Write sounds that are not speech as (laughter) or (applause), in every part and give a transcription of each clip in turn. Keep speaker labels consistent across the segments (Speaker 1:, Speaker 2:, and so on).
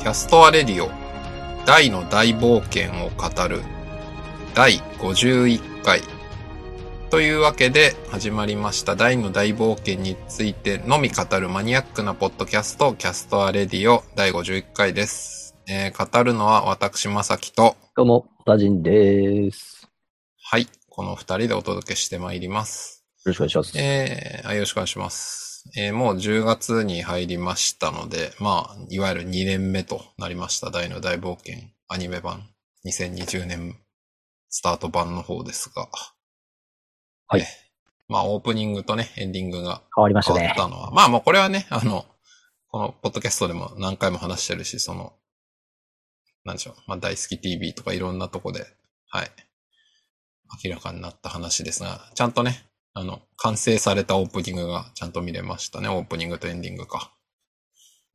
Speaker 1: キャストアレディオ大の大冒険を語る第51回というわけで始まりました大の大冒険についてのみ語るマニアックなポッドキャストキャストアレディオ第51回です、えー語るのは私まさきと
Speaker 2: どうも、タジンです。よ
Speaker 1: はいこの二人でお届けしてまいります
Speaker 2: ろしくお願いします。
Speaker 1: えーあ、よろしくお願いします。えーもう10月に入りましたので、まあ、いわゆる2年目となりました。大の大冒険アニメ版2020年スタート版の方ですが。
Speaker 2: はい
Speaker 1: えーまあ、オープニングとね、エンディングが
Speaker 2: 変わりました
Speaker 1: 変わ
Speaker 2: ね
Speaker 1: っ。たのは、まあもうこれはね、あの、このポッドキャストでも何回も話してるし、その、なんでしょう、まあ大好き TV とかいろんなとこで、はい、明らかになった話ですが、ちゃんとね、あの、完成されたオープニングがちゃんと見れましたね、オープニングとエンディングか。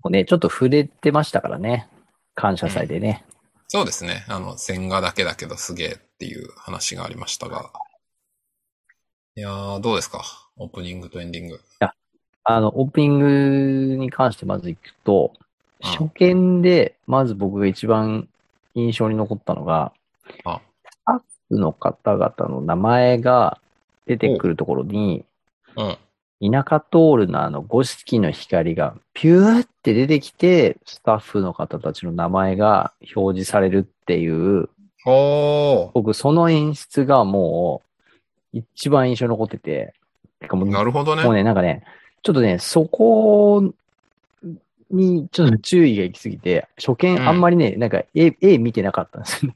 Speaker 2: もうね、ちょっと触れてましたからね。感謝祭でね。
Speaker 1: そうですね、あの、線画だけだけどすげえっていう話がありましたが。いやー、どうですかオープニングとエンディング。
Speaker 2: あの、オープニングに関してまずいくと、
Speaker 1: うん
Speaker 2: 初見で、まず僕が一番印象に残ったのが、
Speaker 1: あ
Speaker 2: スタッフの方々の名前が出てくるところに、
Speaker 1: うん。
Speaker 2: 田舎トールのあの五色の光がピューって出てきて、スタッフの方たちの名前が表示されるっていう、
Speaker 1: おー、
Speaker 2: 僕その演出がもう一番印象に残ってて、てかもう
Speaker 1: なるほどね。
Speaker 2: もうね、なんかね、ちょっとね、そこにちょっと注意が行きすぎて、初見
Speaker 1: うん
Speaker 2: あんまりね、なんか絵、絵見てなかったんですよね。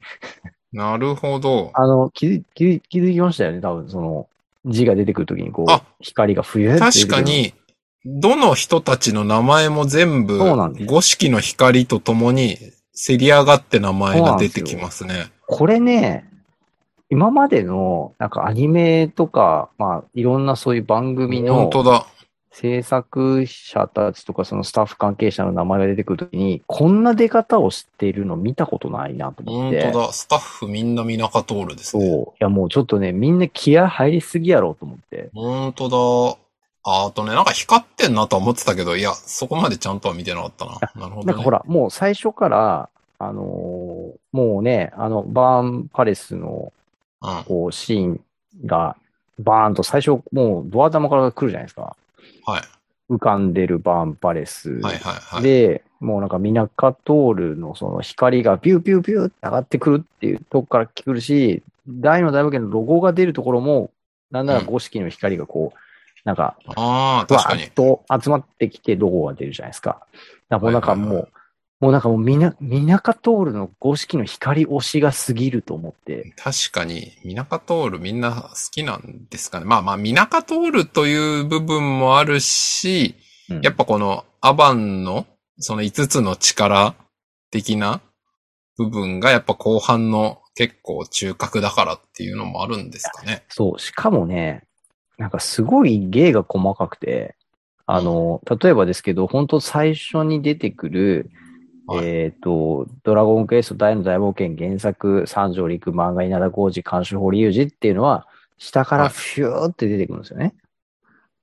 Speaker 2: (laughs)
Speaker 1: なるほど。
Speaker 2: あの、気づ、気づ気づきましたよね、多分その字が出てくるときにこう
Speaker 1: あ、
Speaker 2: 光が冬って出てく
Speaker 1: 確
Speaker 2: る
Speaker 1: かに、どの人たちの名前も全部
Speaker 2: そうなんで、す
Speaker 1: 五色の光とともに、せり上がって名前が出てきますね。
Speaker 2: これね、今までの、なんかアニメとか、まあ、いろんなそういう番組の
Speaker 1: 本当だ。
Speaker 2: 制作者たちとか、そのスタッフ関係者の名前が出てくるときに、こんな出方を知っているの見たことないなと思
Speaker 1: 本
Speaker 2: って。
Speaker 1: 当だ。スタッフみんなみなか通るです
Speaker 2: そう。
Speaker 1: ね。
Speaker 2: いや、もうちょっとね、みんな気合入りすぎやろうと思って。
Speaker 1: 本当だ。ああとね、なんか光ってんなとは思ってたけど、いや、そこまでちゃんとは見てなかったな。なるほど、ね。
Speaker 2: なんかほら、もう最初から、あのーもうね、あの、バーンパレスの
Speaker 1: うん。
Speaker 2: こうシーンが、バーンと最初、もうドア玉から来るじゃないですか。
Speaker 1: はい。
Speaker 2: 浮かんでるバーンパレス。
Speaker 1: はいはいはい。
Speaker 2: で、もうなんか、ミナカトールのその光がピューピューピューって上がってくるっていうとこから来るし、大の大冒険のロゴが出るところも、なんなら五色の光がこう、なんか、
Speaker 1: ああ、
Speaker 2: わ
Speaker 1: 確か
Speaker 2: ー
Speaker 1: に
Speaker 2: っ。と集まってきてロゴが出るじゃないですか。だからもうなんかもう、
Speaker 1: はいはいは
Speaker 2: もうなんかもうみな、みなかトールの五色の光推しが過ぎると思って、
Speaker 1: 確かに、ミナカトールみんな好きなんですかね。まあまあ、ミナカトールという部分もあるし、
Speaker 2: うん
Speaker 1: やっぱこのアバンの、その5つの力的な部分がやっぱ後半の結構中核だからっていうのもあるんですかね。
Speaker 2: そう、しかもね、なんかすごい芸が細かくて、あの、例えばですけど、本当最初に出てくる、
Speaker 1: はい
Speaker 2: えっ、と、ドラゴンクエスト大の大冒険原作、三条陸漫画稲田浩二監修堀裕二っていうのは、下か
Speaker 1: は
Speaker 2: ら
Speaker 1: い
Speaker 2: フューって出てくるんですよね。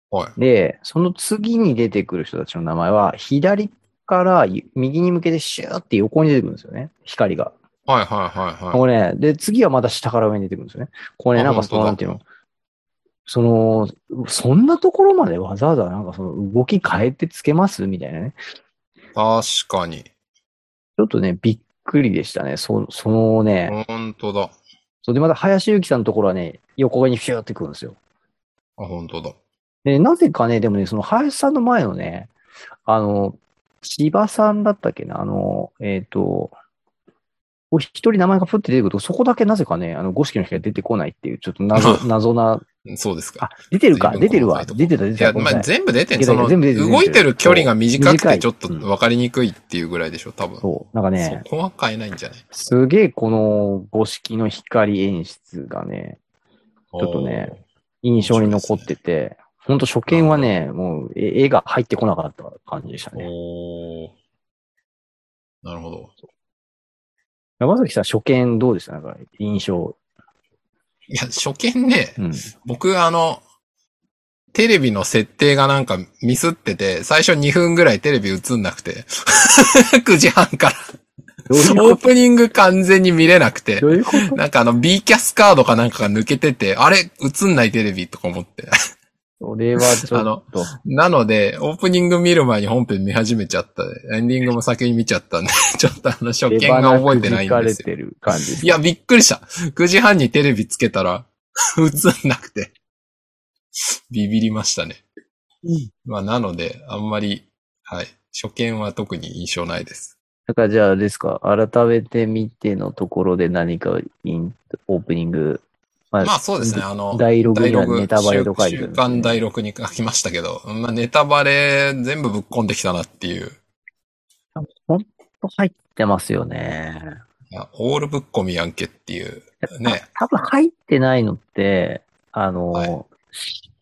Speaker 1: はい。
Speaker 2: で、その次に出てくる人たちの名前は、左から右に向けてシューって横に出てくるんですよね。光が。
Speaker 1: はいはいはいは
Speaker 2: これね、で、次はまた下から上に出てくるんですよね。これね、
Speaker 1: あ
Speaker 2: なんかその、な
Speaker 1: 本
Speaker 2: んて
Speaker 1: 当
Speaker 2: いう
Speaker 1: だ
Speaker 2: の、その、そんなところまでわざわざなんかその動き変えてつけますみたいなね。
Speaker 1: い。確かに。
Speaker 2: ちょっとね、びっくりでしたね。そそのね、
Speaker 1: 本当だ。あ、
Speaker 2: それでまた林幸さんのところはね、横にフューってくるんですよ。
Speaker 1: 本当だ。
Speaker 2: で、なぜかね、でもね、その林さんの前のね、あの、千葉さんだったっけな、あの、えっ、と、お一人名前がふって出てくると、そこだけなぜかね、あの、五色の人が出てこないっていう、ちょっ
Speaker 1: (laughs)
Speaker 2: と謎、謎な、
Speaker 1: そうですか
Speaker 2: あ。、出てるか、
Speaker 1: 随分
Speaker 2: 出てるわ、
Speaker 1: 細かいとこ
Speaker 2: 出てた、出
Speaker 1: い
Speaker 2: て
Speaker 1: や、
Speaker 2: た。ごめんな
Speaker 1: まあ、
Speaker 2: さい
Speaker 1: 全部出て
Speaker 2: い
Speaker 1: る。
Speaker 2: や
Speaker 1: その、
Speaker 2: 全部出てる全部
Speaker 1: 動
Speaker 2: 出てる
Speaker 1: いてる距離が短く
Speaker 2: 短
Speaker 1: て
Speaker 2: い
Speaker 1: ちょっと分かりにくいっていうぐらいでしょ、多分。
Speaker 2: そう、なんかね、
Speaker 1: そこは変えないんじゃない
Speaker 2: すげえこの五色の光演出がね、
Speaker 1: ち
Speaker 2: ょっとね。印象に残ってて、ほんと初見はね、もう絵絵が入ってこなかった感じでした
Speaker 1: おー
Speaker 2: ね。
Speaker 1: おーなるほど。
Speaker 2: 山崎さん、初見どうでしたなんか印象。
Speaker 1: いや、初見ね、
Speaker 2: うん。
Speaker 1: 僕、あの、テレビの設定がなんかミスってて、最初2分ぐらいテレビ映んなくて。9時半から。
Speaker 2: どういう
Speaker 1: オー
Speaker 2: こ
Speaker 1: プニング完全に見れなくて
Speaker 2: とど。ういうこと
Speaker 1: なんかあの B キャスカードかなんかが抜けてて、あれ映んないテレビとか思って。 (laughs)
Speaker 2: それはちょ
Speaker 1: あの
Speaker 2: っと。
Speaker 1: なので、オープニング見る前に本編見始めちゃった。エンディングも先に見ちゃったんで、 (laughs) ちょっとあの初見が覚えてないん
Speaker 2: 手放く
Speaker 1: で
Speaker 2: じ
Speaker 1: す
Speaker 2: か
Speaker 1: よ。
Speaker 2: れてる感じです
Speaker 1: いや、びっくりした。9時半にテレビつけたら、 (laughs) 映んなくて。ビビりましたね。まあ、なので、あんまり、はい。初見は特に印象ないです。
Speaker 2: だからじゃああれですか、改めて見てのところで何かインオープニング、ま
Speaker 1: まあ、そうですね。あの、
Speaker 2: ダイログ
Speaker 1: 第
Speaker 2: にはネタバレと
Speaker 1: 6
Speaker 2: か
Speaker 1: 週間第6に書きましたけど、まあ、ネタバレ全部ぶっ込んできたなっていう。
Speaker 2: 入ってますよね。
Speaker 1: いやオールぶっ込みやんけっていう。ね。
Speaker 2: 多分入ってないのって、あの、
Speaker 1: はい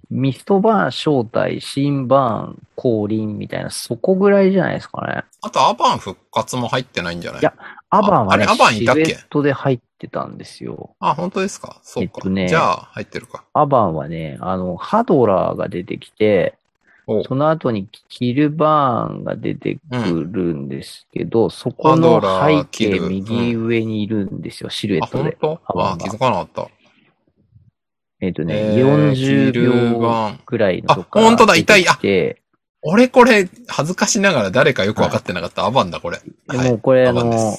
Speaker 2: ミストバーン招待、シンバーン降臨みたいな、そこぐらいじゃないですかね。
Speaker 1: あと、アバン復活も入ってないんじゃない
Speaker 2: いやアバンはね、
Speaker 1: あれアバンいたっけ
Speaker 2: シルエットで入ってたんですよ。
Speaker 1: あ、本当ですかそうか。
Speaker 2: えっとね
Speaker 1: じゃあ、入ってるか。
Speaker 2: アバンはね、あの、ハドラーが出てきて、
Speaker 1: お
Speaker 2: その後にキルバーンが出てくるんですけど、そこ
Speaker 1: ハド
Speaker 2: の
Speaker 1: ラー
Speaker 2: 背
Speaker 1: キル
Speaker 2: 景
Speaker 1: うん
Speaker 2: 右上にいるんですよ、シルエ
Speaker 1: あ、
Speaker 2: ット
Speaker 1: 本
Speaker 2: で。
Speaker 1: 当
Speaker 2: アバ
Speaker 1: あ、
Speaker 2: ンが
Speaker 1: 気づかなかった。
Speaker 2: えっ、とね、
Speaker 1: えー
Speaker 2: 40
Speaker 1: キル
Speaker 2: 秒
Speaker 1: バン
Speaker 2: くらいのとこか
Speaker 1: あ
Speaker 2: ら
Speaker 1: 本当だ
Speaker 2: 出てきて
Speaker 1: 俺これ、恥ずかしながら誰かよくわかってなかった。アバンだ、これ。
Speaker 2: で
Speaker 1: はい
Speaker 2: もうこれ、
Speaker 1: ア
Speaker 2: あ
Speaker 1: バンで
Speaker 2: の、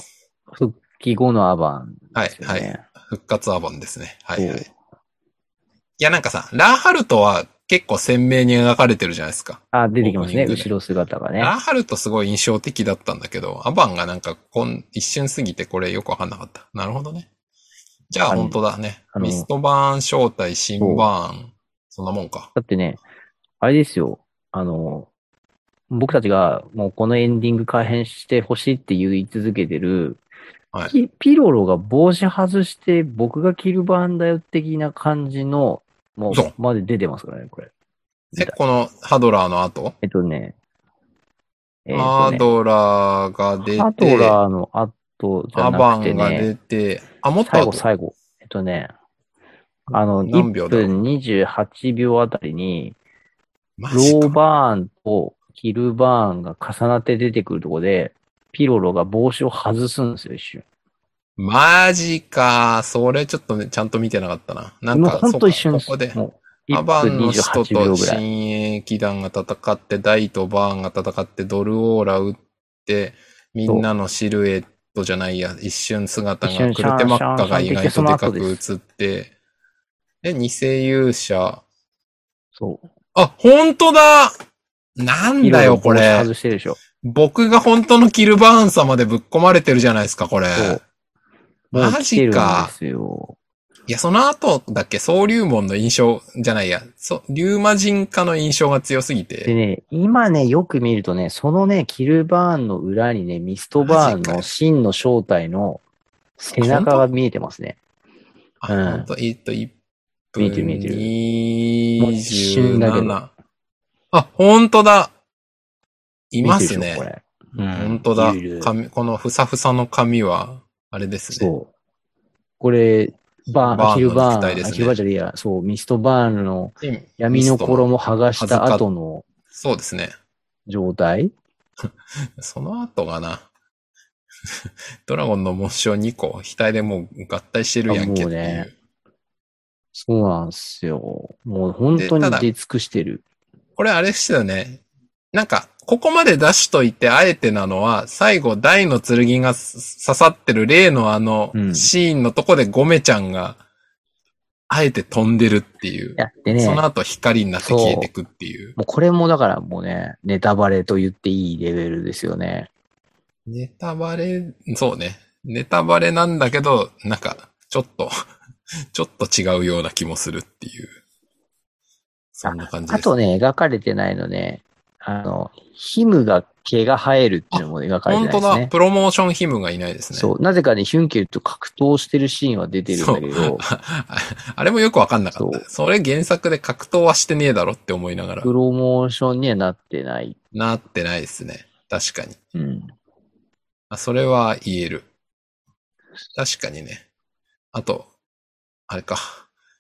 Speaker 2: 復帰後のアバン
Speaker 1: はい
Speaker 2: で、すよ
Speaker 1: はい。
Speaker 2: ね。
Speaker 1: 復活アバンですね。はい、はい。い
Speaker 2: そう
Speaker 1: や、なんかさ、ラーハルトは結構鮮明に描かれてるじゃないですか。
Speaker 2: あ、出てきますね、
Speaker 1: オープニングで
Speaker 2: 後ろ姿がね。
Speaker 1: ラーハルトすごい印象的だったんだけど、アバンがなんかこん一瞬過ぎてこれよくわかんなかった。なるほどね。じゃあ
Speaker 2: あの
Speaker 1: 本当だね。
Speaker 2: あの
Speaker 1: ミストバーン招待、シンバーン、そんなもんか。
Speaker 2: だってね、あれですよ、あの、僕たちがもうこのエンディング改変してほしいって言い続けてる、
Speaker 1: はい
Speaker 2: ピピロロが帽子外して僕がキルバンだよ的な感じの、も
Speaker 1: そう
Speaker 2: う、まで出てますからね、これ。
Speaker 1: え、このハドラーの後、
Speaker 2: えっとね、えっ
Speaker 1: ハ
Speaker 2: とね、
Speaker 1: ドラーが出て、
Speaker 2: ハドラーの後じゃ
Speaker 1: アバ
Speaker 2: なくて
Speaker 1: ンが
Speaker 2: ね
Speaker 1: 出、て、あ、もっと
Speaker 2: 最後、
Speaker 1: 後
Speaker 2: 最後。えっとね、あの、
Speaker 1: 何
Speaker 2: 1
Speaker 1: 秒だろう
Speaker 2: 分28秒あたりに、
Speaker 1: マ
Speaker 2: ロ
Speaker 1: ジ
Speaker 2: ー
Speaker 1: か。
Speaker 2: バーンとキルバーンが重なって出てくるとこで、ピロロが帽子を外すんですよ、一瞬。
Speaker 1: マジか。それちょっとね、ちゃんと見てなかったな。なん
Speaker 2: もう
Speaker 1: か、
Speaker 2: ほん
Speaker 1: そう
Speaker 2: と
Speaker 1: か
Speaker 2: 一瞬で
Speaker 1: こ
Speaker 2: す。
Speaker 1: こで。
Speaker 2: もう
Speaker 1: ア
Speaker 2: 1
Speaker 1: バン
Speaker 2: 分
Speaker 1: の人
Speaker 2: 28秒
Speaker 1: と
Speaker 2: ぐらい。
Speaker 1: 新鋭騎団が戦って、ダイとバーンが戦って、ドルオーラ撃って、みんなのシルエットじゃないや、一瞬姿が
Speaker 2: 一
Speaker 1: 狂っ
Speaker 2: 瞬シャン
Speaker 1: て、マッカが
Speaker 2: シャンシャン
Speaker 1: 意外とでかく
Speaker 2: シャン
Speaker 1: 映
Speaker 2: って
Speaker 1: って、で、偽勇者。
Speaker 2: そう。
Speaker 1: あ、本当だなん
Speaker 2: ピ
Speaker 1: だよ、
Speaker 2: ロロ
Speaker 1: こ
Speaker 2: 帽子
Speaker 1: れ
Speaker 2: 外。してるでしょ。
Speaker 1: 僕が本当のキルバーン様でぶっ込まれてるじゃないですか、これ。
Speaker 2: そう。もう
Speaker 1: マ
Speaker 2: 来て
Speaker 1: ジ
Speaker 2: るん
Speaker 1: か
Speaker 2: で。すよ。
Speaker 1: いや、その後だっけ、総竜門の印象じゃないや、そ竜馬人化の印象が強すぎ
Speaker 2: で
Speaker 1: て、
Speaker 2: ね、今ね、よく見るとね、そのね、キルバーンの裏にね、ミストバー
Speaker 1: マ
Speaker 2: ン
Speaker 1: ジかよ
Speaker 2: の真の正体の背中が見えてますね。
Speaker 1: あ、
Speaker 2: うん
Speaker 1: ほんと、えっと、1分
Speaker 2: 見てる見てるもう一瞬だけ
Speaker 1: 27
Speaker 2: ど。
Speaker 1: あ、ほんとだいます
Speaker 2: 見てるでしょこ
Speaker 1: ね。
Speaker 2: れ。うん
Speaker 1: ほんとだ
Speaker 2: いるいる。
Speaker 1: 髪このふさふさの髪は、あれですね。
Speaker 2: そう。これ、バーン、アヒル
Speaker 1: バーンの
Speaker 2: バ
Speaker 1: 肉体
Speaker 2: ー
Speaker 1: で
Speaker 2: ン、
Speaker 1: す
Speaker 2: ア
Speaker 1: ね
Speaker 2: ヒルバーンじゃねえや、そう、ミストバーンの
Speaker 1: で
Speaker 2: 闇の。衣剥がした後の
Speaker 1: そうですね。
Speaker 2: 状態
Speaker 1: その後がな、 (laughs) ドラゴンの紋章2個、額でもう合体してるやんけって
Speaker 2: あもう
Speaker 1: い
Speaker 2: ね
Speaker 1: う。
Speaker 2: そうなんですよ。もう本当
Speaker 1: でた
Speaker 2: に
Speaker 1: だ
Speaker 2: 出尽くしてる。
Speaker 1: これあれですよね。なんか、ここまで出しといて、あえてなのは、最後、大の剣がす刺さってる例のあの
Speaker 2: う、ん
Speaker 1: シーンのとこでゴメちゃんが、あえて飛んでるっていう。
Speaker 2: やってね、
Speaker 1: その
Speaker 2: も
Speaker 1: 後光になって消えてくっていう。
Speaker 2: うこれもだからもうね、ネタバレと言っていいレベルですよね。
Speaker 1: ネタバレ、そうね。ネタバレなんだけど、なんか、ちょっと、 (laughs) ちょっと違うような気もするっていう。そんな感じ
Speaker 2: あ
Speaker 1: です。
Speaker 2: とね、描かれてないのね、あの、ヒムが毛が生えるっていうのも描かれ
Speaker 1: 本
Speaker 2: てないで
Speaker 1: 当
Speaker 2: す
Speaker 1: だ、
Speaker 2: ね。
Speaker 1: プロモーションヒムがいないですね。
Speaker 2: そう、なぜかね、ヒュンケルと格闘してるシーンは出てるんだけ
Speaker 1: そう (laughs)
Speaker 2: ど、
Speaker 1: ああれもよくわかんなかった。
Speaker 2: そ
Speaker 1: それ原作で格闘はしてねえだろって思いながら
Speaker 2: プ。ロモーションにはなってない。
Speaker 1: なってないですね。確かに。
Speaker 2: うん。
Speaker 1: あそれは言える。確かにね。あと、あれか。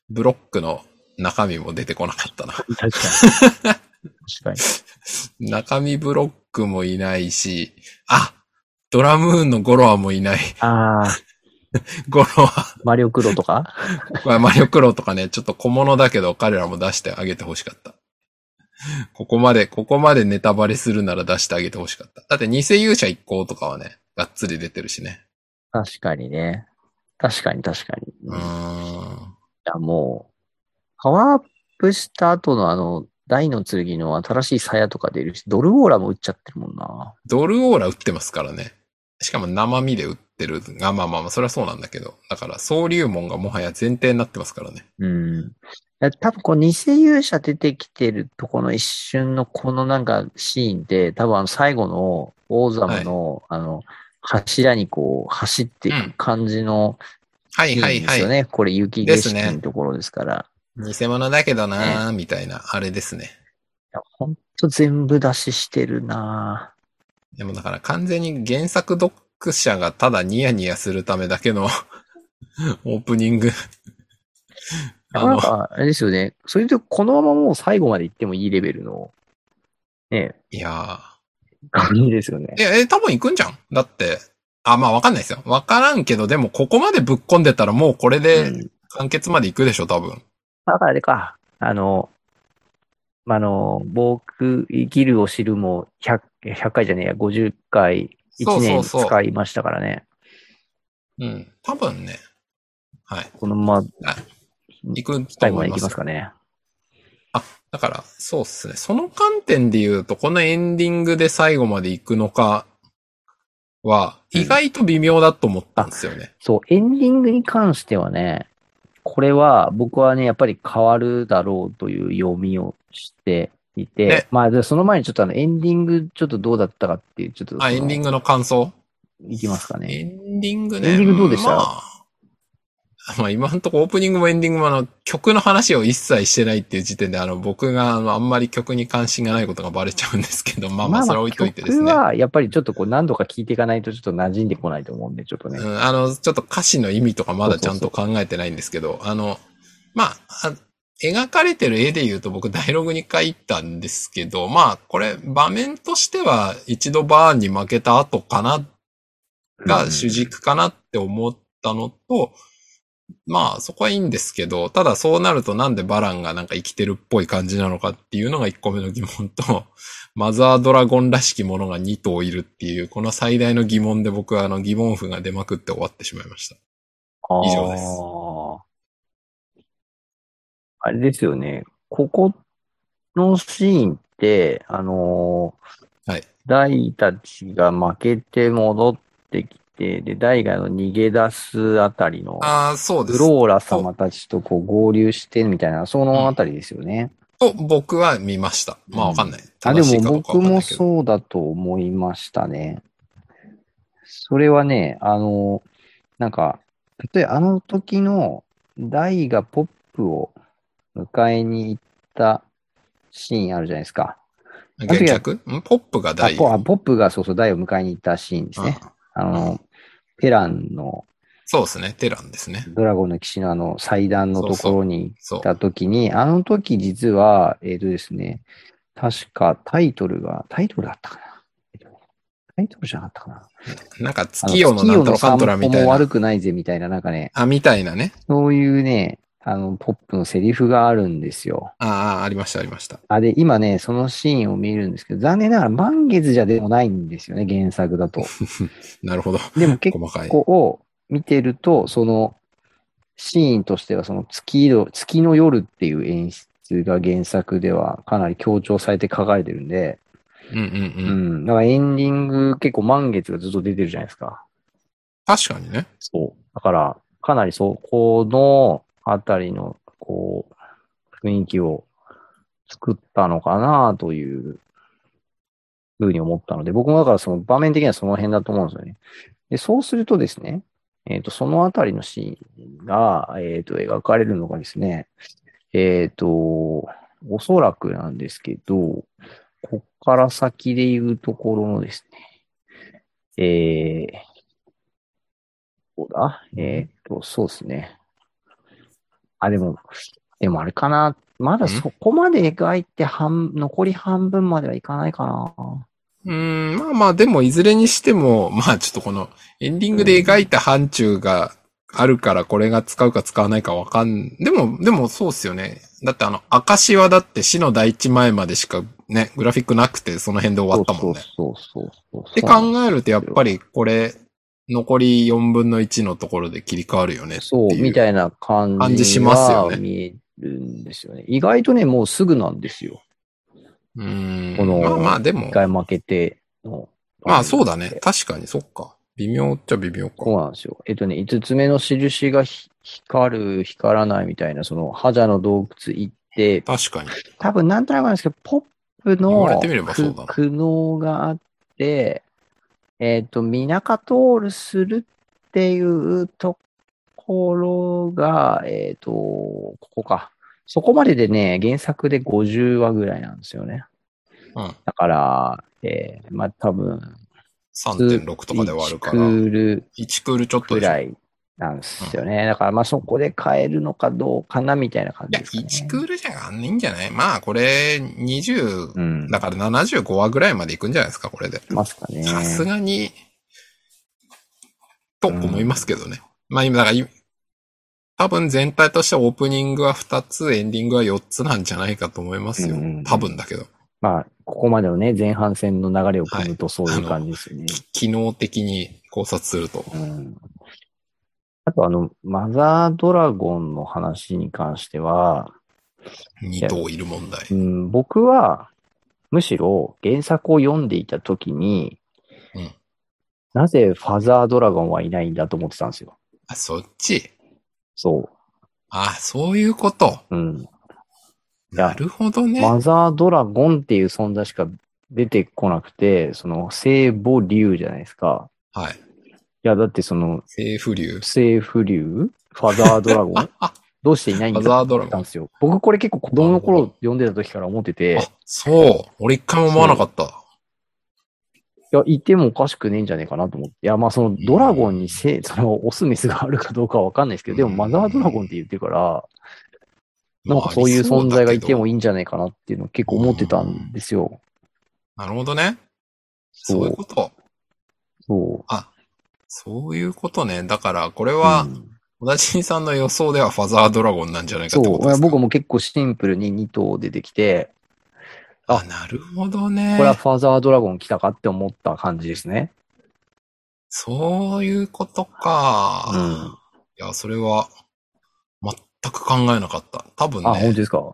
Speaker 1: ブロックの中身も出てこなかったな。
Speaker 2: 確かに。確かに。
Speaker 1: 中身ブロックもいないし、あドラムーンのゴロアもいない。 (laughs)
Speaker 2: ああ、
Speaker 1: ゴロア
Speaker 2: マリオクロとか
Speaker 1: これマリオクロとかね、ちょっと小物だけど彼らも出してあげてほしかった。ここまで、ここまでネタバレするなら出してあげてほしかった。だって偽勇者一行とかはね、がっつり出てるしね。
Speaker 2: 確かにね。確かに確かに。
Speaker 1: うー
Speaker 2: い
Speaker 1: ん。
Speaker 2: や、もう、パワーアップした後のあの、大の剣の新しい鞘とか出るし、ドルオーラも売っちゃってるもんな。
Speaker 1: ドルオーラ売ってますからね。しかも生身で売ってるが、まあまあまあ、それはそうなんだけど。だから、総流門がもはや前提になってますからね。
Speaker 2: うん。いや多分こう、偽勇者出てきてるとこの一瞬のこのなんかシーンで、多分あの最後の王様の、あの、柱にこう、走っていく感じの
Speaker 1: はい
Speaker 2: シ
Speaker 1: は
Speaker 2: ー
Speaker 1: い
Speaker 2: ンで
Speaker 1: は
Speaker 2: すよね。
Speaker 1: い。
Speaker 2: これ雪景色のところですから。
Speaker 1: 偽物だけどなー、みたいな、あれですね。
Speaker 2: いやほんと全部出ししてるなぁ
Speaker 1: でもだから完全に原作読者がただニヤニヤするためだけの (laughs) オープニ
Speaker 2: (laughs)
Speaker 1: ング。あ
Speaker 2: なん
Speaker 1: の、
Speaker 2: か、あれですよね。それでこのままもう最後まで行ってもいいレベルの、ね、
Speaker 1: いや
Speaker 2: 感じですよね
Speaker 1: ー。。え、え、多分行くんじゃんだって。あ、まあわかんないですよ。わからんけど、でもここまでぶっ込んでたらもうこれ
Speaker 2: う
Speaker 1: で
Speaker 2: ん
Speaker 1: 完結まで行くでしょ、多分。
Speaker 2: だからあれか、あの、まあ、あの、防空、生きるを知るも100、100回じゃねえや、50回、
Speaker 1: そうそ
Speaker 2: 1
Speaker 1: う
Speaker 2: 年
Speaker 1: そう
Speaker 2: 使いましたからね。
Speaker 1: うん。多分ね。はい。
Speaker 2: このまま
Speaker 1: 行くと
Speaker 2: 最
Speaker 1: 思
Speaker 2: 後まで
Speaker 1: い
Speaker 2: い
Speaker 1: ま
Speaker 2: き
Speaker 1: す。
Speaker 2: ますかね。
Speaker 1: だから、そうっすね。その観点で言うと、このエンディングで最後まで行くのかは、
Speaker 2: うん
Speaker 1: 意外と微妙だと思ったんですよね。
Speaker 2: そう、エンディングに関してはね、これは僕はね、やっぱり変わるだろうという読みをしていて、
Speaker 1: ね
Speaker 2: まあ、でその前にちょっとあの、エンディングちょっとどうだったかっていう、ちょっとその、
Speaker 1: あ、エンディングの感想
Speaker 2: いきますかね。
Speaker 1: エンディングね。
Speaker 2: エンディングどうでした
Speaker 1: まあ、まあ今んとこオープニングもエンディングもあの曲の話を一切してないっていう時点であの僕があのあんまり曲に関心がないことがバレちゃうんですけど、まあまあそれは置いといてですね。
Speaker 2: 曲はやっぱりちょっとこう何度か聞いていかないとちょっと馴染んでこないと思うんで、ちょっとね。
Speaker 1: うん、あの、ちょっと歌詞の意味とかまだちゃんと考えてないんですけど、あの、まあ、あ描かれてる絵で言うと僕ダイログに書いたんですけど、まあ、これ場面としては一度バーンに負けた後かな、が主軸かなって思ったのと、まあ、そこはいいんですけど、ただそうなるとなんでバランがなんか生きてるっぽい感じなのかっていうのが1個目の疑問と、 (laughs) マザードラゴンらしきものが2頭いるっていう、この最大の疑問で僕はあの疑問符が出まくって終わってしまいました。以上です
Speaker 2: あーあれですよね。ここのシーンって、あのー
Speaker 1: はい
Speaker 2: ダイたちが負けて戻ってきて、で、ダイがあの逃げ出すあたりの、
Speaker 1: ああ、そうで
Speaker 2: グ
Speaker 1: す。
Speaker 2: ローラ様たちとこう合流してみたいな、そのあたりですよね。
Speaker 1: と僕は見ました。まあわかんない。
Speaker 2: あ、で
Speaker 1: 正しいか
Speaker 2: も
Speaker 1: どうかわか
Speaker 2: 僕
Speaker 1: んな
Speaker 2: も
Speaker 1: いけど。
Speaker 2: そうだと思いましたね。それはね、あの、なんか、例えばあの時のダイがポップを迎えに行ったシーンあるじゃないですか。
Speaker 1: 原脚んポップが
Speaker 2: あ
Speaker 1: 大
Speaker 2: ポあポップがそうそうダイを迎えに行ったシーンですね。
Speaker 1: うん
Speaker 2: あ
Speaker 1: う
Speaker 2: の、ペランの
Speaker 1: そうですね。テランですね。
Speaker 2: ドラゴンの騎士のあの祭壇のところに
Speaker 1: そう
Speaker 2: 行っ。た時に、あの時実は、えっ、とですね、確かタイトルが、タイトルだったかな。タイトルじゃなかったかな。
Speaker 1: なんか
Speaker 2: あの
Speaker 1: 月夜のなんとかかんとらみた
Speaker 2: 月夜の
Speaker 1: い
Speaker 2: 散歩も
Speaker 1: な
Speaker 2: 悪。くないぜみたいな、なんかね、
Speaker 1: あ、みたいなね。
Speaker 2: そういうね、あの、ポップのセリフがあるんですよ。
Speaker 1: ああ、ありました、ありました。
Speaker 2: あ、で、今ね、そのシーンを見るんですけど、残念ながら満月じゃでもないんですよね、原作だと。
Speaker 1: なるほど。
Speaker 2: でも結
Speaker 1: 細かい。
Speaker 2: ここを見てると、そのシーンとしては、その月の、月の夜っていう演出が原作ではかなり強調されて書かれてるんで、
Speaker 1: うんうんう。
Speaker 2: うんん。だからエンディング結構満月がずっと出てるじゃないですか。
Speaker 1: 確かにね。
Speaker 2: そう。だから、かなりそう、このあたりの、こう、雰囲気を作ったのかなというふうに思ったので、僕もだからその場面的にはその辺だと思うんですよね。で、そうするとですね、えっ、と、そのあたりのシーンが、えっ、と、描かれるのがですね、えっ、と、おそらくなんですけど、こっから先で言うところのですね、えー、そうだ。えーっと、そうですね。あ、でも、でもあれかな。まだそこまで描いて半、残り半分まではいかないかな。
Speaker 1: うーん、まあまあ、でもいずれにしても、 (laughs) まあちょっとこのエンディングで描いた範疇があるからこれが使うか使わないかわかん、でも、でもそうっすよね。だってあの、証はだって死の第一前までしかね、グラフィックなくてその辺で終わったもんね。
Speaker 2: そうそうそうそうそう。
Speaker 1: って考えるとやっぱりこれ、残り4分の1のところで切り替わるよねっていう。
Speaker 2: そう、みたいな感じ
Speaker 1: 感じしますよね
Speaker 2: が見えるんですよね。意外とね、もうすぐなんですよ。
Speaker 1: うーん。
Speaker 2: この
Speaker 1: まあまあでも
Speaker 2: 一、回負けての。
Speaker 1: まあそうだね。。確かにそっか。微妙っちゃ微妙か。
Speaker 2: そうなんですよ。えっとね、5つ目の印がひ光る、光らないみたいな、その、ハジャの洞窟行って、
Speaker 1: 確かに。
Speaker 2: 多分なんとなくなんですけど、ポッ
Speaker 1: 言
Speaker 2: プの
Speaker 1: われてみればそうだな
Speaker 2: く苦悩があって、えっ、と、ミナカトールするっていうところが、えっ、と、ここか。そこまででね、原作で50話ぐらいなんですよね。
Speaker 1: うん。
Speaker 2: だから、えーまあ多分、
Speaker 1: 3.6とかで終わるから。
Speaker 2: 1クール
Speaker 1: 1クールちょっと
Speaker 2: ぐ
Speaker 1: でしょ
Speaker 2: らいなんですよね。だからまあそこで変えるのかどうかなみたいな感
Speaker 1: いや、
Speaker 2: じですか
Speaker 1: 1ク
Speaker 2: ね。
Speaker 1: ールじゃあんないんじゃないまあ、これ、20、
Speaker 2: うん。
Speaker 1: だから75話ぐらいまでいくんじゃないですか、これで。
Speaker 2: ますかね。
Speaker 1: さすがに、と思いますけどね。まあ、今、だからい、多分全体としてオープニングは2つ、エンディングは4つなんじゃないかと思いますよ
Speaker 2: うんうんうん。
Speaker 1: 多分だけど。
Speaker 2: まあ、ここまでのね、前半戦の流れを組むとそういう感じですよね。
Speaker 1: き機能的に考察すると。
Speaker 2: うん、あと、あの、マザードラゴンの話に関しては、
Speaker 1: 2頭いる問題
Speaker 2: う。ん、僕は、むしろ原作を読んでいた時に、
Speaker 1: うん
Speaker 2: なぜファザードラゴンはいないんだと思ってたんですよ。
Speaker 1: あ、そっち。
Speaker 2: そ
Speaker 1: あ、そういうこと。
Speaker 2: う。うん。や
Speaker 1: なるほどね。
Speaker 2: マザードラゴンっていう存在しか出てこなくて、その、聖母竜じゃないですか。
Speaker 1: はい。
Speaker 2: いや、だってその、
Speaker 1: 政府流。
Speaker 2: 政府流ファザードラゴ
Speaker 1: (laughs)
Speaker 2: ンどうしていないんだ
Speaker 1: ファザードラゴン
Speaker 2: って思ったんですよ。僕これ結構子供の頃読んでた時から思ってて、
Speaker 1: あ、そう。俺一回も思わなかった。
Speaker 2: いや、いてもおかしくねえんじゃねえかなと思って。いや、まあそのドラゴンにせ、 (laughs) そのオスメスがあるかどうかはわかんないですけど、でもマザードラゴンって言ってるから、なんかそういう存在がいても
Speaker 1: いい。
Speaker 2: いいんじゃないかなっていうのを結構思ってたんですよ。
Speaker 1: なるほどね。
Speaker 2: そ
Speaker 1: そういう
Speaker 2: う
Speaker 1: こ。と。
Speaker 2: そ
Speaker 1: あ、そういうことね。だから、これ
Speaker 2: う。
Speaker 1: は
Speaker 2: う、ん
Speaker 1: 小田新さんの予想ではファザードラゴンなんじゃないか
Speaker 2: そ
Speaker 1: ってこと
Speaker 2: う。い
Speaker 1: で
Speaker 2: や
Speaker 1: すか。
Speaker 2: 僕も結構シンプルに2頭出てきて、
Speaker 1: あ、なるほどね。
Speaker 2: これはファザードラゴン来たかって思った感じですね。
Speaker 1: そういうことか。
Speaker 2: うん
Speaker 1: いや、それは、全く考えなかった。多分
Speaker 2: あ、本当
Speaker 1: ね。
Speaker 2: ですか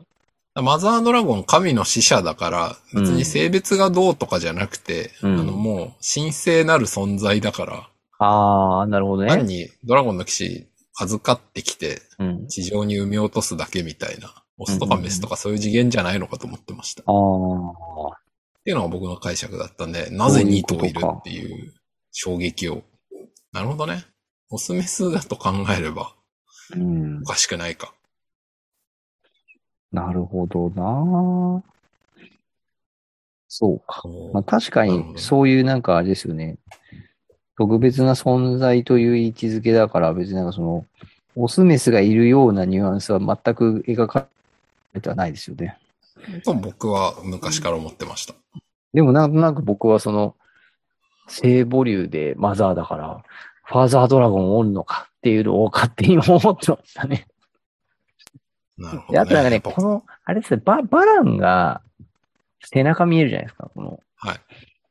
Speaker 1: マザードラゴン神の使者だから、別に性別がどうとかじゃなくて、
Speaker 2: うん
Speaker 1: あの、もう、神聖なる存在だから、
Speaker 2: ああ、なるほど
Speaker 1: 単
Speaker 2: ね。
Speaker 1: にドラゴンの騎士預かってきて、
Speaker 2: うん。
Speaker 1: 地上に産み落とすだけみたいな、オスとかメスとかそういう次元じゃないのかと思ってました。っ
Speaker 2: ああ、
Speaker 1: ていうのが僕の解釈だったんで、なぜ2頭いるっていう衝撃を。なるほどね。オスメスだと考えれば
Speaker 2: うん
Speaker 1: お。かしくないか。
Speaker 2: なるほどなそうか。まあ、確か
Speaker 1: なるほ
Speaker 2: に、
Speaker 1: ど
Speaker 2: そういうなんかあれですよね。特別な存在という位置づけだから、別になんかその、オスメスがいるようなニュアンスは全く描かれてはないですよね。
Speaker 1: と僕は昔から思ってました。
Speaker 2: でもなんとなく僕はその、聖母竜でマザーだから、ファーザードラゴンおるのかっていうのを勝手に思ってましたね。
Speaker 1: なるほど、ね。
Speaker 2: (laughs) であとなんかね、
Speaker 1: やっぱ
Speaker 2: この、あれですね、ババランが背中見えるじゃないですか、この。
Speaker 1: はい。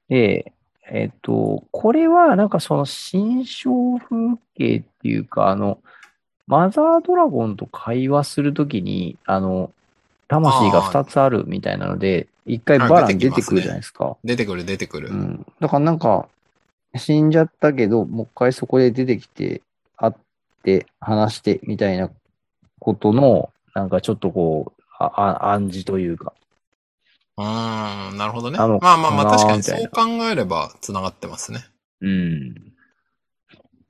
Speaker 2: で、えっと、これはなんかその新象風景っていうか、あの、マザードラゴンと会話するときに、あの、魂が2つあるみたいなので、一回バラン出てくるじゃないですか。
Speaker 1: 出てくる出てくる。
Speaker 2: うん。だからなんか、死んじゃったけど、もう一回そこで出てきて、会って、話して、みたいなことの、なんかちょっとこう、ああ暗示というか。
Speaker 1: うーん、なるほどね。
Speaker 2: なの
Speaker 1: まあまあまあ
Speaker 2: かな
Speaker 1: 確かに
Speaker 2: みた
Speaker 1: そ
Speaker 2: いうな
Speaker 1: 考えれば繋がってますね。
Speaker 2: うん。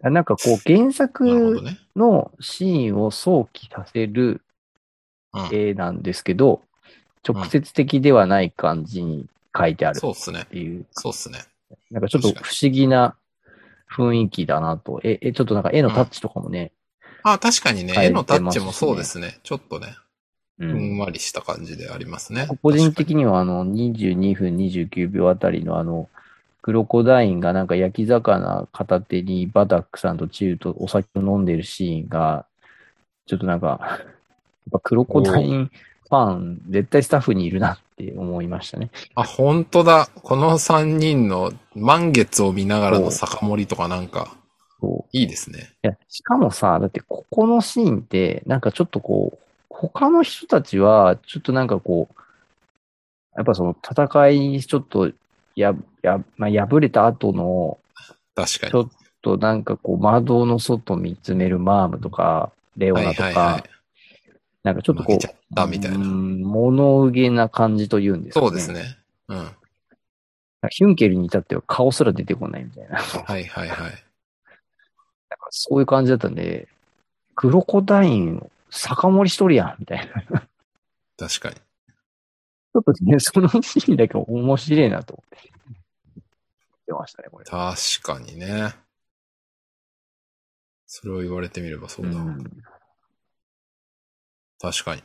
Speaker 2: なんかこう、原
Speaker 1: なるほど
Speaker 2: 作
Speaker 1: ね。
Speaker 2: のシーンを想起させる
Speaker 1: うん。
Speaker 2: 絵なんですけど、
Speaker 1: ん
Speaker 2: 直接的ではない感じに書いてある
Speaker 1: そうっすね
Speaker 2: っ。ていう、
Speaker 1: そうっすね。
Speaker 2: なんかちょっと不思議な雰囲気だなと。え、え、ちょっとなんか絵のタッチとかもね、
Speaker 1: あ、確かにね、
Speaker 2: 変え
Speaker 1: 絵
Speaker 2: て
Speaker 1: の
Speaker 2: ます
Speaker 1: タ
Speaker 2: ね
Speaker 1: ッチもそうですね。ちょっとね。
Speaker 2: う
Speaker 1: ふん
Speaker 2: ん。
Speaker 1: わりした感じでありますね。
Speaker 2: 個人的には、あの、22分29秒あたりの、あの、クロコダインがなんか焼き魚片手にバタックさんとチウとお酒を飲んでるシーンが、ちょっとなんか、やっぱクロコダインファン、絶対スタッフにいるなって思いましたね。
Speaker 1: あ、本当だ。この3人の満月を見ながらの酒盛りとかなんか、
Speaker 2: そう
Speaker 1: いいですね。
Speaker 2: いや、しかもさ、だってここのシーンって、なんかちょっとこう、他の人たちは、ちょっとなんかこう、やっぱその戦いにちょっと、や、や、まあ、敗れた後の、
Speaker 1: 確かに。
Speaker 2: ちょっとなんかこう、窓の外見つめるマームとか、レオナとか、
Speaker 1: はいはいはい
Speaker 2: なんかちょっと
Speaker 1: 負け
Speaker 2: こう、
Speaker 1: ちゃったみたいう
Speaker 2: ー
Speaker 1: な。
Speaker 2: ん物憂げな感じというんですかね。
Speaker 1: そうです。ね。うん。は
Speaker 2: ヒュンケルに至っては顔すら出てこないみ (laughs) たいな。
Speaker 1: いはいはい。
Speaker 2: なんかそういう感じだったんで、クロコダイン、酒盛りしとるやん、みたいな。 (laughs)
Speaker 1: 確かに。
Speaker 2: ちょっとね、そのシーンだけ面白いなと思って。出ましたね、これ。
Speaker 1: 確かにね。それを言われてみればそうだ。
Speaker 2: ん。
Speaker 1: 確かに。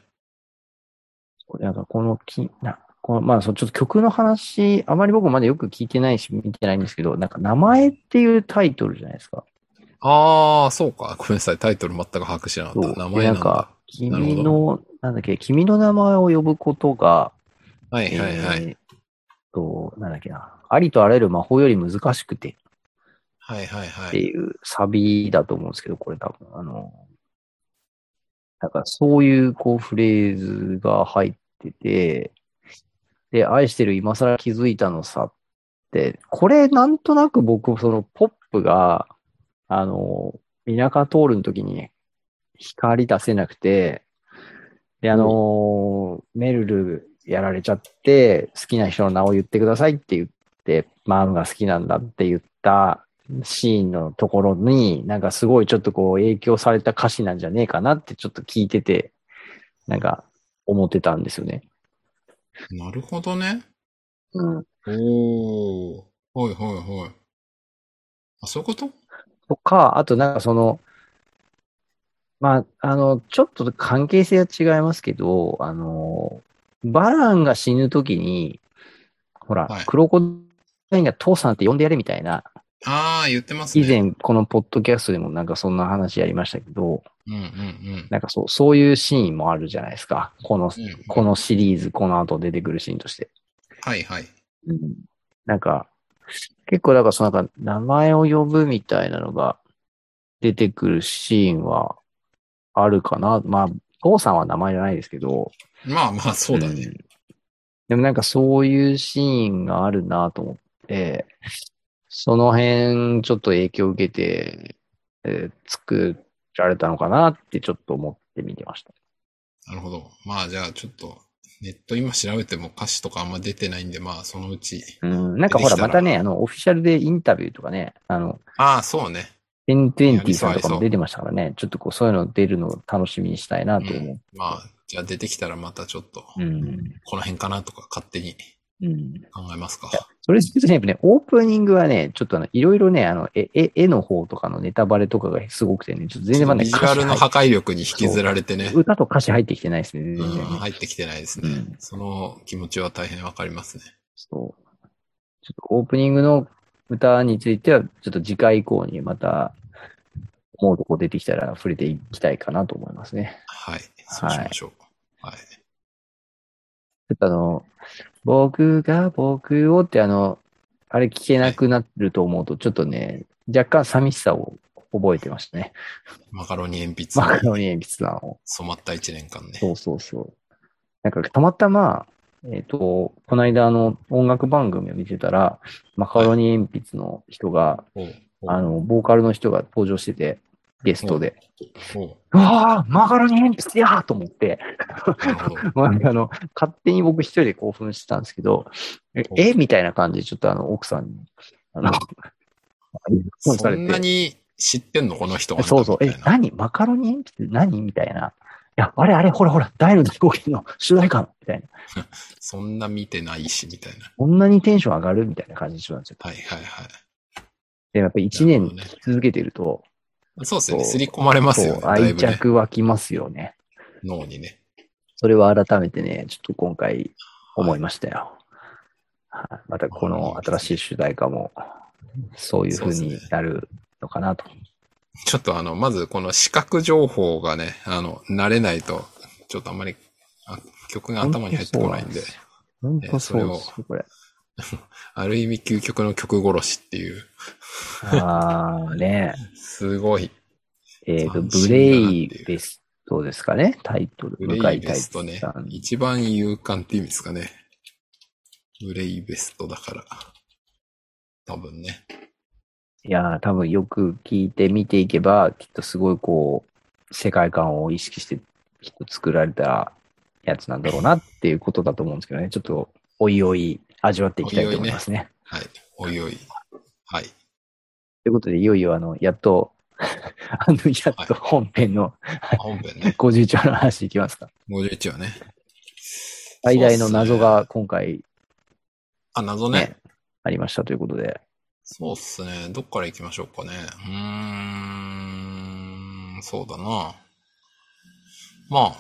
Speaker 2: なんかこのき、な、この、まあ、そう、ちょっと曲の話、あまり僕まだよく聞いてないし、見てないんですけど、なんか名前っていうタイトルじゃないですか。
Speaker 1: ああ、そうか。ごめんなさい。タイトル全く把握してなか
Speaker 2: そ
Speaker 1: っ
Speaker 2: う。
Speaker 1: た。名
Speaker 2: で
Speaker 1: 前なんだ
Speaker 2: か。、
Speaker 1: なるほ
Speaker 2: 君の、なんだっけ、君の名前を呼ぶことが、
Speaker 1: はいはいはい。
Speaker 2: えーっと、なんだっけな、ありとあらゆる魔法より難しくてっ
Speaker 1: はいはいは
Speaker 2: て
Speaker 1: い。
Speaker 2: いうサビだと思うんですけど、これ多分、あの、なんかそういうこうフレーズが入ってて、で、愛してる今更気づいたのさって、これなんとなく僕、そのポップが、あの、田舎通るの時に光出せなくて、で、あの、メルルやられちゃって、好きな人の名を言ってくださいって言って、マームが好きなんだって言ったシーンのところに、なんかすごいちょっとこう影響された歌詞なんじゃねえかなってちょっと聞いてて、なんか思ってたんですよね。
Speaker 1: なるほどね。
Speaker 2: うん。
Speaker 1: おー。はいはいはい。あ、そういうこと
Speaker 2: とか、あとなんかその、まあ、あの、ちょっと関係性は違いますけど、あの、バランが死ぬときに、ほら、
Speaker 1: はい
Speaker 2: クロコダインが父さんって呼んでやれみたいな、
Speaker 1: ああ、言ってますね。
Speaker 2: 以。前このポッドキャストでもなんかそんな話やりましたけど、
Speaker 1: うんうんうん。
Speaker 2: なんかそう、そういうシーンもあるじゃないですか。この
Speaker 1: う、ん
Speaker 2: このシリーズ、この後出てくるシーンとして。
Speaker 1: はいはい。
Speaker 2: なんか、結構、だから、そのなんか、名前を呼ぶみたいなのが出てくるシーンはあるかな。まあ、父さんは名前じゃないですけど。
Speaker 1: まあまあ、そうだ
Speaker 2: ん
Speaker 1: ね。
Speaker 2: でもなんか、そういうシーンがあるなと思って、その辺、ちょっと影響を受けて、えー作られたのかなってちょっと思って見てました。
Speaker 1: なるほど。まあじゃあちょっと、ネット今調べても歌詞とかあんま出てないんで、まあそのうち。
Speaker 2: うん。なんか、ほ
Speaker 1: 出てきた
Speaker 2: ら、
Speaker 1: ら
Speaker 2: またね、あの、オフィシャルでインタビューとかね、あの、
Speaker 1: ああ、そうね。
Speaker 2: 1020さんとかも出てましたからね、ちょっとこうそういうの出るのを楽しみにしたいなと思う。
Speaker 1: まあ、じゃあ出てきたらまたちょっと、
Speaker 2: うん。
Speaker 1: この辺かなとか勝手に
Speaker 2: うん。
Speaker 1: 考えますか。
Speaker 2: それでね、オープニングはね、ちょっとあの、いろいろね、あの、絵、絵絵の方とかのネタバレとかがすごくてね、ちょっと全然まだ
Speaker 1: ビ
Speaker 2: ね、
Speaker 1: ジュアルの破
Speaker 2: 歌
Speaker 1: 壊力に引きずられてね
Speaker 2: 詞。入歌と歌詞入ってきてないですね、全
Speaker 1: うん、
Speaker 2: 然ね。
Speaker 1: 入ってきてないですね。
Speaker 2: うん
Speaker 1: その気持ちは大変わかりますね。
Speaker 2: そう。ちょっとオープニングの歌については、ちょっと次回以降にまた、思うとこ出てきたら触れていきたいかなと思いますね。
Speaker 1: はい。そうしましょう。はい。
Speaker 2: ちょっとあの、僕が僕をってあの、あれ聞けなくなると思うと、ちょっとね、若干寂しさを覚えてましたね。
Speaker 1: マカロニ鉛筆
Speaker 2: マカロ
Speaker 1: の
Speaker 2: ニ鉛筆なを。
Speaker 1: 染まった一年間ね。
Speaker 2: そうそうそう。なんかたまたま、えっ、と、この間あの、音楽番組を見てたら、マカロニ鉛筆の人が、
Speaker 1: おうおう
Speaker 2: あの、ボーカルの人が登場してて、ゲストで。
Speaker 1: おう
Speaker 2: うわーマカロニ鉛筆やーと思って。
Speaker 1: なるほど。
Speaker 2: (laughs) まあ、あの、勝手に僕一人で興奮してたんですけど、え
Speaker 1: お
Speaker 2: えみたいな感じで、ちょっとあの、奥さんに、あの、興奮さ
Speaker 1: そ
Speaker 2: れ
Speaker 1: んな
Speaker 2: て。
Speaker 1: に知ってんのこの人が。
Speaker 2: そうそう、
Speaker 1: み
Speaker 2: え
Speaker 1: たい、な
Speaker 2: 何マカロニ鉛筆何みたいな。いや、あれあれ、ほらほら、大の大冒険の主題歌のみたいな。
Speaker 1: そんな見てないし、みたいな。
Speaker 2: こんなにテンション上がるみたいな感じでしょなんですよ。
Speaker 1: はいはいは
Speaker 2: で、やっぱり一年
Speaker 1: なるほど
Speaker 2: 続けてると、
Speaker 1: い。そうですよね。
Speaker 2: そう
Speaker 1: すり込まれますよね。
Speaker 2: そう
Speaker 1: だい
Speaker 2: 愛
Speaker 1: ぶね。
Speaker 2: 着湧きますよね。
Speaker 1: 脳にね。
Speaker 2: それは改めてね、ちょっと今回思いましたよ。はいまたこの新しい主題歌も、そういう風になるのかなと。
Speaker 1: ちょっとあの、まずこの視覚情報がね、あの、慣れないと、ちょっとあんまりあ曲が頭に入ってこないんで、
Speaker 2: 本当そうなんですよ。本当そうですよ、これ。
Speaker 1: ある意味究極の曲殺しっていう、
Speaker 2: あー
Speaker 1: (laughs)
Speaker 2: ね。
Speaker 1: すごい、
Speaker 2: えっ、と、
Speaker 1: 斬新だなっていう
Speaker 2: ブレイベストですかね、タイトル。
Speaker 1: ブ
Speaker 2: 向
Speaker 1: レ
Speaker 2: 井
Speaker 1: イベ
Speaker 2: 太一
Speaker 1: ス
Speaker 2: さ
Speaker 1: ト
Speaker 2: ん。
Speaker 1: ね。一番勇敢って意味ですかね。ブレイベストだから。多分ね。
Speaker 2: いやー、多分よく聞いて見ていけば、きっとすごいこう、世界観を意識して、きっと作られたやつなんだろうなっていうことだと思うんですけどね。ちょっと、おいおい味わっていきたいと思いますね。
Speaker 1: はい。おいおい。はい。
Speaker 2: ということで、いよいよ、あの、やっと、 (laughs) あの、やっと本編の
Speaker 1: 本編ね。
Speaker 2: 51話の話いきますか。
Speaker 1: 51はね。
Speaker 2: 最大の謎
Speaker 1: そうっすね。
Speaker 2: が今回
Speaker 1: あ、謎ね
Speaker 2: ね、ありましたということで。
Speaker 1: そうっすね。どっから行きましょうかね。うーん、そうだな。まあ、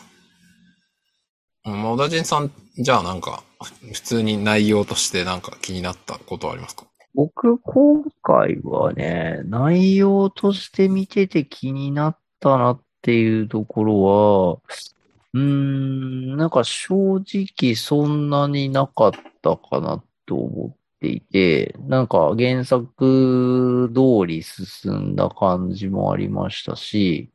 Speaker 1: うんまあ、小田人さん、じゃあなんか、普通に内容としてなんか気になったことはありますか
Speaker 2: 僕、今回はね、内容として見てて気になったなっていうところは、うーん、なんか正直そんなになかったかなと思っていて、なんか原作通り進んだ感じもありましたし、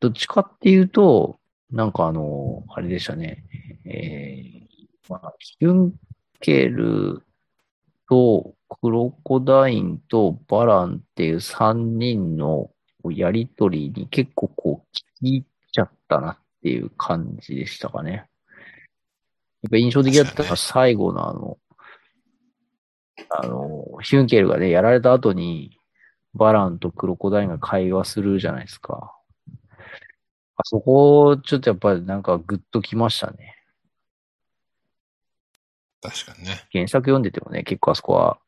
Speaker 2: どっちかっていうと、なんかあの、あれでしたね、えー、まあ、キュンケル、と、クロコダインとバランっていう三人のやりとりに結構こう聞いちゃったなっていう感じでしたかね。やっぱ印象的だったのは最後のあの、あの、ヒュンケルがね、やられた後にバランとクロコダインが会話するじゃないですか。あそこ、ちょっとやっぱりなんかグッときましたね。
Speaker 1: 確かにね。
Speaker 2: 原作読んでてもね、結構あそこは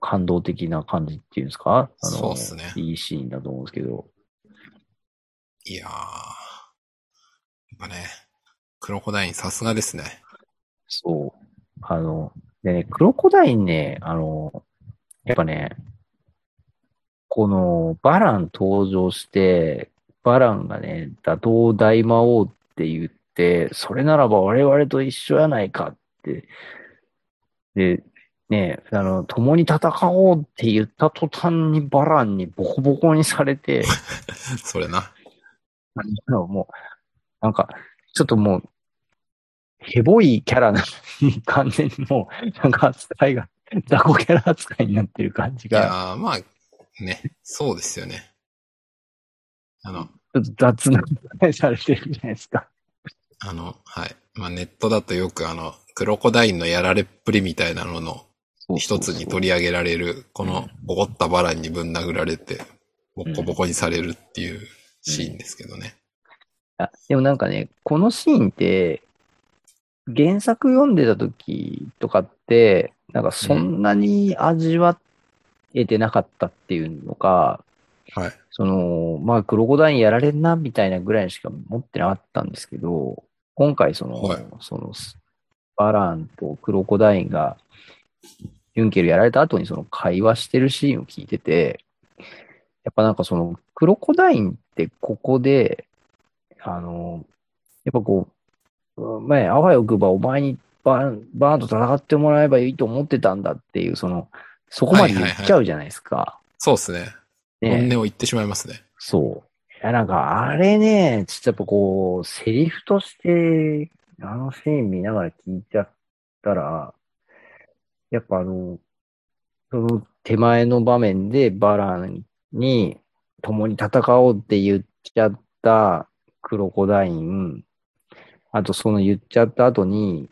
Speaker 2: 感動的な感じっていうんですかあの
Speaker 1: そうっすね
Speaker 2: いいシーンだと思うんですけど。
Speaker 1: いやー。やっぱね、クロコダインさすがですね。
Speaker 2: そう。あの、でね、クロコダインね、あの、やっぱね、このバラン登場して、バランがね、打倒大魔王って言って、それならば我々と一緒やないかって、で、ね、あの、共に戦おうって言った途端にバランにボコボコにされて、
Speaker 1: それな。
Speaker 2: あのもう、なんか、ちょっともう、ヘボいキャラなのに、完全にもう、なんか扱いが、雑魚キャラ扱いになってる感じ
Speaker 1: いや
Speaker 2: が、
Speaker 1: ー、まあ、ね、そうですよね。あの、
Speaker 2: ちょっと雑な扱いされてるじゃないですか。
Speaker 1: あの、はい。まあ、ネットだとよくあの、クロコダインのやられっぷりみたいなのの一つに取り上げられる、このボコったバランにぶん殴られて、ボッコボコにされるっていうシーンですけどね。
Speaker 2: あでもなんかね、このシーンって、原作読んでた時とかって、なんかそんなに味わえてなかったっていうのか、
Speaker 1: はい。
Speaker 2: その、まあ、クロコダインやられんな、みたいなぐらいしか持ってなかったんですけど、今回、その、
Speaker 1: はい
Speaker 2: その、バランとクロコダインが、ユンケルやられた後にその会話してるシーンを聞いてて、やっぱなんかその、クロコダインってここで、あの、やっぱこう、うん前、あわよくばお前にバーン、バーンと戦ってもらえばいいと思ってたんだっていう、その、そこまで言っちゃうじゃないですか。
Speaker 1: そうですね。
Speaker 2: ね
Speaker 1: 本音を言ってしまいますね。
Speaker 2: そう。いや、なんか、あれね、ちょっとやっぱこう、セリフとして、あのシーン見ながら聞いちゃったら、やっぱあの、その手前の場面でバランに共に戦おうって言っちゃったクロコダイン、あとその言っちゃった後に、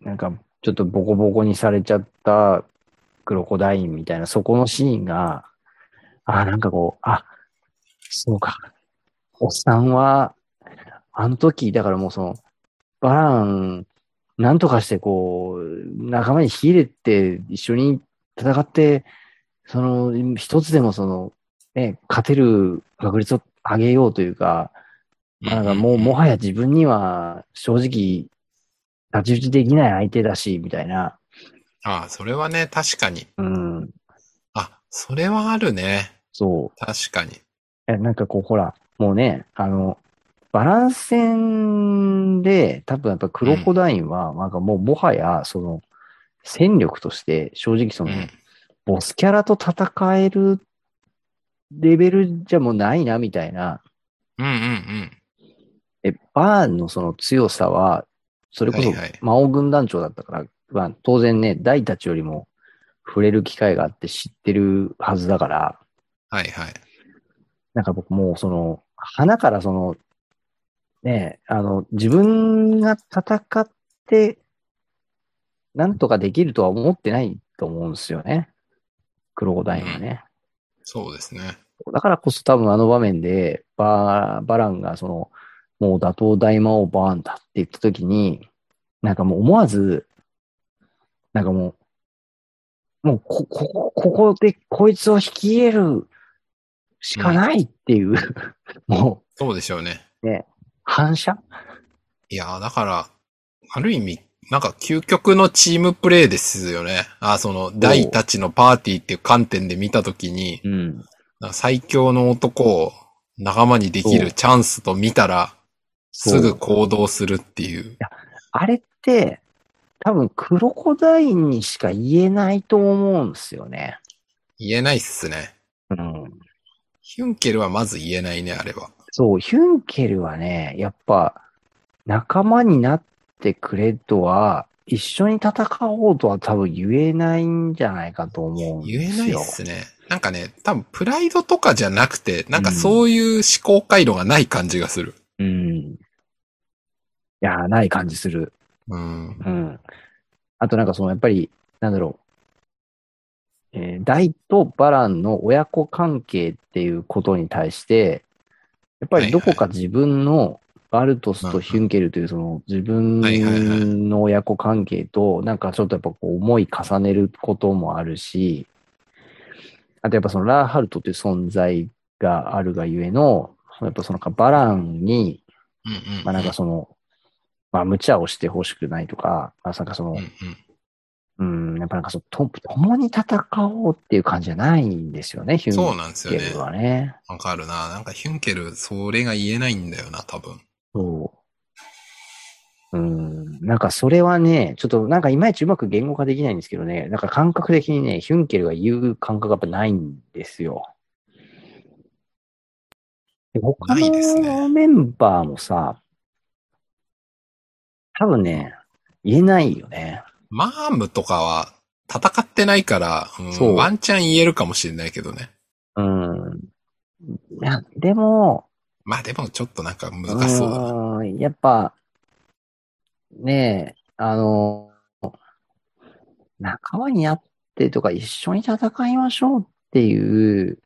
Speaker 2: なんかちょっとボコボコにされちゃったクロコダインみたいな、そこのシーンが、あ、なんかこう、あ、そうか。おっさんは、あの時、だからもうその、バラン、なんとかしてこう、仲間に秀でて、一緒に戦って、その、一つでもその、ね、勝てる確率を上げようというか、なんかもう、もはや自分には正直、立ち打ちできない相手だし、みたいな。
Speaker 1: ああ、それはね、確かに。
Speaker 2: うん。
Speaker 1: あ、それはあるね。
Speaker 2: そう。
Speaker 1: 確かに。
Speaker 2: え、なんかこう、ほら、もうね、あの、バランス戦で、多分やっぱクロコダインは、なんかもうもはや、その、戦力として、正直そうの、
Speaker 1: ん。
Speaker 2: ボスキャラと戦えるレベルじゃもうないな、みたいな。
Speaker 1: うんうん
Speaker 2: え、バーンのその強さは、それこそ
Speaker 1: はいはい、
Speaker 2: 魔王軍団長だったから、まあ当然ね、ダイたちよりも触れる機会があって知ってるはずだから、
Speaker 1: はいはい。
Speaker 2: なんか僕もうその、花からその、ねえ、あの、自分が戦って、なんとかできるとは思ってないと思うんですよね。クロコダインはね。
Speaker 1: そうですね。
Speaker 2: だからこそ多分あの場面で、バーバランがその、もう打倒大魔王バーンだって言った時に、なんかもう思わず、なんかもう、もうこ、ここ、ここでこいつを引き入れるしかないっていう、 (laughs) もう、
Speaker 1: そうでしょうね。
Speaker 2: 反射
Speaker 1: いやー、だから、ある意味、なんか究極のチームプレーですよね。あーその、大たちのパーティーっていう観点で見たときに、
Speaker 2: うん。
Speaker 1: なんか最強の男を仲間にできるチャンスと見たら、
Speaker 2: そう
Speaker 1: すぐ行動するっていう。
Speaker 2: あれって、多分クロコダインにしか言えないと思うんですよね。
Speaker 1: 言えないっすね。
Speaker 2: うん。
Speaker 1: ヒュンケルはまず言えないね、あれは。
Speaker 2: そう、ヒュンケルはね、やっぱ仲間になってくれとは、一緒に戦おうとは多分言えないんじゃないかと思うん
Speaker 1: 言
Speaker 2: で
Speaker 1: えな
Speaker 2: す
Speaker 1: いっ
Speaker 2: よ。
Speaker 1: すね。なんかね、多分プライドとかじゃなくて、なんかそういう思考回路がない感じがする。
Speaker 2: うん。いやー、ない感じする。
Speaker 1: うん。
Speaker 2: うん。あとなんかその、やっぱり、なんだろう。えーダイとバランの親子関係っていうことに対して、やっぱりどこか自分のバルトスとヒュンケルというその自
Speaker 1: はいはいはい
Speaker 2: 分の親子関係となんかちょっとやっぱこう思い重ねることもあるし、あとやっぱそのラーハルトという存在があるがゆえの、やっぱそのなんかバランに
Speaker 1: うんうん。
Speaker 2: まあなんかその、まあ無茶をしてほしくないとか、まあなんかその、
Speaker 1: うんう。
Speaker 2: うんん、やっぱなんかその、と、共に戦おうっていう感じじゃないんですよね、ヒュ
Speaker 1: そう
Speaker 2: ン
Speaker 1: なんですよ
Speaker 2: ケ
Speaker 1: ね。
Speaker 2: ルはね。
Speaker 1: わかるな。なんかヒュンケル、それが言えないんだよな、多分。
Speaker 2: そう。うん、なんかそれはね、ちょっとなんかいまいちうまく言語化できないんですけどね、なんか感覚的にね、ヒュンケルが言う感覚がやっぱないんですよ。で他
Speaker 1: ないですね
Speaker 2: のメンバーもさ、多分ね、言えないよね。
Speaker 1: マームとかは戦ってないから、うん
Speaker 2: そう
Speaker 1: ワンチャン言えるかもしれないけどね。
Speaker 2: うん。いや、でも、
Speaker 1: まあでもちょっとなんか難しそうだな。
Speaker 2: うーんやっぱ、ねえ、あの、仲間になってとか一緒に戦いましょうっていう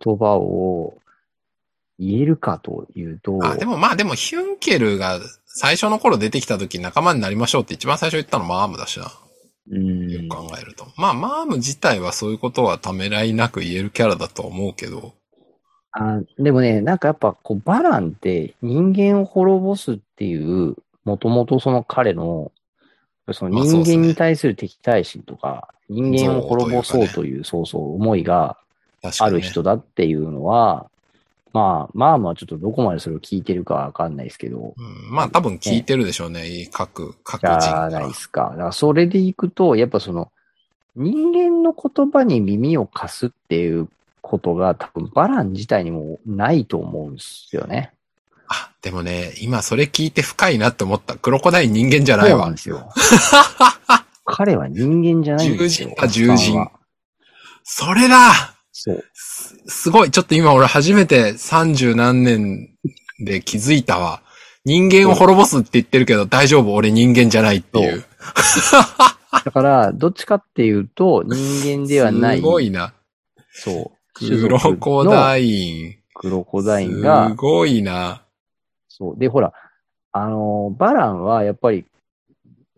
Speaker 2: 言葉を言えるかというと、
Speaker 1: あ、でもまあでもヒュンケルが最初の頃出てきた時仲間になりましょうって一番最初言ったのマームだしな。
Speaker 2: うん
Speaker 1: よく考えると。まあマーム自体はそういうことはためらいなく言えるキャラだとは思うけど。
Speaker 2: あでもね、なんかやっぱこうバランって人間を滅ぼすっていう、もともとその彼の、そ
Speaker 1: ま
Speaker 2: の
Speaker 1: あそうっすね
Speaker 2: 人間に対する敵対心とか、人間を滅ぼそうという、そうそう思いが
Speaker 1: 確か
Speaker 2: あ
Speaker 1: に、ね。
Speaker 2: る人だっていうのは、まあ、まあまあちょっとどこまでそれを聞いてるかわかんないですけど、
Speaker 1: うん。まあ多分聞いてるでしょうね。各、各
Speaker 2: じ
Speaker 1: 人
Speaker 2: ゃあ
Speaker 1: か
Speaker 2: ないで
Speaker 1: ら。
Speaker 2: すか。だからそれでいくと、やっぱその、人間の言葉に耳を貸すっていうことが多分バラン自体にもないと思うんですよね。
Speaker 1: あ、でもね、今それ聞いて深いなって思った。クロコダイン人間じゃない
Speaker 2: そうなん
Speaker 1: わ。
Speaker 2: で
Speaker 1: (laughs)
Speaker 2: すよ。彼は人間じゃないんですよ。
Speaker 1: 獣人だ
Speaker 2: おっさんは
Speaker 1: それだ
Speaker 2: そう。
Speaker 1: す、すごい。ちょっと今俺初めて三十何年で気づいたわ。人間を滅ぼすって言ってるけど大丈夫俺人間じゃないっていう。
Speaker 2: だから、どっちかっていうと、人間ではない。
Speaker 1: すごいな。
Speaker 2: そう。
Speaker 1: クロコダ
Speaker 2: イン。
Speaker 1: イン。
Speaker 2: クロコダインが
Speaker 1: す、ごいな。
Speaker 2: そう。で、ほら、あのー、バランはやっぱり、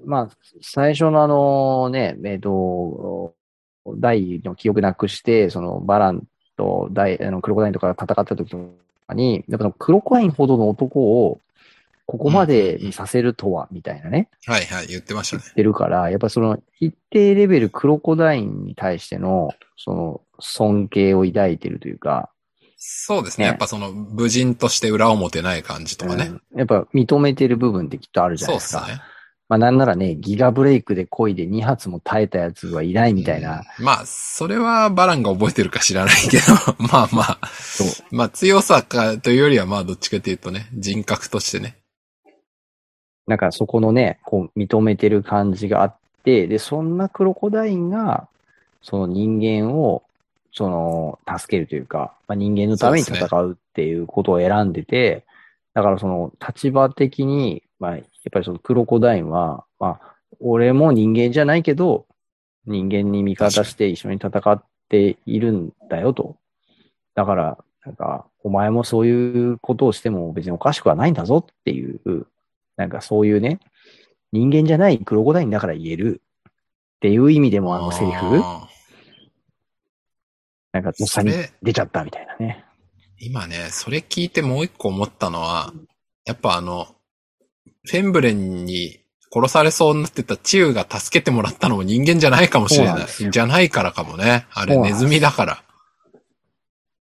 Speaker 2: まあ、最初のあのね、えっと、ダイの記憶なくして、そのバランとダイ、あの、クロコダインとか戦った時に、やっぱ黒コインほどの男をここまでにさせるとは、みたいなね、
Speaker 1: はいはい、言ってました
Speaker 2: 言っ
Speaker 1: ね。
Speaker 2: てるから、やっぱその一定レベルクロコダインに対しての、その尊敬を抱いてるというか、
Speaker 1: そうですね。
Speaker 2: ね
Speaker 1: やっぱその、武人として裏表ない感じとかね。
Speaker 2: うんやっぱ認めてる部分ってきっとあるじゃな
Speaker 1: そ
Speaker 2: いうで
Speaker 1: ですす
Speaker 2: か。
Speaker 1: ね。
Speaker 2: まあなんならね、ギガブレイクで恋で2発も耐えたやつはいないみたいな。
Speaker 1: うん。まあ、それはバランが覚えてるか知らないけど、 (laughs) まあまあ、
Speaker 2: そう。
Speaker 1: まあ強さかというよりはまあどっちかというとね、人格としてね。
Speaker 2: なんかそこのね、こう認めてる感じがあって、で、そんなクロコダインが、その人間を、その、助けるというか、まあ、人間のために戦うっていうことを選んでて、だからその立場的に、まあ、やっぱりそのクロコダインは、まあ、俺も人間じゃないけど、人間に味方して一緒に戦っているんだよと。だから、なんか、お前もそういうことをしても別におかしくはないんだぞっていう、なんかそういうね、人間じゃないクロコダインだから言えるっていう意味でもあのセリフ、
Speaker 1: あ
Speaker 2: なんか
Speaker 1: ー
Speaker 2: とっさ
Speaker 1: そ
Speaker 2: に
Speaker 1: れ、
Speaker 2: 出ちゃったみたいなね。
Speaker 1: 今ね、それ聞いてもう一個思ったのは、やっぱあの、フェンブレンに殺されそうになってたチウが助けてもらったのも人間じゃないかもしれ
Speaker 2: そう
Speaker 1: な
Speaker 2: なんですよ
Speaker 1: い。じゃないからかもね。あれ
Speaker 2: そうなん
Speaker 1: ネ
Speaker 2: です
Speaker 1: ズミだから。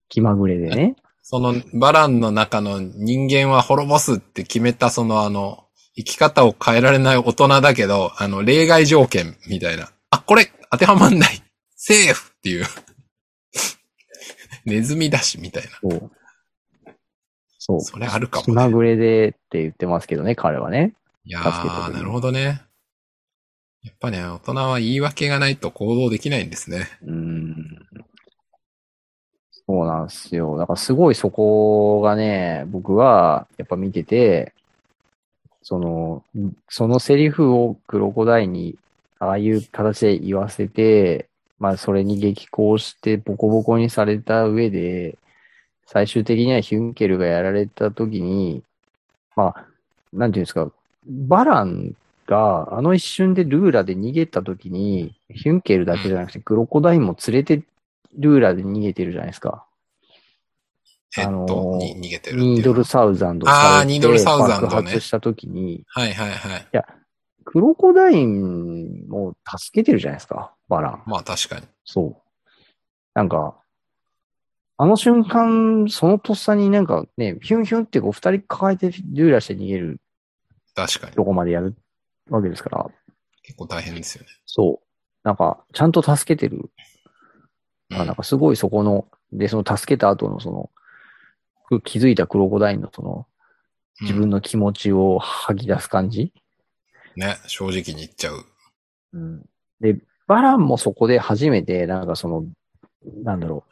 Speaker 2: 気まぐれでね。
Speaker 1: そのバランの中の人間は滅ぼすって決めたそのあの、生き方を変えられない大人だけど、あの、例外条件みたいな。あ、これ当てはまんないセーフっていう。 (laughs) ネズミだしみたいな。
Speaker 2: そう。そう。
Speaker 1: それあるか
Speaker 2: 気
Speaker 1: も、
Speaker 2: ま
Speaker 1: ね。
Speaker 2: ぐれでって言ってますけどね、彼はね。
Speaker 1: いや
Speaker 2: 助けてくれ
Speaker 1: ー、
Speaker 2: る
Speaker 1: なるほどね。やっぱね、大人は言い訳がないと行動できないんですね。
Speaker 2: うーん。そうなんですよ。だからすごいそこがね、僕はやっぱ見てて、その、そのセリフをクロコダインに、ああいう形で言わせて、まあそれに激高してボコボコにされた上で、最終的にはヒュンケルがやられた時に、まあ、なんていうんですか、バランが、あの一瞬でルーラで逃げた時に、ヒュンケルだけじゃなくて、クロコダインも連れてルーラで逃げてるじゃないですか。
Speaker 1: えっと、
Speaker 2: あのー
Speaker 1: に逃げてるっていうのは
Speaker 2: ニードルサウザンド
Speaker 1: あー
Speaker 2: されて
Speaker 1: ニードルサウザンドね
Speaker 2: 爆発した時に、
Speaker 1: はいはいはい。
Speaker 2: クロコダインを助けてるじゃないですか、バラン。
Speaker 1: まあ確かに。
Speaker 2: そう。なんか、あの瞬間、そのとっさになんかね、ヒュンヒュンってこう二人抱えてルーラして逃げる
Speaker 1: 確かに。
Speaker 2: とこまでやるわけですから、
Speaker 1: 結構大変ですよね。
Speaker 2: そう。なんか、ちゃんと助けてる
Speaker 1: うん
Speaker 2: あなんかすごいそこの、で、その助けた後のその、く気づいたクロコダインのその、自
Speaker 1: うん
Speaker 2: 分の気持ちを吐き出す感じ、
Speaker 1: ね、正直に言っちゃう。
Speaker 2: うん、で、バランもそこで初めて、なんかその、なんだろう、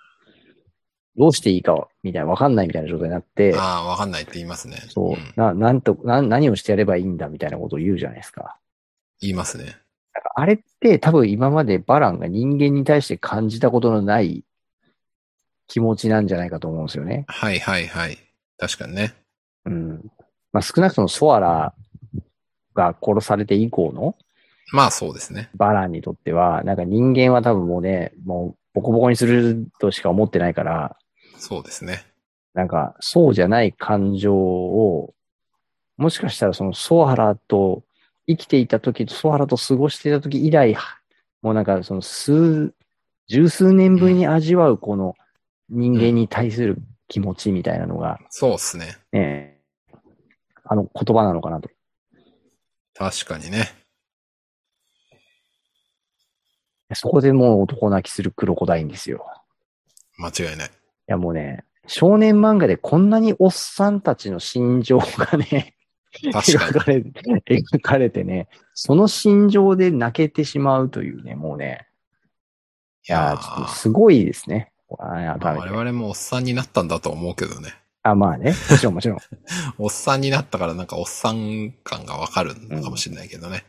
Speaker 2: どうしていいか、みたいな、わかんないみたいな状態になって、
Speaker 1: ああ、わかんないって言いますね。
Speaker 2: そう、
Speaker 1: ん
Speaker 2: な、なんと、な、何をしてやればいいんだ、みたいなことを言うじゃないですか。
Speaker 1: 言いますね。
Speaker 2: なんかあれって多分今までバランが人間に対して感じたことのない気持ちなんじゃないかと思うんですよね。
Speaker 1: はいはいはい。確かにね。
Speaker 2: うん。まあ、少なくともソアラが殺されて以降の
Speaker 1: まあそうですね。
Speaker 2: バランにとっては、なんか人間は多分もうね、もうボコボコにするとしか思ってないから、
Speaker 1: そうですね。
Speaker 2: なんかそうじゃない感情を、もしかしたらそのソアラと生きていた時、ソアラと過ごしていた時以来、もうなんかその数、十数年ぶりに味わうこの人間に対する気持ちみたいなのが、
Speaker 1: そうですね。
Speaker 2: ね、あの言葉なのかなと。
Speaker 1: 確かにね。
Speaker 2: そこでもう男泣きするクロコダインですよ。
Speaker 1: 間違いない。
Speaker 2: いやもうね、少年漫画でこんなにおっさんたちの心情がね、
Speaker 1: 確か
Speaker 2: (laughs) 描かれ描かれてね、その心情で泣けてしまうというね、もうね、いやーちょっとすごいですね。あー
Speaker 1: まあ
Speaker 2: 改め
Speaker 1: 我
Speaker 2: て
Speaker 1: 々もおっさんになったんだと思うけどね。
Speaker 2: あ、まあね、もちろんもちろん。
Speaker 1: おっさんになったからなんかおっさん感がわかるのかもしれないけどね。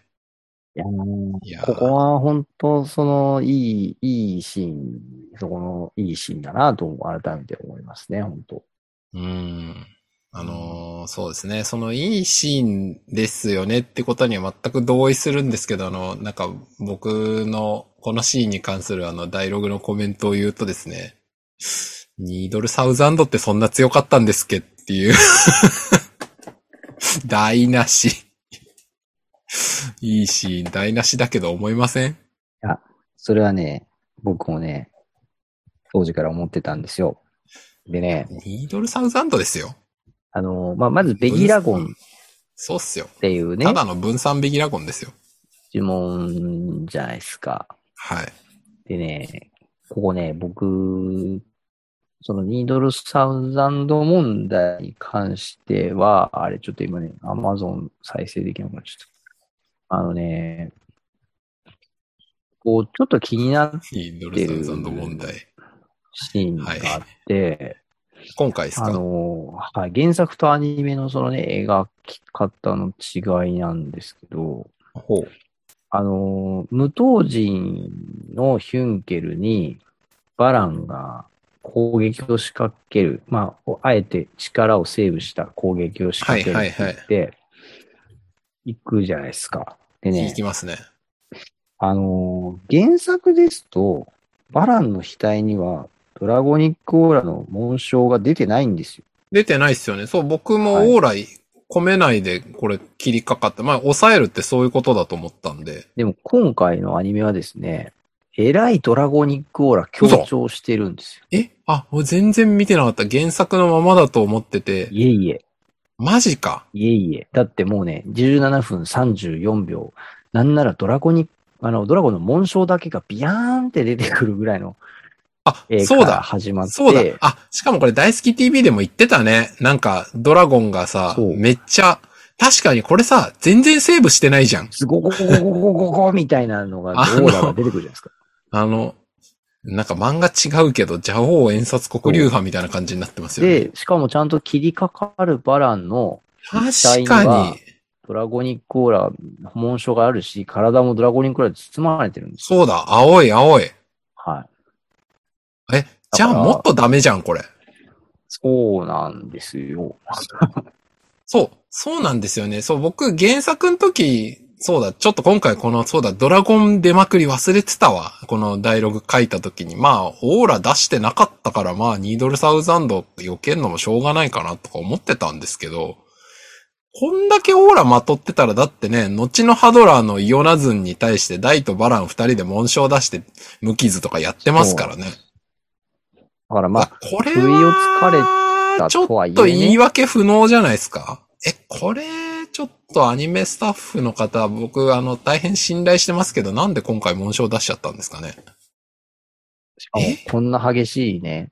Speaker 2: いやー
Speaker 1: いやー
Speaker 2: ここは本当、その、いい、いいシーン、そこの、いいシーンだなと、改めて思いますね、本当。
Speaker 1: うーん。あのーそうですね。そのいいシーンですよねってことには全く同意するんですけど、あの、なんか僕のこのシーンに関するあのダイログのコメントを言うとですね、ニードルサウザンドってそんな強かったんですっけっていう。 (laughs) 台無し。いいシーン、台無しだけど思いません
Speaker 2: それはね、僕もね、当時から思ってたんですよ。でね、
Speaker 1: ニードルサウザンドですよ。
Speaker 2: あのーまあ、まずベギラゴンっ
Speaker 1: そうっすよ。
Speaker 2: ていうね
Speaker 1: た、だの分散ベギラゴンですよ。
Speaker 2: 呪文じゃないですか。
Speaker 1: はい。
Speaker 2: でね、ここね、僕、そのニードルサウザンド問題に関しては、あれちょっと今ね、アマゾン再生できなくなっちゃった。あのね、こう、ちょっと気になる
Speaker 1: ニードルサウザンド問題。
Speaker 2: シーンがあって、
Speaker 1: 今回です
Speaker 2: あ
Speaker 1: か
Speaker 2: の、はい、原作とアニメのそのね、描き方の違いなんですけど、
Speaker 1: ほう。
Speaker 2: あの、無刀人のヒュンケルにバランが攻撃を仕掛ける。まあ、あえて力をセーブした攻撃を仕掛ける
Speaker 1: はいはいはい
Speaker 2: って言って、行くじゃないですか。で
Speaker 1: 聞
Speaker 2: ね
Speaker 1: き、ますね。
Speaker 2: あの、原作ですと、バランの額にはドラゴニックオーラの紋章が出てないんですよ。
Speaker 1: 出てないっすよね。そう、僕
Speaker 2: はい
Speaker 1: もオーライ、込めないでこれ切りかかった。まあ、抑えるってそういうことだと思ったんで。
Speaker 2: でも今回のアニメはですね、えらいドラゴニックオーラ強調してるんですよ。
Speaker 1: えあ、俺全然見てなかった。原作のままだと思ってて。
Speaker 2: いえいえ。
Speaker 1: マジか。
Speaker 2: いえいえ。だってもうね、17分34秒。なんならドラゴに、あの、ドラゴンの紋章だけがビヤーンって出てくるぐらいの
Speaker 1: あ
Speaker 2: 映、
Speaker 1: そう
Speaker 2: 画が
Speaker 1: だ。
Speaker 2: 始まって。
Speaker 1: そうだ。あ、しかもこれ大好き TV でも言ってたね。なんか、ドラゴンがさ
Speaker 2: そう、
Speaker 1: めっちゃ、確かにこれさ、全然セーブしてないじゃん。
Speaker 2: すごごごごごごごごみたいなのが、オ
Speaker 1: あの
Speaker 2: ーラが出てくるじゃないですか。
Speaker 1: あの、なんか漫画違うけど、邪王演殺黒流派みたいな感じになってますよね。
Speaker 2: で、しかもちゃんと切りかかるバランの
Speaker 1: 確
Speaker 2: 額
Speaker 1: か
Speaker 2: は
Speaker 1: に、
Speaker 2: ドラゴニックオーラ、紋章があるし、体もドラゴニックオーラで包まれてるんです
Speaker 1: そ
Speaker 2: よ。
Speaker 1: うだ、青い青い。
Speaker 2: はい。
Speaker 1: え、じゃあもっとダメじゃん、これ。
Speaker 2: そうなんですよ。
Speaker 1: そう、そうなんですよね。そう、僕、原作の時、そうだ、ちょっと今回この、そうだ、ドラゴン出まくり忘れてたわ。このダイログ書いた時に。まあ、オーラ出してなかったから、まあ、ニードルサウザンド避けんのもしょうがないかなとか思ってたんですけど、こんだけオーラまとってたら、だってね、後のハドラーのイオナズンに対して、ダイとバラン二人で紋章出して、無傷とかやってますからね。
Speaker 2: だからまあ、
Speaker 1: これ
Speaker 2: 不意をつかれた
Speaker 1: ちょっ
Speaker 2: とはいえね
Speaker 1: と言い訳不能じゃないですかえ、これ、ちょっとアニメスタッフの方、僕、あの、大変信頼してますけど、なんで今回紋章出しちゃったんですかね
Speaker 2: しかも
Speaker 1: え
Speaker 2: こんな激しいね。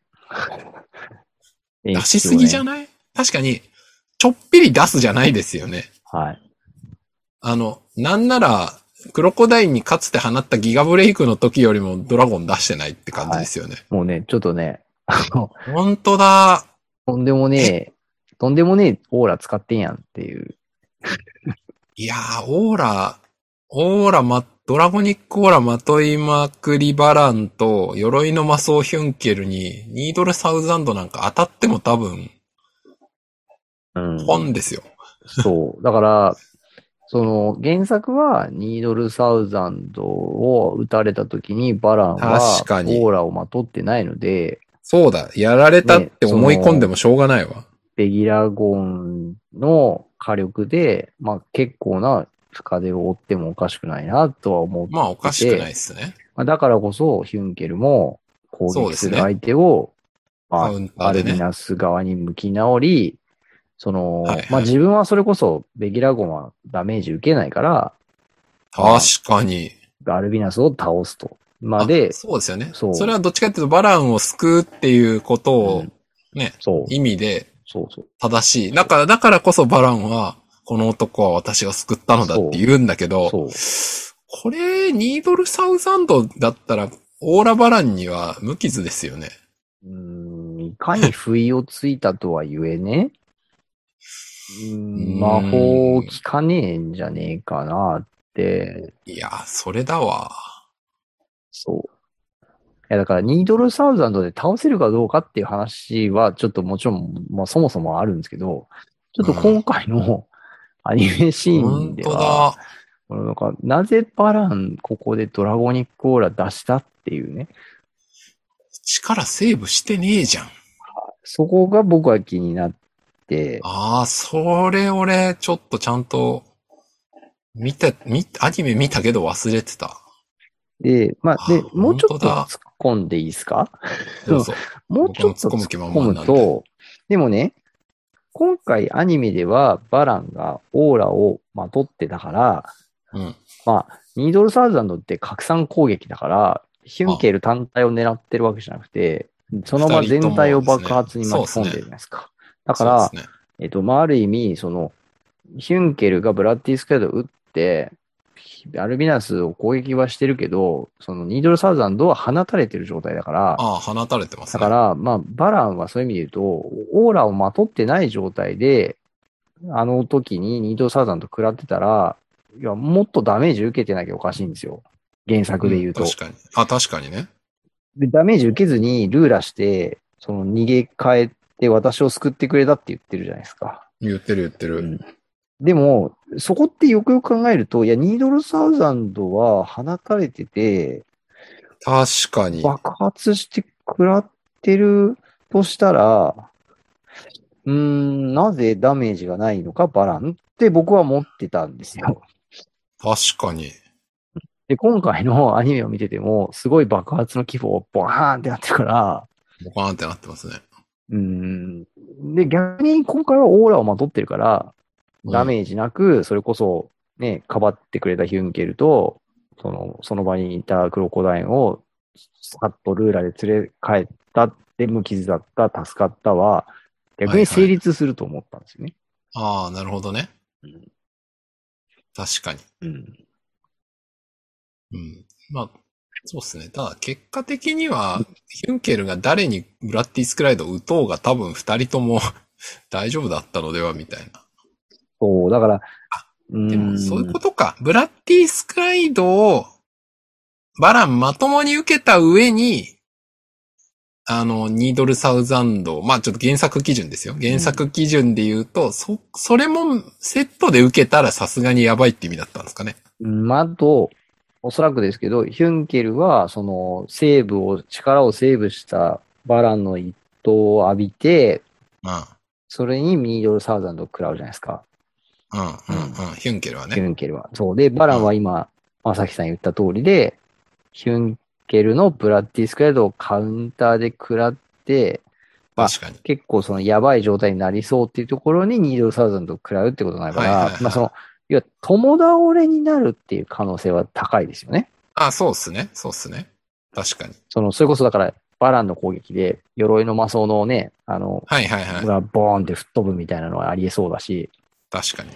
Speaker 1: 出しすぎじゃ
Speaker 2: ない
Speaker 1: ない、確かに、ちょっぴり出すじゃないですよね。
Speaker 2: はい。
Speaker 1: あの、なんなら、クロコダインにかつて放ったギガブレイクの時よりもドラゴン出してないって感じですよね。
Speaker 2: もうね、ちょっとね、あの、
Speaker 1: 本当だ。
Speaker 2: とんでもねえ、とんでもねえオーラ使ってんやんっていう。
Speaker 1: いやー、オーラ、オーラま、ドラゴニックオーラまといまくりバランと、鎧の魔装ヒュンケルに、ニードルサウザンドなんか当たっても多分、
Speaker 2: うん。
Speaker 1: 本ですよ。
Speaker 2: そう。だから、その、原作は、ニードル・サウザンドを撃たれた時に、バランは、
Speaker 1: 確かに
Speaker 2: オーラをまとってないので、
Speaker 1: そうだ、やられたって思い込んでもしょうがないわ。
Speaker 2: ベギラゴンの火力で、まあ結構な深手を負ってもおかしくないな、とは思う
Speaker 1: まあ、おかしくないっすね。
Speaker 2: まあ、だからこそ、ヒュンケルも攻
Speaker 1: そう
Speaker 2: 撃
Speaker 1: ですす
Speaker 2: る
Speaker 1: ね
Speaker 2: 相手を、ま
Speaker 1: カ
Speaker 2: あ
Speaker 1: ウンタ
Speaker 2: ア
Speaker 1: ーで
Speaker 2: ルミ
Speaker 1: ね。
Speaker 2: ナス側に向き直り、その、
Speaker 1: はいはい
Speaker 2: まあ自分はそれこそ、ベギラゴンはダメージ受けないから、
Speaker 1: 確かに。
Speaker 2: アルビナスを倒すと。まで
Speaker 1: あ、そうですよね。
Speaker 2: そう
Speaker 1: それはどっちかっていうと、バランを救うっていうこと
Speaker 2: う
Speaker 1: を
Speaker 2: ん、
Speaker 1: ね、
Speaker 2: そう、
Speaker 1: 意味で
Speaker 2: そうそう。
Speaker 1: 正しい。だから、だからこそバランは、この男は私が救ったのだって言うんだけど、
Speaker 2: そう。
Speaker 1: これ、ニードルサウザンドだったら、オーラバランには無傷ですよね。
Speaker 2: うーん、いかに不意をついたとは言えね、うー
Speaker 1: (laughs)
Speaker 2: ん魔法を効かねえんじゃねえかなって、
Speaker 1: いや、それだわ。
Speaker 2: そう。いや、だから、ニードルサウザンドで倒せるかどうかっていう話は、ちょっともちろん、まあ、そもそもあるんですけど、ちょっと今回の (laughs) アニメシーン
Speaker 1: 本
Speaker 2: で
Speaker 1: 当
Speaker 2: は、
Speaker 1: だ。
Speaker 2: このなんか、なぜバラン、ここでドラゴニックオーラ出したっていうね。
Speaker 1: 力セーブしてねえじゃん。
Speaker 2: そこが僕は気になって、
Speaker 1: ああ、それ俺、ちょっとちゃんと、見て、見、アニメ見たけど忘れてた。
Speaker 2: で、まあ、で
Speaker 1: あ、
Speaker 2: もうちょ
Speaker 1: 本
Speaker 2: っと
Speaker 1: 当だ
Speaker 2: 突っ込んでいいですか
Speaker 1: どうぞ。
Speaker 2: もうちょっと
Speaker 1: 僕
Speaker 2: 突
Speaker 1: も
Speaker 2: っ
Speaker 1: 突っ込む気満々
Speaker 2: 込
Speaker 1: なん
Speaker 2: むと、でもね、今回アニメではバランがオーラをまとってたから、
Speaker 1: うん。
Speaker 2: まあ、ニードルサーザンドって拡散攻撃だから、ヒュンケル単体を狙ってるわけじゃなくて、そのまま全体を爆発に巻き込んでるじゃないですか。だから、
Speaker 1: そうですね。
Speaker 2: えっと、まあ、ある意味、その、ヒュンケルがブラッディスクエアドを撃って、アルビナスを攻撃はしてるけど、そのニードルサーザンドは放たれてる状態だから、
Speaker 1: ああ、放たれてます
Speaker 2: だ
Speaker 1: ね。
Speaker 2: から、まあ、バランはそういう意味で言うと、オーラをまとってない状態で、あの時にニードサーザンと食らってたら、いや、もっとダメージ受けてなきゃおかしいんですよ。原作で言うと。
Speaker 1: ん確かに。あ、確かにね。
Speaker 2: でダメージ受けずにルーラして、その逃げ帰って私を救ってくれたって言ってるじゃないですか。
Speaker 1: 言ってる言ってる。
Speaker 2: うんでも、そこってよくよく考えると、いや、ニードルサーザンドは放たれてて、
Speaker 1: 確かに。
Speaker 2: 爆発して食らってるとしたら、うーん、なぜダメージがないのか、バランって僕は思ってたんですよ。
Speaker 1: 確かに。
Speaker 2: で、今回のアニメを見てても、すごい爆発の規模をボーンってなってるから、
Speaker 1: ボカーンってなってますね。
Speaker 2: うーん。で、逆に今回はオーラをまとってるから、ダ
Speaker 1: ー
Speaker 2: メージなく、それこそ、ね、かばってくれたヒュンケルと、その、その場にいたクロコダインを、さっとルーラで連れ帰ったって、無傷だった、助かったは、逆に成立すると思ったんですよね。
Speaker 1: ああ、なるほどね。
Speaker 2: うん
Speaker 1: 確かに。
Speaker 2: うん。
Speaker 1: うん。まあ、そうですね。ただ、結果的には、ヒュンケルが誰にブラッディスクライドを打とうが多分二人とも (laughs) 大丈夫だったのでは、みたいな。
Speaker 2: そう、だから、う
Speaker 1: で
Speaker 2: ー
Speaker 1: も、
Speaker 2: ん
Speaker 1: そういうことか。ブラッディスクライドを、バランまともに受けた上に、あの、ニードルサウザンド、まあちょっと原作基準ですよ。原作基準で言うと、そ、それもセットで受けたらさすがにやばいって意味だったんですかね。
Speaker 2: うんまあ、あと、おそらくですけど、ヒュンケルは、その、セーブを、力をセーブしたバランの一投を浴びて、
Speaker 1: うん。
Speaker 2: それにミードルサーザンドを食らうじゃないですか。
Speaker 1: うん、うん、うん。ヒュンケルは
Speaker 2: ヒ
Speaker 1: ね。
Speaker 2: ュンケルは。そう。で、バランは今、まさきさん言った通りで、ヒュンケルのブラッディスクエードをカウンターで食らって、まあ
Speaker 1: 確かに。
Speaker 2: 結構そのやばい状態になりそうっていうところにニードルサーザンドを食らうってことになるから、
Speaker 1: はいはいはい
Speaker 2: まあその、要は友倒れになるっていう可能性は高いですよね。
Speaker 1: あ、そうっすね。そうっすね。確かに。
Speaker 2: その、それこそだから、バランの攻撃で、鎧の魔装のね、あの、
Speaker 1: はいはいはい。
Speaker 2: がボーンって吹っ飛ぶみたいなのはありえそうだし、
Speaker 1: 確かに。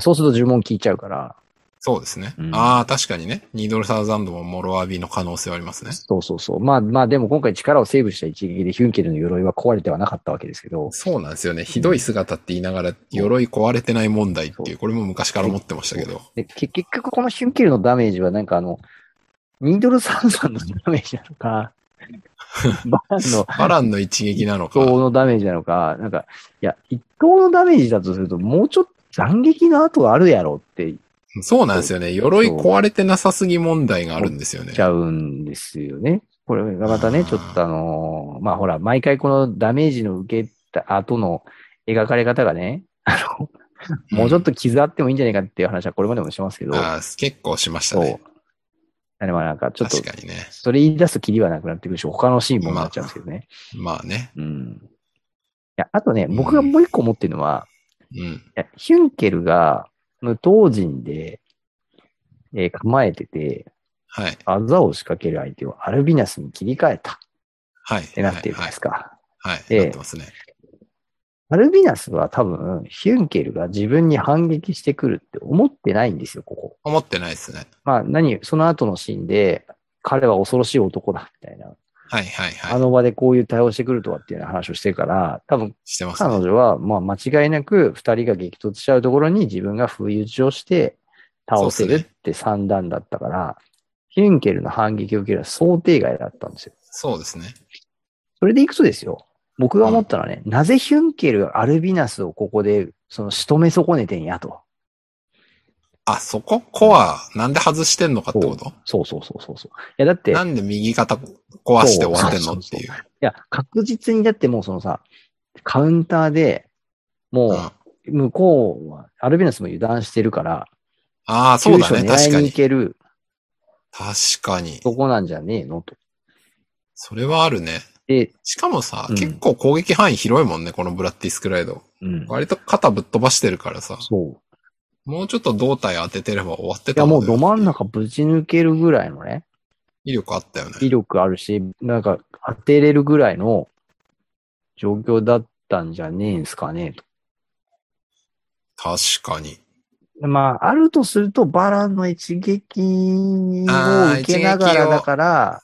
Speaker 2: そうすると呪文効いちゃうから、
Speaker 1: そうですね。
Speaker 2: うん
Speaker 1: ああ、確かにね。ニードルサウザンドもモロアビの可能性はありますね。
Speaker 2: そうそうそう。まあまあでも今回力をセーブした一撃でヒュンケルの鎧は壊れてはなかったわけですけど、
Speaker 1: そうなんですよね。ひどい姿って言いながら、鎧壊れてない問題ってい
Speaker 2: そう
Speaker 1: う、これも昔から思ってましたけど。
Speaker 2: でけ結局このヒュンケルのダメージはなんかあの、ニードルサンさんのダメージなの (laughs) か、バランの
Speaker 1: バランの一撃なの
Speaker 2: 一
Speaker 1: か。
Speaker 2: 刀のダメージなのか、なんか、いや、一刀のダメージだとするともうちょっと斬撃の後があるやろって言っ
Speaker 1: そうなんですよね。鎧壊れてなさすぎ問題があるんですよね
Speaker 2: ち。ゃうんですよね。これがまたね、ちょっとあのーまあほら、毎回このダメージの受けた後の描かれ方がね、あの、もうちょっと傷あってもいいんじゃないかっていう話はこれまでもしてますけど、
Speaker 1: ああ、結構しました
Speaker 2: そう。
Speaker 1: ね。
Speaker 2: あれはなんかちょっと
Speaker 1: 確、かにね。
Speaker 2: それ言い出すとキリはなくなってくるし、他のシーンもなっちゃうんですけどね。
Speaker 1: まあね。
Speaker 2: うん。いや、あとね、僕がもう一個思ってるのは、
Speaker 1: うん。
Speaker 2: いやヒュンケルが無刀陣で、えー構えてて、
Speaker 1: はい。
Speaker 2: あざを仕掛ける相手をアルビナスに切り替えたっ
Speaker 1: はい。って
Speaker 2: なってるじゃないですか。
Speaker 1: はい。
Speaker 2: ええ
Speaker 1: なってますね。
Speaker 2: アルビナスは多分、ヒュンケルが自分に反撃してくるって思ってないんですよ、ここ。
Speaker 1: 思ってないですね。
Speaker 2: まあ何、その後のシーンで、彼は恐ろしい男だ、みたいな。
Speaker 1: はいはいはい。
Speaker 2: あの場でこういう対応してくるとはっていうような話をしてるから、多分
Speaker 1: してます
Speaker 2: 彼
Speaker 1: ね。
Speaker 2: 女は、まあ間違いなく二人が激突しちゃうところに自分が不意打ちをして倒せるって算段だったから、ヒュンケルの反撃を受けるのは想定外だったんですよ。
Speaker 1: そうですね。
Speaker 2: それでいくとですよ、僕が思ったのはね、なぜヒュンケルがアルビナスをここでその仕留め損ねてんやと。
Speaker 1: あ、そこコア、なんで外してんのかってこと
Speaker 2: そうそうそうそうそう。いや、だって、い
Speaker 1: なんで右肩壊して終わってんのっていう。
Speaker 2: や、確実にだってもうそのさ、カウンターで、も
Speaker 1: うん
Speaker 2: う、向こうは、アルビナスも油断してるから、
Speaker 1: ああ、そうだ
Speaker 2: 急
Speaker 1: ね。
Speaker 2: 所
Speaker 1: 確
Speaker 2: 狙
Speaker 1: か
Speaker 2: いに行
Speaker 1: に。
Speaker 2: ける
Speaker 1: 確かに。
Speaker 2: とこなんじゃねえのと。
Speaker 1: それはあるね。
Speaker 2: で、
Speaker 1: しかもさ、
Speaker 2: うん
Speaker 1: 結構攻撃範囲広いもんね、このブラッディスクライド。
Speaker 2: うん。
Speaker 1: 割と肩ぶっ飛ばしてるからさ、
Speaker 2: そう。
Speaker 1: もうちょっと胴体当ててれば終わって
Speaker 2: い
Speaker 1: た
Speaker 2: や、
Speaker 1: の
Speaker 2: も
Speaker 1: に
Speaker 2: うど真ん中ぶち抜けるぐらいのね、
Speaker 1: 威力あったよ
Speaker 2: 威
Speaker 1: ね。
Speaker 2: 力あるし、なんか当てれるぐらいの状況だったんじゃねえんすかね、と。
Speaker 1: 確かに。
Speaker 2: まあ、あるとすると、バランの一撃を受けなが
Speaker 1: あー一撃
Speaker 2: ら
Speaker 1: を
Speaker 2: だから、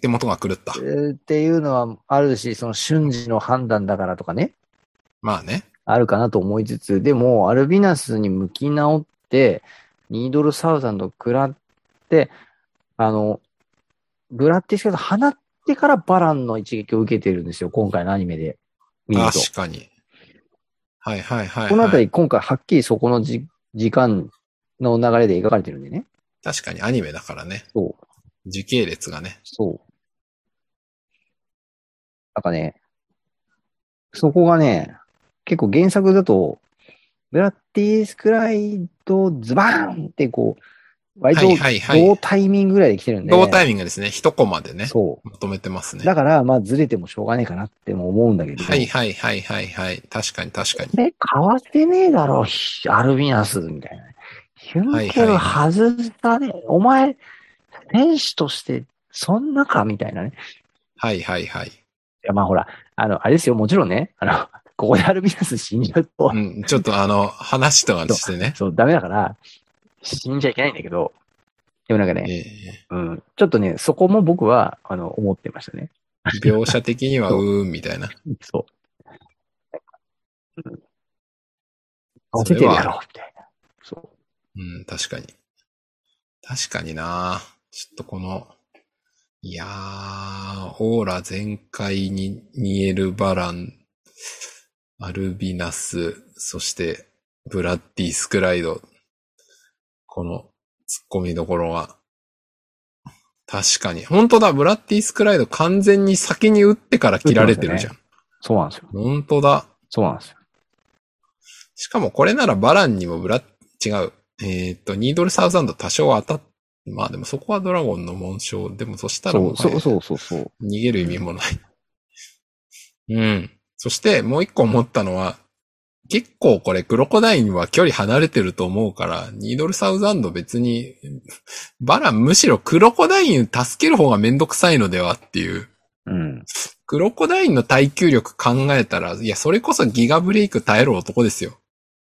Speaker 1: 手元が狂った
Speaker 2: え。ーっていうのはあるし、その瞬時の判断だからとかね、
Speaker 1: まあね。
Speaker 2: あるかなと思いつつ、でも、アルビナスに向き直って、ニードルサウザンド食らって、あの、ブラッティスが放ってからバランの一撃を受けてるんですよ、今回のアニメで見ると。
Speaker 1: 確かに。はいはいはい、はい。
Speaker 2: このあたり、今回はっきりそこのじ時間の流れで描かれてるんでね。
Speaker 1: 確かにアニメだからね。
Speaker 2: そう。
Speaker 1: 時系列がね。
Speaker 2: そう。なんかね、そこがね、結構原作だと、ブラッディスクライドズバーンってこう、割と
Speaker 1: はいはいはい
Speaker 2: 同タイミングぐらいで来てるんで。
Speaker 1: 同タイミングですね。一コマでね。
Speaker 2: そ
Speaker 1: まとめてます
Speaker 2: う。
Speaker 1: ね。
Speaker 2: だから、まあずれてもしょうがねえかなっても思うんだけど。
Speaker 1: はいはいはいはいはい。確かに確かに。
Speaker 2: で、買わせねえだろ、ひアルビナス、みたいな。ヒュンケル外したね。お前、選手として、そんなか、みたいなね。
Speaker 1: はいはいはい。
Speaker 2: いや、まあほら、あの、あれですよ、もちろんね、あの、 (laughs) ここでアルビナス死んじゃうと、 (laughs)
Speaker 1: うん。ちょっとあの、話とかしてね。
Speaker 2: そう、ダメだから、死んじゃいけないんだけど、でもなんかね、
Speaker 1: え
Speaker 2: うん、ちょっとね、そこも僕は、あの、思ってましたね。
Speaker 1: ー描写的にはうーんみたいな。
Speaker 2: そう。うん。合
Speaker 1: それは
Speaker 2: わせてるやろ、みたいな。そ
Speaker 1: うん、確かに。確かになちょっとこの、いやー、オーラ全開に見えるバラン、アルビナス、そして、ブラッディスクライド。この、突っ込みどころが。確かに。本当だ、ブラッディスクライド完全に先に打ってから切られてるじゃん。
Speaker 2: う。そうなんですよ。
Speaker 1: 本当だ。
Speaker 2: そうなんですよ。
Speaker 1: しかもこれならバランにもブラ、違う。えーっと、ニードルサウザンド多少当たっ、まあでもそこはドラゴンの紋章。でもそしたら
Speaker 2: そ
Speaker 1: も
Speaker 2: う、そう、
Speaker 1: う
Speaker 2: そう、そう、そう。
Speaker 1: 逃げる意味もない。うん。そしてもう一個思ったのは、結構これクロコダインは距離離れてると思うから、ニードルサウザンド別に、バランむしろクロコダイン助ける方がめんどくさいのではっていう。
Speaker 2: うん。
Speaker 1: クロコダインの耐久力考えたら、いや、それこそギガブレイク耐える男ですよ。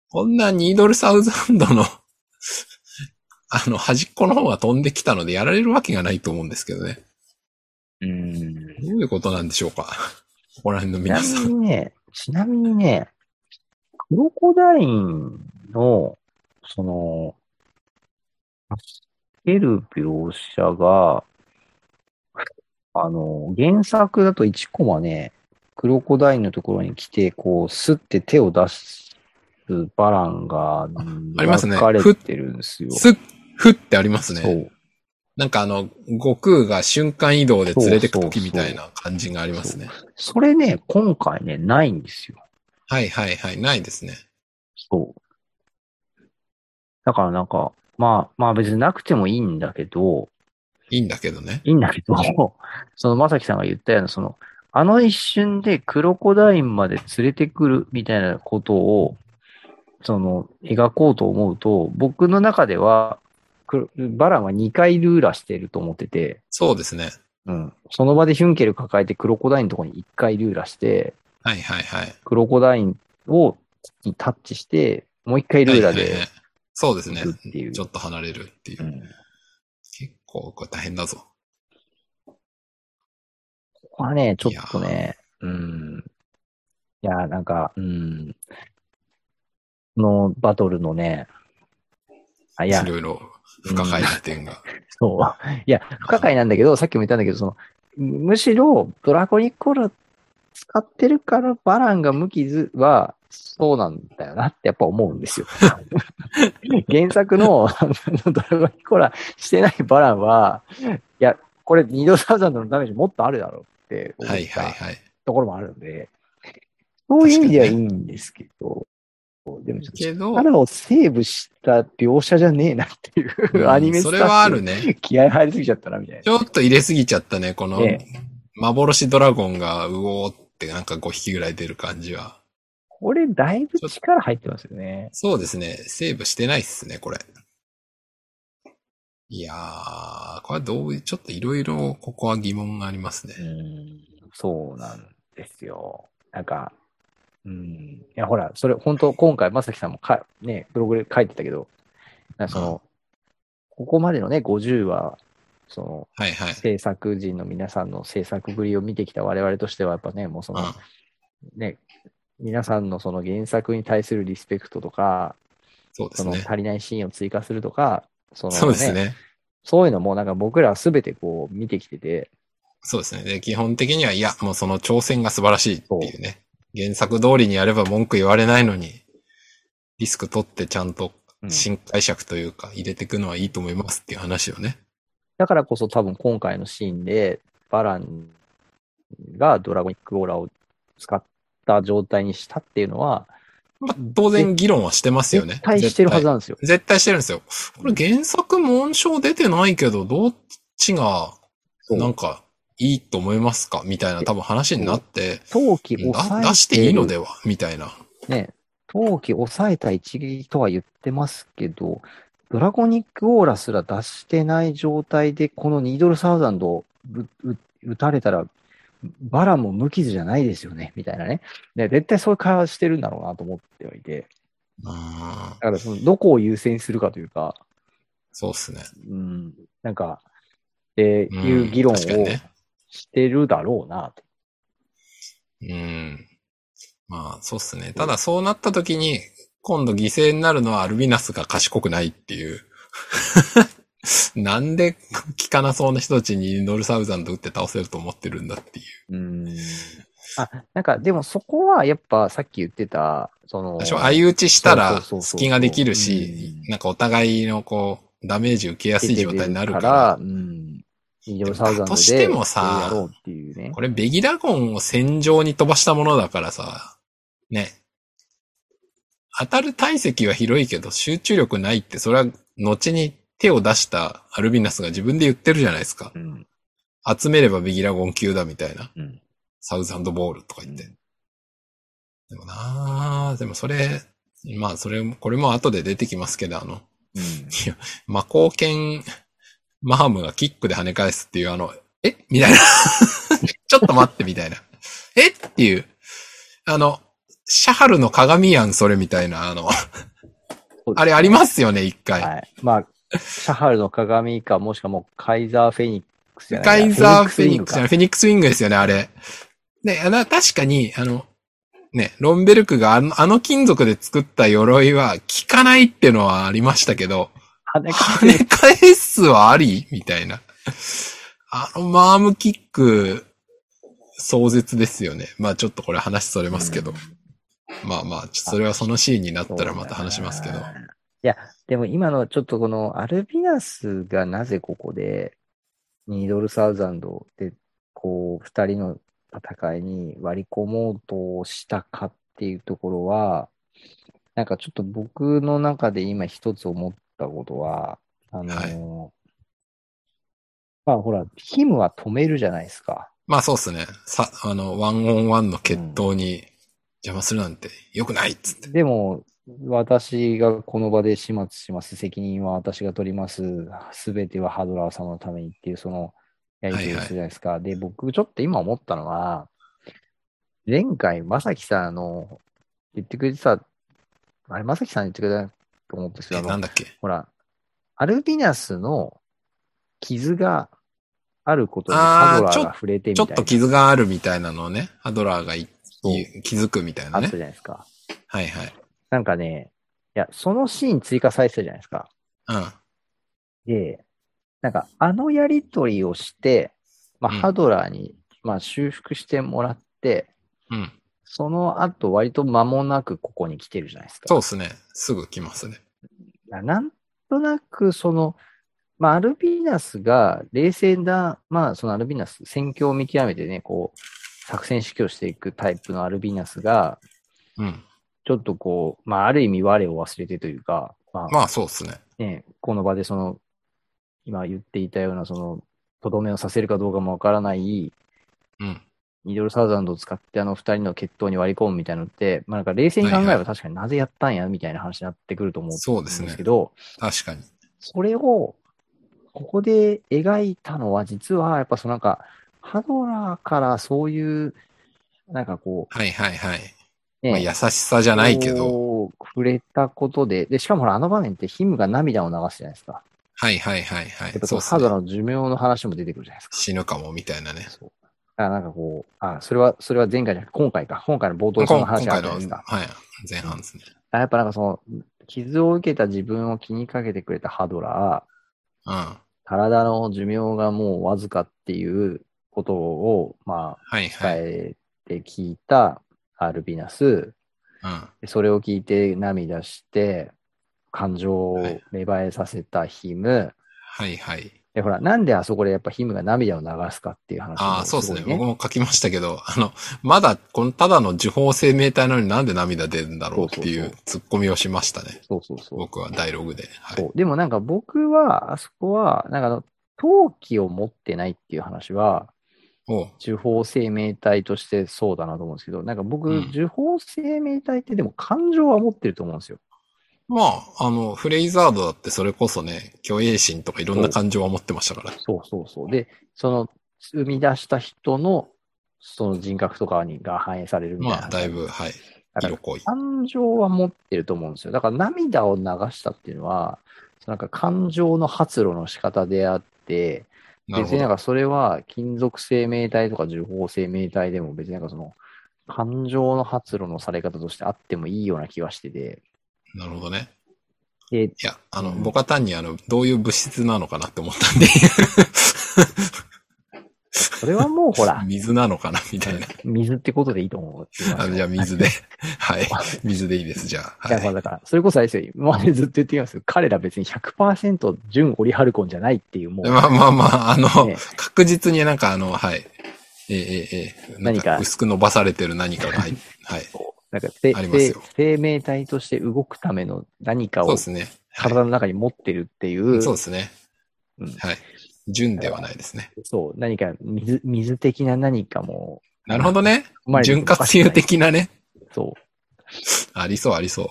Speaker 1: こんなニードルサウザンドの、 (laughs) あの、端っこの方が飛んできたのでやられるわけがないと思うんですけどね。
Speaker 2: うん。
Speaker 1: どういうことなんでしょうか。ここら辺の皆
Speaker 2: ち
Speaker 1: さ
Speaker 2: なみ
Speaker 1: ん。
Speaker 2: にね、ちなみにね、クロコダインの、その、助ける描写が、あの、原作だと1コマね、クロコダインのところに来て、こう、スって手を出すバランが、
Speaker 1: ありますね
Speaker 2: 描かれてるんですよ。
Speaker 1: すっ、ふってあります
Speaker 2: そ
Speaker 1: ね。
Speaker 2: う。
Speaker 1: なんかあの、悟空が瞬間移動で連れてく時みたいな感じがありますね。
Speaker 2: それね、今回ね、ないんですよ。
Speaker 1: はいはいはい。ないですね。
Speaker 2: そう。だからなんか、まあ、まあ別になくてもいいんだけど、
Speaker 1: いいんだけどね。
Speaker 2: いいんだけど、 (laughs) そのまさきさんが言ったような、その、あの一瞬でクロコダインまで連れてくるみたいなことを、その、描こうと思うと、僕の中では、クロバランは2回ルーラしてると思ってて、
Speaker 1: そうですね。
Speaker 2: うん。その場でヒュンケル抱えてクロコダインのところに1回ルーラして、
Speaker 1: はいはいはい。
Speaker 2: クロコダインをにタッチして、もう1回ルーラ
Speaker 1: はいはいは
Speaker 2: で
Speaker 1: い、そうですね
Speaker 2: 行くっていう。
Speaker 1: ちょっと離れるっていうう。
Speaker 2: ん
Speaker 1: 結構これ大変だぞ。
Speaker 2: ここはね、ちょっとね、うん。いや、なんか、うん。このバトルのね、あいや
Speaker 1: い、ろいろ不可解な点が。
Speaker 2: そう。いや、不可解なんだけど、さっきも言ったんだけど、その、むしろドラゴニコール使ってるからバランが無傷は、そうなんだよなってやっぱ思う
Speaker 1: (laughs)
Speaker 2: んですよ。原作のあのドラゴンコラしてないバランは、いや、これ二度サウザンドのダメージもっとあるだろうって思っ
Speaker 1: はいはい
Speaker 2: た
Speaker 1: はい。
Speaker 2: ところもあるん (laughs) で、そういう意味ではいいんですけど、でもちょっと
Speaker 1: けど、
Speaker 2: 力をセーブした描写じゃねえなっていう、
Speaker 1: うん
Speaker 2: アニメ
Speaker 1: そ
Speaker 2: ス
Speaker 1: れ
Speaker 2: タ
Speaker 1: はあ
Speaker 2: ッ
Speaker 1: る
Speaker 2: フ
Speaker 1: ね。
Speaker 2: 気合入りすぎちゃったなみたいな
Speaker 1: ち。ょっと入れすぎちゃったね、この
Speaker 2: え
Speaker 1: 幻ドラゴンがうおーってなんか5匹ぐらい出る感じは。
Speaker 2: これだいぶ力入ってますよね。
Speaker 1: そうですね。セーブしてないっすね、これ。いやー、これはどうい、ちょっといろいろここは疑問がありますね
Speaker 2: う。ん、そうなんですよ。なんか、うん。いや、ほら、それ、本当今回、まさきさんもか、ね、ブログで書いてたけど、なんかその、ここまでのね、50話、その、
Speaker 1: はいはい。
Speaker 2: 制作人の皆さんの制作ぶりを見てきた我々としては、やっぱね、もうその、
Speaker 1: う
Speaker 2: ね、皆さんのその原作に対するリスペクトとか、
Speaker 1: ん、そうで
Speaker 2: そ
Speaker 1: す
Speaker 2: の
Speaker 1: ね。
Speaker 2: 足りないシーンを追加するとか、その、
Speaker 1: そうです。ね。
Speaker 2: そういうのもなんか僕らすべてこう見てきてて、
Speaker 1: そうですね。で、基本的には、いや、もうその挑戦が素晴らしいっていうね。原作通りにやれば文句言われないのに、リスク取ってちゃんと
Speaker 2: うん
Speaker 1: 新解釈というか、入れていくのはいいと思いますっていう話をね。
Speaker 2: だからこそ多分今回のシーンで、バランがドラゴニックオーラを使った状態にしたっていうのは、
Speaker 1: まあ、当然議論はしてますよね。
Speaker 2: 絶対してるはず
Speaker 1: 絶
Speaker 2: なんですよ。
Speaker 1: 対絶対してるんですよ。これ原作紋章出てないけど、どっちが、
Speaker 2: そう
Speaker 1: なんか、いいと思いますかみたいな多分話になって、
Speaker 2: 陶器
Speaker 1: うん
Speaker 2: 抑え
Speaker 1: あ出していいの
Speaker 2: よ。
Speaker 1: ではみたいな。
Speaker 2: ね、陶器抑えた一撃とは言ってますけど、ドラゴニックオーラすら出してない状態で、このニードルサウザンドをぶう打たれたら、バランも無傷じゃないですよね、みたいなね。ね絶対そういう会話してるんだろうなと思ってはいて。
Speaker 1: うん
Speaker 2: だからそのどこを優先するかというか、
Speaker 1: そうですね。
Speaker 2: うん、なんか、って
Speaker 1: うん
Speaker 2: いう議論を
Speaker 1: 確かにね
Speaker 2: してるだろうなと。
Speaker 1: うん。まあ、そうっすね。ただそうなった時に、今度犠牲になるのはアルビナスが賢くないっていう。 (laughs) なんで効かなそうな人たちにノルサウザンド打って倒せると思ってるんだっていう。
Speaker 2: うん。あ、なんかでもそこはやっぱさっき言ってた、その、
Speaker 1: 私は相打ちしたら
Speaker 2: そうそうそうそう
Speaker 1: 隙ができるし
Speaker 2: う、ん
Speaker 1: なんかお互いのこう、ダメージ受けやすい状態になるか
Speaker 2: から
Speaker 1: ら、
Speaker 2: うん。イージョルサウザンド
Speaker 1: だと
Speaker 2: で。
Speaker 1: してもさ
Speaker 2: やろうっていうね
Speaker 1: こ。れベギラゴンを戦場に飛ばしたものだからさ、ね。当たる体積は広いけど集中力ないって、それは後に手を出したアルビナスが自分で言ってるじゃないですか
Speaker 2: う。ん。
Speaker 1: 集めればベギラゴン級だみたいな。
Speaker 2: うん。
Speaker 1: サウザンドボールとか言って。でもなぁ、でもそれ、まあそれも、これも後で出てきますけど、あの、
Speaker 2: うん
Speaker 1: 魔鋼剣、マハムがキックで跳ね返すっていうあの、えみたいな。 (laughs) ちょっと待ってみたいな。えっていう。あの、シャハルの鏡やん、それみたいな、あの、あれありますよね、一回。
Speaker 2: はい。まあ、シャハルの鏡か、もしくはもうカイザー・フェニックスじゃない
Speaker 1: カイザーフェニックスじゃ
Speaker 2: じ
Speaker 1: な
Speaker 2: ゃない
Speaker 1: い、フェニックスウィングですよね、あれ。ね、あの確かに、あの、ね、ロンベルクがあのあの金属で作った鎧は効かないっていうのはありましたけど、
Speaker 2: 跳ね
Speaker 1: 跳ね返すはありみたいな。あのマームキック、壮絶ですよね。まあちょっとこれ話それますけど。まあまあ、ちょっとそれはそのシーンになったらまた話しますけど
Speaker 2: い。や、でも今のちょっとこのアルビナスがなぜここで、ニードルサウザンドで、こう、二人の戦いに割り込もうとしたかっていうところは、なんかちょっと僕の中で今一つ思ったことは、あのーまあほら、ヒムは止めるじゃないですか。
Speaker 1: まあそうっすね。さ、あの、ワンオンワンの決闘に邪魔するなんて良くないっつって。
Speaker 2: でも、私がこの場で始末します。責任は私が取ります。すべてはハドラー様のためにっていう、その、やり取りをするじゃないですか。で、僕、ちょっと今思ったのは、前回、まさきさん、あの、言ってくれてた、あれ、まさきさん言ってくれたと思うんですけ
Speaker 1: え、
Speaker 2: ど、
Speaker 1: な
Speaker 2: あ
Speaker 1: ん
Speaker 2: の
Speaker 1: だっけ
Speaker 2: ほら、アルビナスの傷があることに
Speaker 1: あー
Speaker 2: ハドラ
Speaker 1: ちょ
Speaker 2: ーが触れて
Speaker 1: ち
Speaker 2: みた
Speaker 1: ょ
Speaker 2: い
Speaker 1: っ
Speaker 2: な、
Speaker 1: と傷があるみたいなのをね、ハドラーがい
Speaker 2: そう
Speaker 1: い気づくみたい
Speaker 2: あ
Speaker 1: な
Speaker 2: った
Speaker 1: ね
Speaker 2: じ。ゃないですか。
Speaker 1: はいはい。
Speaker 2: なんかね、いや、そのシーン追加されてたじゃないですか。
Speaker 1: うん。
Speaker 2: で、なんか、あのやりとりをして、まあ、
Speaker 1: うん
Speaker 2: ハドラーに、まあ、修復してもらって、
Speaker 1: うん。
Speaker 2: その後、割と間もなくここに来てるじゃないですか。
Speaker 1: そうですね。すぐ来ますね。
Speaker 2: ななんとなく、その、まあ、アルビナスが冷静な、まあ、そのアルビナス、戦況を見極めてね、こう、作戦指揮をしていくタイプのアルビナスが、
Speaker 1: うん。
Speaker 2: ちょっとこう、まあ、ある意味我を忘れてというか、まあ、
Speaker 1: まあそうですね。
Speaker 2: ね、この場でその、今言っていたような、その、とどめをさせるかどうかもわからない、
Speaker 1: うん。
Speaker 2: ニドルサウザンドを使ってあの二人の決闘に割り込むみたいなのって、まあなんか冷静に考え
Speaker 1: はい
Speaker 2: れ
Speaker 1: は
Speaker 2: ば確かになぜやったんやみたいな話になってくると思うん
Speaker 1: そうですね
Speaker 2: ですけど、
Speaker 1: 確かに。
Speaker 2: それを、ここで描いたのは、実は、やっぱそのなんか、ハドラーからそういう、なんかこ
Speaker 1: はいはいはい。
Speaker 2: う、
Speaker 1: まあ、
Speaker 2: ね、
Speaker 1: 優しさじゃないけど。
Speaker 2: こう触れたことで、で、しかもほらあの場面ってヒムが涙を流すじゃないですか。
Speaker 1: はいはいはいは
Speaker 2: やっ
Speaker 1: い
Speaker 2: ぱ。
Speaker 1: そう
Speaker 2: そ
Speaker 1: で
Speaker 2: の
Speaker 1: す
Speaker 2: ハドラ
Speaker 1: ね。
Speaker 2: ーの寿命の話も出てくるじゃないですか。
Speaker 1: 死ぬかもみたいなね。
Speaker 2: そう。だからなんかこう、あ、それは、それは前回じゃなくて今回か。今回の冒
Speaker 1: 今
Speaker 2: 頭にその
Speaker 1: 今
Speaker 2: 話があ
Speaker 1: 回
Speaker 2: ったじゃ
Speaker 1: の、
Speaker 2: な
Speaker 1: はい
Speaker 2: ですか。、
Speaker 1: 前半ですね。
Speaker 2: あやっぱなんかその、傷を受けた自分を気にかけてくれたハドラー、
Speaker 1: うん。は
Speaker 2: 体の寿命がもうわずかっていうことを、まあ、
Speaker 1: いはい。うん。
Speaker 2: 伝えて聞いたアルビナス、
Speaker 1: は
Speaker 2: それを聞いて涙して、感情を芽生えさせたヒム。
Speaker 1: いはい。
Speaker 2: で、ほら、なんであそこでやっぱヒムが涙を流すかっていう話も
Speaker 1: ああ、そうですね
Speaker 2: ごい
Speaker 1: 僕も書きましたけど、あの、まだ、このただの受報生命体なのになんで涙出るんだろうってい
Speaker 2: そう
Speaker 1: う
Speaker 2: そ
Speaker 1: 突
Speaker 2: う
Speaker 1: っ込みをしましたね。
Speaker 2: そうそうそう。
Speaker 1: 僕はダイログで。はい。
Speaker 2: そうでもなんか僕は、あそこは、なんかあの、陶器を持ってないっていう話は、
Speaker 1: おう
Speaker 2: 受法生命体としてそうだなと思うんですけど、なんか僕、
Speaker 1: うん
Speaker 2: 受法生命体ってでも感情は持ってると思うんですよ。
Speaker 1: まあ、あの、フレイザードだってそれこそね、虚栄心とかいろんな感情は持ってましたから。
Speaker 2: そうそうそう。で、その、生み出した人の、その人格とかにが反映されるみたいな。
Speaker 1: まあ、だいぶ、はい。
Speaker 2: だから
Speaker 1: 色濃い。
Speaker 2: 感情は持ってると思うんですよ。だから涙を流したっていうのは、そのなんか感情の発露の仕方であって、
Speaker 1: なる
Speaker 2: 別
Speaker 1: ほ
Speaker 2: になん
Speaker 1: ど。
Speaker 2: かそれは金属生命体とか受法生命体でも別になんかその感情の発露のされ方としてあってもいいような気はしてて、
Speaker 1: なるほどね。
Speaker 2: で、
Speaker 1: いや、あの、
Speaker 2: うん
Speaker 1: 僕は単にあの、どういう物質なのかなって思ったんで、
Speaker 2: それはもうほら、
Speaker 1: (laughs) 水なのかなみたいな。
Speaker 2: 水ってことでいいと思う。
Speaker 1: あのじゃあ水
Speaker 2: (laughs)
Speaker 1: で。はい。水でいいです、じゃあ。
Speaker 2: いや、
Speaker 1: は
Speaker 2: まあ
Speaker 1: い。
Speaker 2: だから、それこそあれですよ、今までずっと言ってきますけど、彼ら別に100%純オリハルコンじゃないっていう、もう、
Speaker 1: まあまあまあ、あの、
Speaker 2: ね
Speaker 1: 確実になんかあの、はい。ええええええなん
Speaker 2: 何か
Speaker 1: 薄く伸ばされてる何かが
Speaker 2: (laughs)
Speaker 1: 入っ、はい。
Speaker 2: なんかせ
Speaker 1: あります
Speaker 2: せ
Speaker 1: よ
Speaker 2: 生命体として動くための何か
Speaker 1: そう
Speaker 2: を
Speaker 1: ですね。はい
Speaker 2: 体の中に持ってるっていう、
Speaker 1: そうですね
Speaker 2: うん。
Speaker 1: はい。純ではないですね。
Speaker 2: そう、何か水、水的な何かも、
Speaker 1: なるほどね。
Speaker 2: 生まれて
Speaker 1: 潤
Speaker 2: るかも
Speaker 1: 滑
Speaker 2: しれな
Speaker 1: 油
Speaker 2: い
Speaker 1: 的なね。
Speaker 2: そう。
Speaker 1: ありそう、ありそう。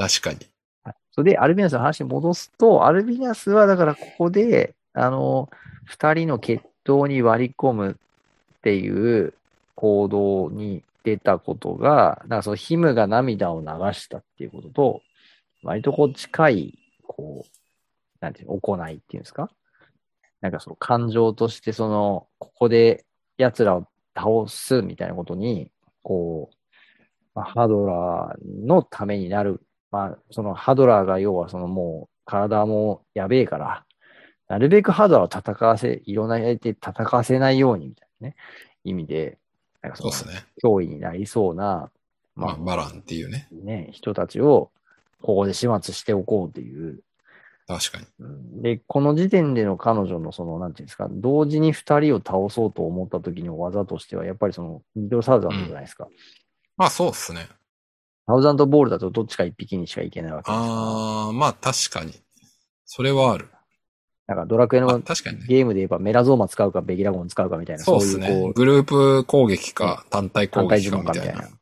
Speaker 1: 確かに。
Speaker 2: はいそれで、アルビナスの話に戻すと、アルビナスは、だからここで、あの、二人の決闘に割り込むっていう行動に出たことが、なんかそのヒムが涙を流したっていうことと、割とこう近い、こう、なんていうの、行いっていうんですかなんかその感情として、その、ここで奴らを倒すみたいなことに、こう、まあ、ハドラーのためになるまあ、そのハドラーが要はそのもう体もやべえから、なるべくハドラーを戦わせ、いろんな相手戦わせないようにみたいなね、意味で、なんかそ
Speaker 1: そう
Speaker 2: の
Speaker 1: ですね。
Speaker 2: 脅威になりそうな、
Speaker 1: ま
Speaker 2: ま
Speaker 1: あ、
Speaker 2: あ
Speaker 1: バランっていうね。
Speaker 2: ね、人たちをここで始末しておこうという。
Speaker 1: 確かに。
Speaker 2: うんで、この時点での彼女のその、なんていうんですか、同時に二人を倒そうと思った時の技としては、やっぱりその、ミドルサウザンドじゃないですか。
Speaker 1: まあ、そうですね。
Speaker 2: サウザンドボールだとどっちか一匹にしかいけないわけですから。
Speaker 1: ああ、まあ確かに。それはある。
Speaker 2: なんかドラクエ
Speaker 1: あ
Speaker 2: の
Speaker 1: 確かにね。
Speaker 2: ゲームで言えばメラゾーマ使うかベギラゴン使うかみたいな、
Speaker 1: そうです
Speaker 2: い
Speaker 1: ね
Speaker 2: こ。う
Speaker 1: グループ攻撃か単体攻
Speaker 2: 単体
Speaker 1: 撃
Speaker 2: 自
Speaker 1: か
Speaker 2: 分
Speaker 1: み
Speaker 2: かみ
Speaker 1: た
Speaker 2: た
Speaker 1: い
Speaker 2: い
Speaker 1: な。
Speaker 2: な。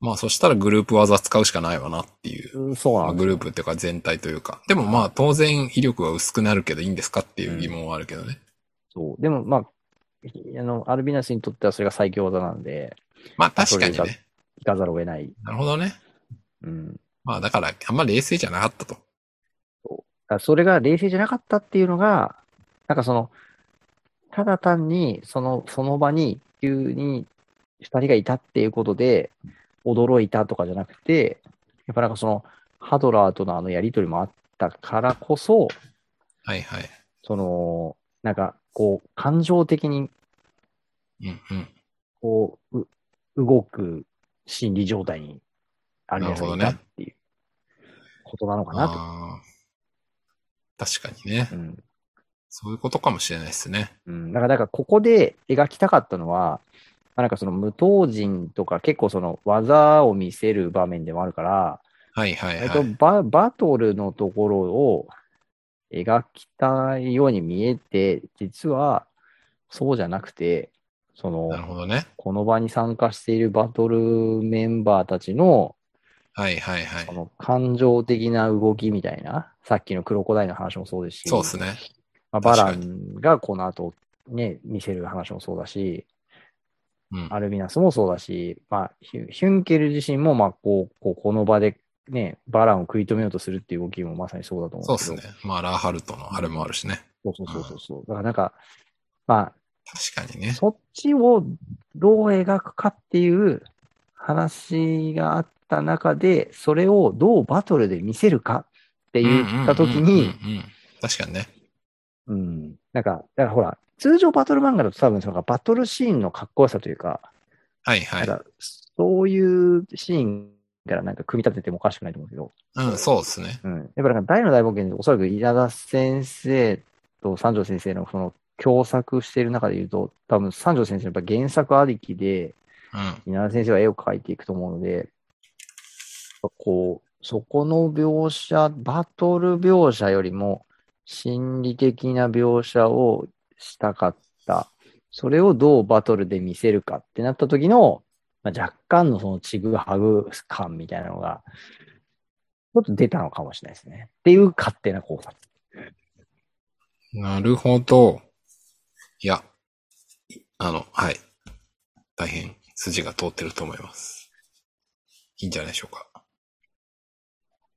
Speaker 1: まあそしたらグループ技使うしかないわなっていう。
Speaker 2: うんそう
Speaker 1: ま
Speaker 2: な
Speaker 1: あ、
Speaker 2: んで
Speaker 1: グ
Speaker 2: すよ
Speaker 1: ループっていうか全体というか。でもまあ当然威力は薄くなるけどいいんですかっていう疑問はあるけどね。
Speaker 2: そう。でも、まあ、あの、アルビナスにとってはそれが最強技なんで、
Speaker 1: まあ確かに
Speaker 2: それ
Speaker 1: ね。
Speaker 2: 行かざるを得ない。
Speaker 1: なるほどね。
Speaker 2: うん。だ
Speaker 1: まあだからあんま冷静じゃなかったと。
Speaker 2: からそれが冷静じゃなかったっていうのが、なんかその、ただ単に、その、その場に、急に二人がいたっていうことで、驚いたとかじゃなくて、やっぱなんかその、ハドラーとのあのやりとりもあったからこそ、
Speaker 1: はいはい。
Speaker 2: その、なんか、こう、感情的に、
Speaker 1: うんうん。
Speaker 2: こう、う動く心理状態にアルニアさんがいたっていうことなのかなと。
Speaker 1: あー確かにね。
Speaker 2: うん
Speaker 1: そういうことかもしれないですね。
Speaker 2: うん、だから、だからここで描きたかったのは、まあなんかその無刀人とか結構その技を見せる場面でもあるから、
Speaker 1: はいはい
Speaker 2: えっ
Speaker 1: は
Speaker 2: と
Speaker 1: い。
Speaker 2: ババトルのところを描きたいように見えて、実はそうじゃなくて、そ
Speaker 1: なるほ
Speaker 2: の、
Speaker 1: どね。
Speaker 2: この場に参加しているバトルメンバーたちの、
Speaker 1: はいはいはい
Speaker 2: こ。の感情的な動きみたいな、さっきのクロコダイルの話もそうですし、
Speaker 1: そうですね。
Speaker 2: まあ、バ
Speaker 1: 確
Speaker 2: ラ
Speaker 1: か
Speaker 2: ンがこの後ね、見せる話もそうだし、
Speaker 1: うん。
Speaker 2: アルビナスもそうだし、まあ、ヒュヒュンケル自身も、まあ、こう、こうこの場でね、バランを食い止めようとするっていう動きもまさにそうだと思
Speaker 1: そううんで
Speaker 2: ですす
Speaker 1: ね
Speaker 2: けど。。
Speaker 1: まあ、ラーハルトのあれもあるしね。
Speaker 2: そうそうそうそうそう。だからなんか、ま
Speaker 1: 確かに
Speaker 2: あ、
Speaker 1: ね。
Speaker 2: そっちをどう描くかっていう話があった中で、それをどうバトルで見せるかって言ったときに、
Speaker 1: うんうんうんうん。確かにね。
Speaker 2: うん。なんか、だからほら、通常バトル漫画だと多分そのバトルシーンのかっこよさというか、
Speaker 1: はいはい。
Speaker 2: なんか、そういうシーンからなんか組み立ててもおかしくないと思うけど、
Speaker 1: うん、そうですね。
Speaker 2: うん。やっぱなんか大の大冒険でおそらく稲田先生と三条先生のその共作している中で言うと、多分三条先生やっぱ原作ありきで、
Speaker 1: うん。
Speaker 2: 稲田先生は絵を描いていくと思うので、こう、そこの描写、バトル描写よりも心理的な描写をしたかった。それをどうバトルで見せるかってなった時の、まあ、若干のそのちぐはぐ感みたいなのが、ちょっと出たのかもしれないですね。っていう勝手な考察。
Speaker 1: なるほど。いや、あの、はい。大変筋が通ってると思います。いいんじゃないでしょうか。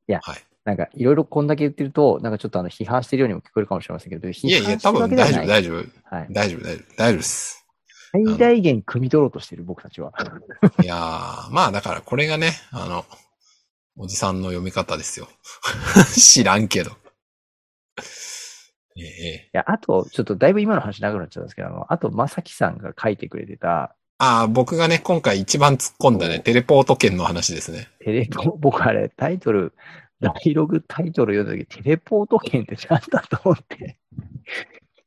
Speaker 2: いや
Speaker 1: はい。
Speaker 2: なんかいろいろこんだけ言ってると、なんかちょっとあの批判してるようにも聞こえるかもしれませんけど、
Speaker 1: い
Speaker 2: 批
Speaker 1: やいや、
Speaker 2: 判
Speaker 1: 多分大丈夫、
Speaker 2: 夫。
Speaker 1: 大丈夫、
Speaker 2: はい。
Speaker 1: 大丈夫、大丈夫、大丈夫です。
Speaker 2: 最大限汲み取ろうとしてる僕たちは。
Speaker 1: いやー、まあだからこれがね、あの、おじさんの読み方ですよ。 (laughs) 知らんけど。ええ。
Speaker 2: いや、あと、ちょっとだいぶ今の話長くなっちゃうんですけど、あの、あと、まさきさんが書いてくれてた、
Speaker 1: ああ、僕がね、今回一番突っ込んだね、
Speaker 2: お
Speaker 1: テレポート券の話ですね。
Speaker 2: テレポ、 (laughs) 僕あれ、タイトル、ダイログタイトル読んだ時、テレポート券って何だと思って、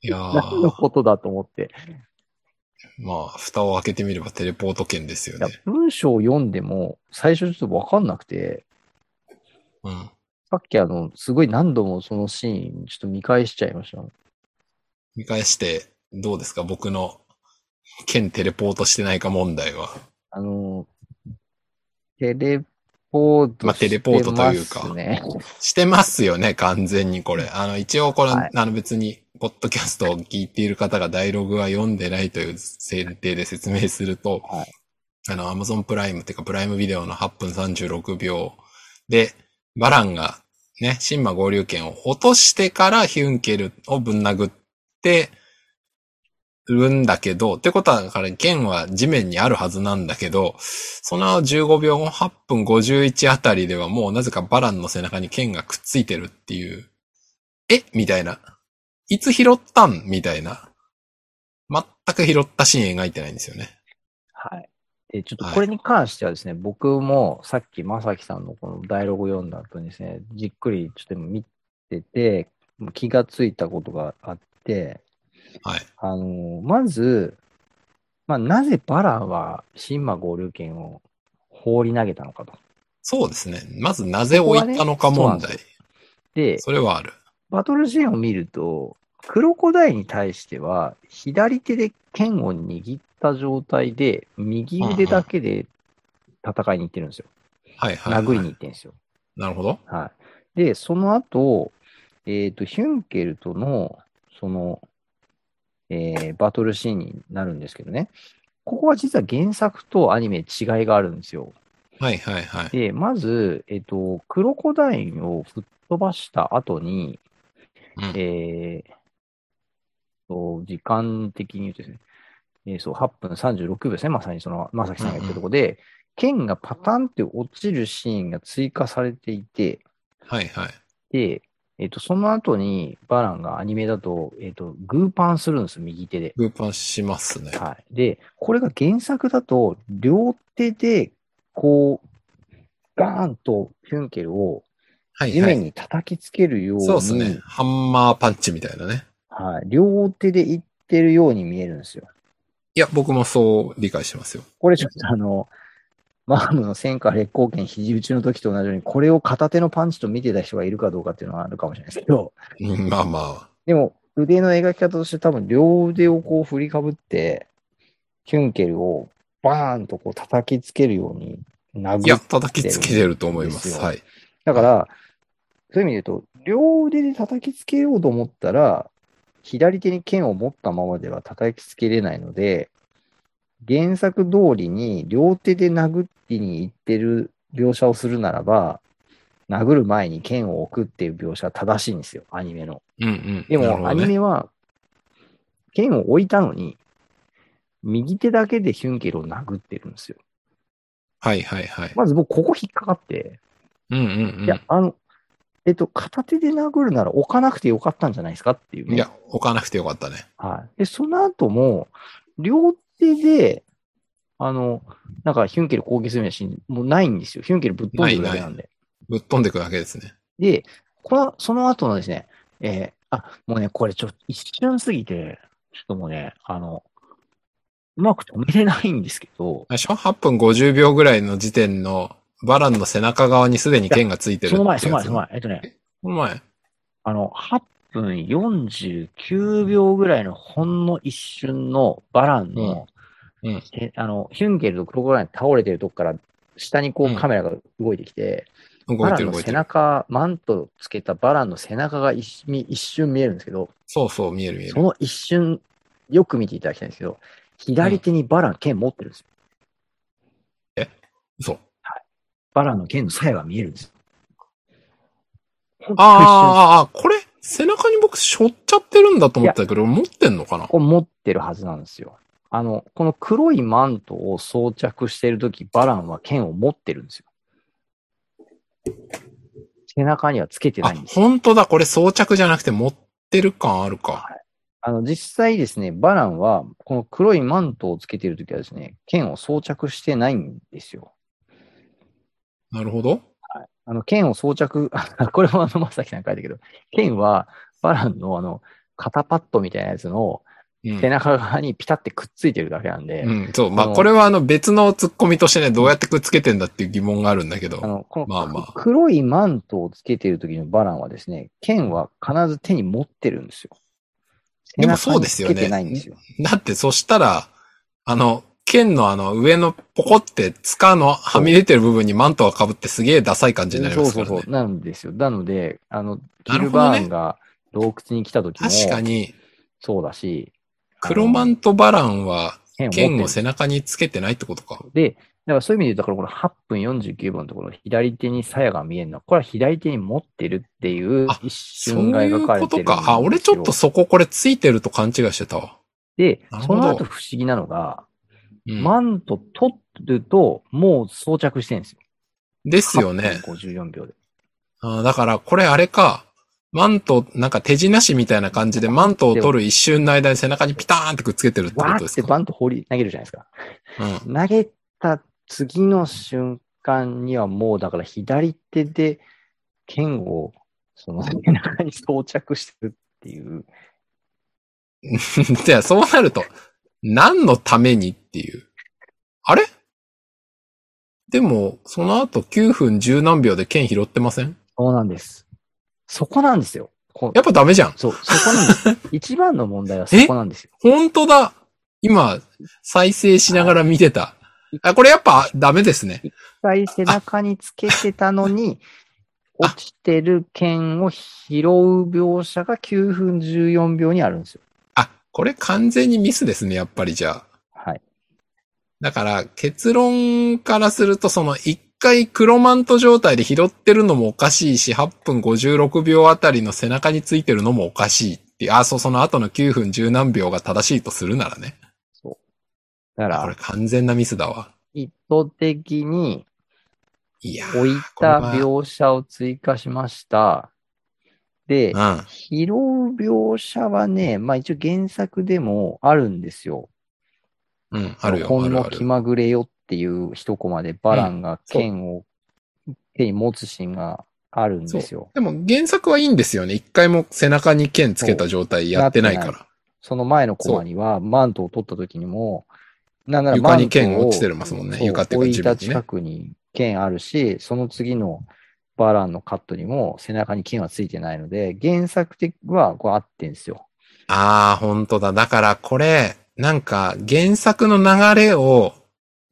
Speaker 1: いや
Speaker 2: 何の
Speaker 1: ー、
Speaker 2: ことだと思って、
Speaker 1: まあ、蓋を開けてみればテレポート券ですよ
Speaker 2: いや
Speaker 1: ね。、
Speaker 2: 文章を読んでも、最初ちょっとわかんなくて、
Speaker 1: うん。
Speaker 2: さっきあの、すごい何度もそのシーン、ちょっと見返しちゃいました。
Speaker 1: 見返して、どうですか僕の、剣テレポートしてないか問題は。
Speaker 2: あの、テレポート、
Speaker 1: まあテレポートというか
Speaker 2: ね。
Speaker 1: してますよね、完全にこれ。あの、一応これ、
Speaker 2: はい
Speaker 1: あの別に、ポッドキャストを聞いている方がダイログは読んでないという前提で説明すると、
Speaker 2: はい
Speaker 1: あの、Amazon プライムっていうか、プライムビデオの8分36秒で、バランがね、シンマ合流圏を落としてからヒュンケルをぶん殴ってるんだけど、ってことは、だから剣は地面にあるはずなんだけど、その15秒後、8分51あたりではもうなぜかバランの背中に剣がくっついてるっていう、えみたいな。いつ拾ったんみたいな。全く拾ったシーン描いてないんですよね。
Speaker 2: はい。で、ちょっとこれに関してはですね、僕もさっきまさきさんのこのダイログ読んだ後にですね、じっくりちょっと今見てて、気がついたことがあって、
Speaker 1: はい。
Speaker 2: あのーまず、まあ、なぜバランは新馬合流圏を放り投げたのかと。
Speaker 1: そうですね。まずなぜ置いたのか問題。
Speaker 2: で、
Speaker 1: それはある。
Speaker 2: バトルシーンを見ると、クロコダイに対しては、左手で剣を握った状態で、右腕だけで戦いに行ってるんですよ。
Speaker 1: はいはい、はい。
Speaker 2: 殴りに行ってるんですよ。
Speaker 1: なるほど。
Speaker 2: はい。で、その後、えっ、と、ヒュンケルとの、その、えーバトルシーンになるんですけどね。ここは実は原作とアニメ違いがあるんですよ。
Speaker 1: はいはいはい。
Speaker 2: で、まず、えっ、と、クロコダインを吹っ飛ばした後に、
Speaker 1: うん
Speaker 2: えーと、時間的に言うとですね、えーそう、8分36秒ですね、まさにその、まさきさんが言ったところで、剣がパタンって落ちるシーンが追加されていて、
Speaker 1: はいはい。
Speaker 2: で、えっ、と、その後に、バランがアニメだと、えっ、と、グーパンするんです、右手で。
Speaker 1: グーパンしますね。
Speaker 2: はい。で、これが原作だと、両手で、こう、ガーンとヒュンケルを
Speaker 1: はい
Speaker 2: 地
Speaker 1: は
Speaker 2: 面
Speaker 1: い。
Speaker 2: に叩きつけるように、
Speaker 1: そうですね。ハンマーパンチみたいなね。
Speaker 2: はい。両手でいってるように見えるんですよ。
Speaker 1: いや、僕もそう理解してますよ。
Speaker 2: これちょっとあの、マームの戦火烈光剣肘打ちの時と同じように、これを片手のパンチと見てた人がいるかどうかっていうのはあるかもしれないですけど、
Speaker 1: うんまあま
Speaker 2: でも腕の描き方として多分両腕をこう振りかぶって、キュンケルをバーンとこう叩きつけるように
Speaker 1: あ。い
Speaker 2: 殴
Speaker 1: や、
Speaker 2: る。
Speaker 1: 叩きつけてると思いま
Speaker 2: です
Speaker 1: す。
Speaker 2: よ
Speaker 1: はい。
Speaker 2: だから、そういう意味で言うと、両腕で叩きつけようと思ったら、左手に剣を持ったままでは叩きつけれないので、原作通りに両手で殴りに行ってる描写をするならば、殴る前に剣を置くっていう描写は正しいんですよ、アニメの。
Speaker 1: うんうん。
Speaker 2: で
Speaker 1: なるほ
Speaker 2: も、ア
Speaker 1: どね
Speaker 2: ニメは、剣を置いたのに、右手だけでヒュンケルを殴ってるんですよ。
Speaker 1: はいはいはい。
Speaker 2: まず僕、ここ引っかかって、
Speaker 1: うんうん
Speaker 2: いや、あの、えっと、片手で殴るなら置かなくてよかったんじゃないですかっていう
Speaker 1: うん。
Speaker 2: ね。
Speaker 1: いや、置かなくてよかったね。
Speaker 2: はい。で、その後も、両手で、あの、なんかヒュンケル攻撃するようなシーン、もうないんですよ。ヒュンケルぶっ飛んでくるだけなんで。
Speaker 1: ぶっ飛んでくだけですね。
Speaker 2: で、この、その後のですね、えーあ、もうね、これちょっと一瞬すぎて、ちょっともうね、あの、うまく止めれないんですけど、
Speaker 1: 最初 ?8 分50秒ぐらいの時点のバランの背中側にすでに剣がついてる
Speaker 2: その前、その前、その
Speaker 1: 前。
Speaker 2: 前、えっとね、
Speaker 1: その前。
Speaker 2: あの、8分49秒ぐらいのほんの一瞬のバランの、
Speaker 1: うんうん
Speaker 2: えあの、ヒュンケルとクロコダイン倒れてるとこから、下にこ
Speaker 1: うん
Speaker 2: うカメラが動いてきて、
Speaker 1: 動
Speaker 2: バ
Speaker 1: い
Speaker 2: ラ
Speaker 1: て
Speaker 2: ン
Speaker 1: る
Speaker 2: の
Speaker 1: 動い
Speaker 2: 背
Speaker 1: てる。
Speaker 2: 中、マントつけたバランの背中が一瞬一瞬見えるんですけど、
Speaker 1: そうそう、見える見え
Speaker 2: そ
Speaker 1: る。
Speaker 2: の一瞬、よく見ていただきたいんですけど、左手にバラン剣持ってるんですよ。
Speaker 1: そう。
Speaker 2: バランの剣の鞘が見えるんですよ。ほんと一瞬
Speaker 1: あーあー、あーこれ、背中に僕背負っちゃってるんだと思ってたけど、持ってんのかな
Speaker 2: こう持ってるはずなんですよ。あの、この黒いマントを装着してるとき、バランは剣を持ってるんですよ。背中にはつけて
Speaker 1: あ
Speaker 2: ないん、ですよ。
Speaker 1: 本当だ。これ装着じゃなくて持ってる感あるか。
Speaker 2: あの、実際ですね、バランは、この黒いマントをつけてるときはですね、剣を装着してないんですよ。
Speaker 1: なるほど。
Speaker 2: あの、剣を装着、 (laughs) あこれもあの、まさきさん書いたけど、剣は、バランのあの、肩パッドみたいなやつの
Speaker 1: うん
Speaker 2: 背中側にピタってくっついてるだけなんで、
Speaker 1: うん、そう。まあ、
Speaker 2: あの
Speaker 1: これはあの別の突っ込みとしてね、どうやってくっつけてんだっていう疑問があるんだけ
Speaker 2: あ
Speaker 1: ど。
Speaker 2: の、この、
Speaker 1: まあまあ
Speaker 2: 黒いマントをつけている時のバランはですね、剣は必ず手に持ってるんですよ。
Speaker 1: でもそうですよね
Speaker 2: 背中につけてないんですよ。
Speaker 1: だってそしたら、あの、剣のあの上のポコって塚のはみ出てる部分にマントが被ってすげえダサい感じになり
Speaker 2: そ
Speaker 1: ま
Speaker 2: う
Speaker 1: す
Speaker 2: そ
Speaker 1: か
Speaker 2: う
Speaker 1: らね
Speaker 2: そ。う。なんですよ。なので、あの、キ
Speaker 1: なる
Speaker 2: ル
Speaker 1: ほどね
Speaker 2: バーンが洞窟に来た時も、
Speaker 1: 確かに、
Speaker 2: そうだし、
Speaker 1: 黒マントバランは
Speaker 2: 剣を持ってる
Speaker 1: 剣を背中につけてないってことか。
Speaker 2: で、だからそういう意味で言うと、だからこの8分49分のところ、左手に鞘が見えるのは、これは左手に持ってるっていう
Speaker 1: あ
Speaker 2: 一
Speaker 1: そう
Speaker 2: 瞬が
Speaker 1: いう
Speaker 2: 描か
Speaker 1: こ
Speaker 2: れてる
Speaker 1: と
Speaker 2: んですよ
Speaker 1: か。あ、俺ちょっとそここれついてると勘違いしてたわ。
Speaker 2: で
Speaker 1: なる、ほ
Speaker 2: そ
Speaker 1: ど
Speaker 2: の後不思議なのが、
Speaker 1: うん、
Speaker 2: マント取ると、もう装着してるんですよ。
Speaker 1: ですよね。
Speaker 2: 8分54秒で。
Speaker 1: あーだから、これあれか。マント、なんか手品師みたいな感じで、マントを取る一瞬の間に背中にピターンってくっつけてるってこ
Speaker 2: わ
Speaker 1: とで
Speaker 2: ーっ
Speaker 1: す
Speaker 2: て
Speaker 1: か。
Speaker 2: バンと放り投げるじゃないですか。
Speaker 1: うん。
Speaker 2: 投げた次の瞬間にはもうだから左手で剣を
Speaker 1: (laughs)
Speaker 2: その背中に装着してるっていう。
Speaker 1: (laughs) じゃあ、そうなると、何のためにっていう。あれでも、その後9分10何秒で剣拾ってません
Speaker 2: そうなんです。そこなんですよ。こ
Speaker 1: やっぱダメじゃん。
Speaker 2: そう、そこな
Speaker 1: (laughs)
Speaker 2: んです。一番の問題はそこなんですよ。
Speaker 1: 本当だ。今、再生しながら見てた。あ、これやっぱダメですね。
Speaker 2: 一回背中につけてたのに、
Speaker 1: あ
Speaker 2: 落ちてる剣を拾う描写が9分14秒にあるんですよ。
Speaker 1: あ、これ完全にミスですね、やっぱりじゃあ。
Speaker 2: はい。
Speaker 1: だから、結論からすると、その一回黒マント状態で拾ってるのもおかしいし、8分56秒あたりの背中についてるのもおかしいっていう、あ、そう、その後の9分10何秒が正しいとするならね。
Speaker 2: だか
Speaker 1: こ
Speaker 2: ら
Speaker 1: れ、完全なミスだわ。
Speaker 2: 意図的に
Speaker 1: いやー
Speaker 2: 置いた描写を追加しました。で、
Speaker 1: うん。
Speaker 2: 拾う描写はね、まあ一応原作でもあるんですよ。
Speaker 1: うん。あるよ。
Speaker 2: ほ
Speaker 1: あ
Speaker 2: ん
Speaker 1: る
Speaker 2: の
Speaker 1: ある
Speaker 2: 気。まぐれよっていう一コマでバランが剣を手に持つシーンがあるんですよ。
Speaker 1: でも原作はいいんですよね。一回も背中に剣つけた状態やってないか
Speaker 2: そう
Speaker 1: ら。
Speaker 2: その前のコマにはマントを取った時にも、なんなら
Speaker 1: 床
Speaker 2: マントを
Speaker 1: に剣落ちてますもんね
Speaker 2: そう
Speaker 1: 床っていうか
Speaker 2: 置いた
Speaker 1: 地面にね
Speaker 2: 近くに剣あるし、その次のバランのカットにも背中に剣はついてないので、原作的はこう合ってんですよ。
Speaker 1: ああ、本当だ。だからこれ、なんか原作の流れを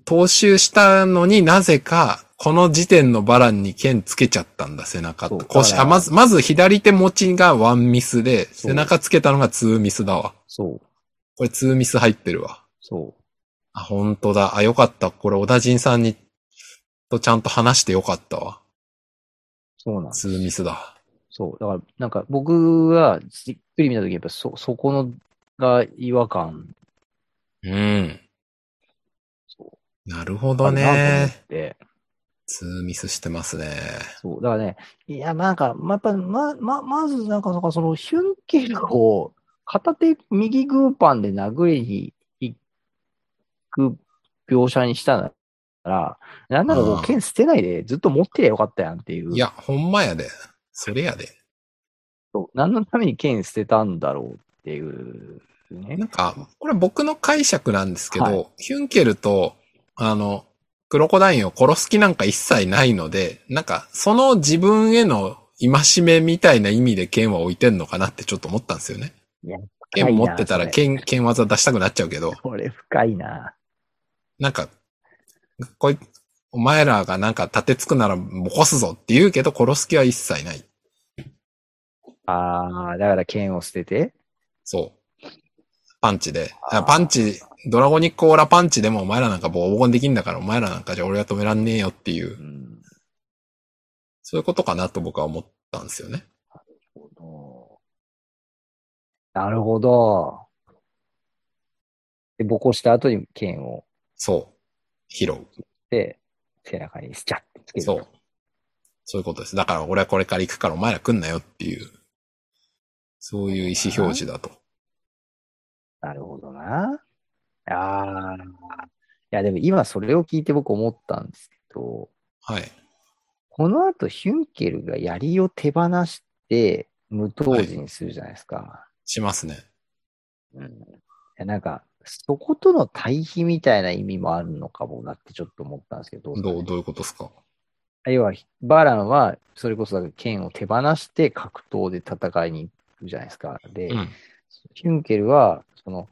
Speaker 1: 踏襲したのになぜか、この時点のバランに剣つけちゃったんだ、背中
Speaker 2: そう
Speaker 1: と。腰、
Speaker 2: だか
Speaker 1: あ、
Speaker 2: ら
Speaker 1: まず、まず左手持ちがワンミスで、
Speaker 2: そう
Speaker 1: 背中つけたのがツーミスだわ。
Speaker 2: そう、
Speaker 1: これツーミス入ってるわ。
Speaker 2: そ
Speaker 1: あ、本当だ。あ、よかった。これ、小田人さんに、とちゃんと話してよかったわ。
Speaker 2: う、そうなんです
Speaker 1: ツーミスだ。
Speaker 2: そう。だから、なんか僕はじっくり見たとき、やっぱそ、そこのが違和感
Speaker 1: うん。
Speaker 2: そ
Speaker 1: なるほ
Speaker 2: う
Speaker 1: ど
Speaker 2: あるなと思
Speaker 1: ね。
Speaker 2: って。
Speaker 1: ツーミスしてますね。
Speaker 2: そう。だからね、いや、まあなんか、まあ、やっぱ、ま、ま、まず、なんか、なんかその、ヒュンケルを片手、右グーパンで殴りに行く描写にしたなら、なんならこ
Speaker 1: うん
Speaker 2: う、剣捨てないでずっと持ってりゃよかったやんっていう。
Speaker 1: いや、ほんまやで。それやで。
Speaker 2: そう。何のために剣捨てたんだろうっていう、ね
Speaker 1: な。んか、これ僕の解釈なんですけど、
Speaker 2: は
Speaker 1: ヒュンケルと、あの、クロコダインを殺す気なんか一切ないので、なんか、その自分への戒めみたいな意味で剣は置いてんのかなってちょっと思ったんですよね。剣持ってたら
Speaker 2: 深いな
Speaker 1: 剣、剣技出したくなっちゃうけど、
Speaker 2: それこれ深いな。
Speaker 1: なんか、こい、お前らがなんか立てつくならボコすぞって言うけど、殺す気は一切ない。
Speaker 2: ああ、だから剣を捨てて。
Speaker 1: そう。パンチで。
Speaker 2: あー
Speaker 1: あパンチ、ドラゴニックオーラパンチでもお前らなんかボコボコにできんだからお前らなんかじゃ俺は止めらんねえよっていう
Speaker 2: う、ん。
Speaker 1: そういうことかなと僕は思ったんですよね。
Speaker 2: なるほど。で、ぼこした後に剣を
Speaker 1: そう。拾う。
Speaker 2: で、背中にスチャッてつける。
Speaker 1: そう。そういうことです。だから俺はこれから行くからお前ら来んなよっていう、そういう意思表示だと。
Speaker 2: なるほどな。ああ。いや、でも今それを聞いて僕思ったんですけど、
Speaker 1: はい。
Speaker 2: この後ヒュンケルが槍を手放して無刀陣するじゃないですか。
Speaker 1: しますね。
Speaker 2: うんいやなんか、そことの対比みたいな意味もあるのかもなってちょっと思ったんですけど、
Speaker 1: どう、どういうことですか
Speaker 2: 要は、バランは、それこそだから剣を手放して格闘で戦いに行くじゃないですか。で、
Speaker 1: うん。
Speaker 2: ヒュンケルは、その、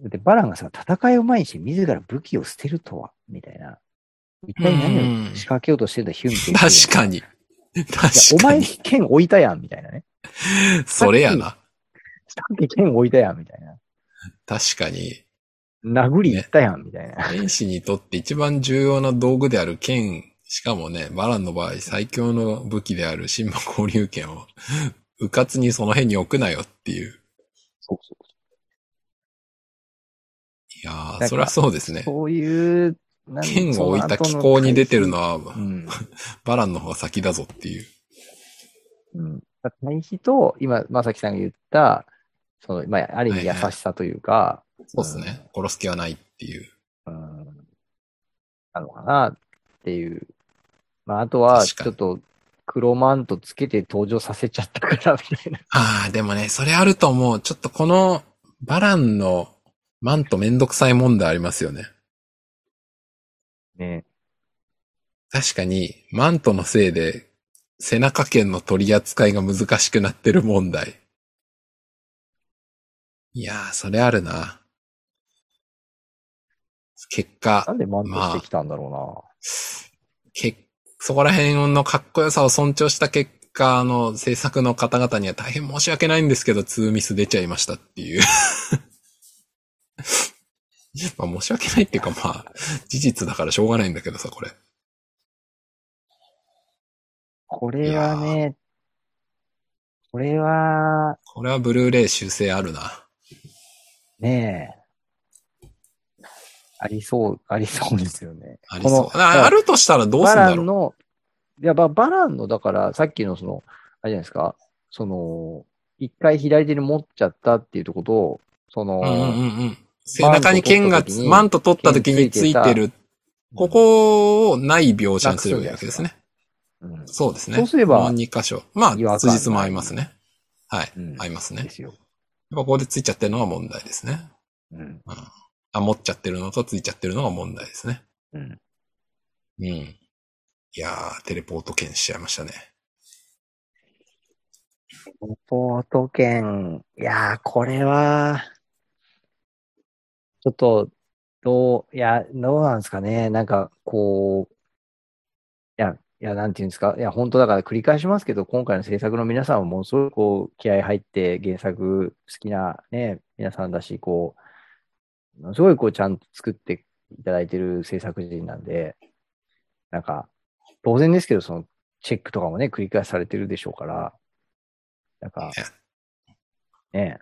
Speaker 2: だってバランがさ、戦いを前にして自ら武器を捨てるとは、みたいな。一体何を仕掛けようとしてんだ、ヒュンケ
Speaker 1: (laughs)
Speaker 2: ル。
Speaker 1: 確かに。
Speaker 2: いや
Speaker 1: 確
Speaker 2: お
Speaker 1: か
Speaker 2: 前
Speaker 1: に。
Speaker 2: 剣置いたやん、みたいなね。
Speaker 1: それやな。
Speaker 2: さっき剣置いたやん、みたいな。
Speaker 1: 確かに。
Speaker 2: 殴り行ったやん、みたいな。
Speaker 1: 剣士にとって一番重要な道具である剣、しかもね、バランの場合最強の武器である神魔交流剣を、うかつにその辺に置くなよっていう。
Speaker 2: そうそう
Speaker 1: いや
Speaker 2: な
Speaker 1: ー、
Speaker 2: んか
Speaker 1: そりゃそうですね。
Speaker 2: そういう、なん
Speaker 1: 剣を置いた気候に出てるの。は、
Speaker 2: その後の対比
Speaker 1: バランの方が先だぞっていう。
Speaker 2: うん。うん。対比と、今、まさきさんが言った、その、まあ、ある意味優しさというか、
Speaker 1: そうですね。殺す気はないっていう。
Speaker 2: うん、なのかなっていう。まあ、あとは、
Speaker 1: 確か
Speaker 2: ち
Speaker 1: に
Speaker 2: ょっと、黒マントつけて登場させちゃったから、みたいな。
Speaker 1: (laughs) あー、でもね、それあると思う。ちょっとこの、バランの、マントめんどくさい問題ありますよね。
Speaker 2: ね。
Speaker 1: 確かに、マントのせいで、背中剣の取り扱いが難しくなってる問題。いやー、それあるな。結
Speaker 2: な
Speaker 1: 果、
Speaker 2: んでマントしてきたんだろ
Speaker 1: けそこら辺のかっこよさを尊重した結果、あの、制作の方々には大変申し訳ないんですけど、ツーミス出ちゃいましたっていう。 (laughs) まあ、申し訳ないっていうか、まあ、事実だからしょうがないんだけどさ、これ。
Speaker 2: うな。これはね、これは、
Speaker 1: これはブルーレイ修正あるな。
Speaker 2: ねえ。ありそう、ありそうですよね。
Speaker 1: ありそう。
Speaker 2: この
Speaker 1: ああるとしたらどうす
Speaker 2: バ
Speaker 1: るんだ
Speaker 2: ラ
Speaker 1: ろう。
Speaker 2: ンの、いや、ばバランの、だから、さっきのその、あれじゃないですか、その、一回左手に持っちゃったっていうところと、その、
Speaker 1: うんうんうんうん。背中に剣がつ、マント取った時についてる、ここをない描写にすればいいわけですね。
Speaker 2: うん、
Speaker 1: そうですね。
Speaker 2: そうすれば
Speaker 1: この2箇所。ま
Speaker 2: 違和
Speaker 1: あ、
Speaker 2: 感ない
Speaker 1: 辻褄合いますね。はい。
Speaker 2: うん
Speaker 1: 合いますね。や
Speaker 2: で
Speaker 1: っ
Speaker 2: すよ。
Speaker 1: ぱここでついちゃってるのが問題ですね。
Speaker 2: うん。
Speaker 1: あ、持っちゃってるのとついちゃってるのが問題ですね。
Speaker 2: うん。
Speaker 1: うん。いやー、テレポート剣しちゃいましたね。
Speaker 2: ポート券、いやー、これは、ちょっと、どう、いや、どうなんですかね。なんか、こう、いや、いや、なんていうんですか。いや、本当だから繰り返しますけど、今回の制作の皆さんはものすごい、こう、気合入って、原作好きなね、皆さんだし、こう、ものすごい、こう、ちゃんと作っていただいてる制作人なんで、なんか、当然ですけど、その、チェックとかもね、繰り返されてるでしょうから、なんか、ね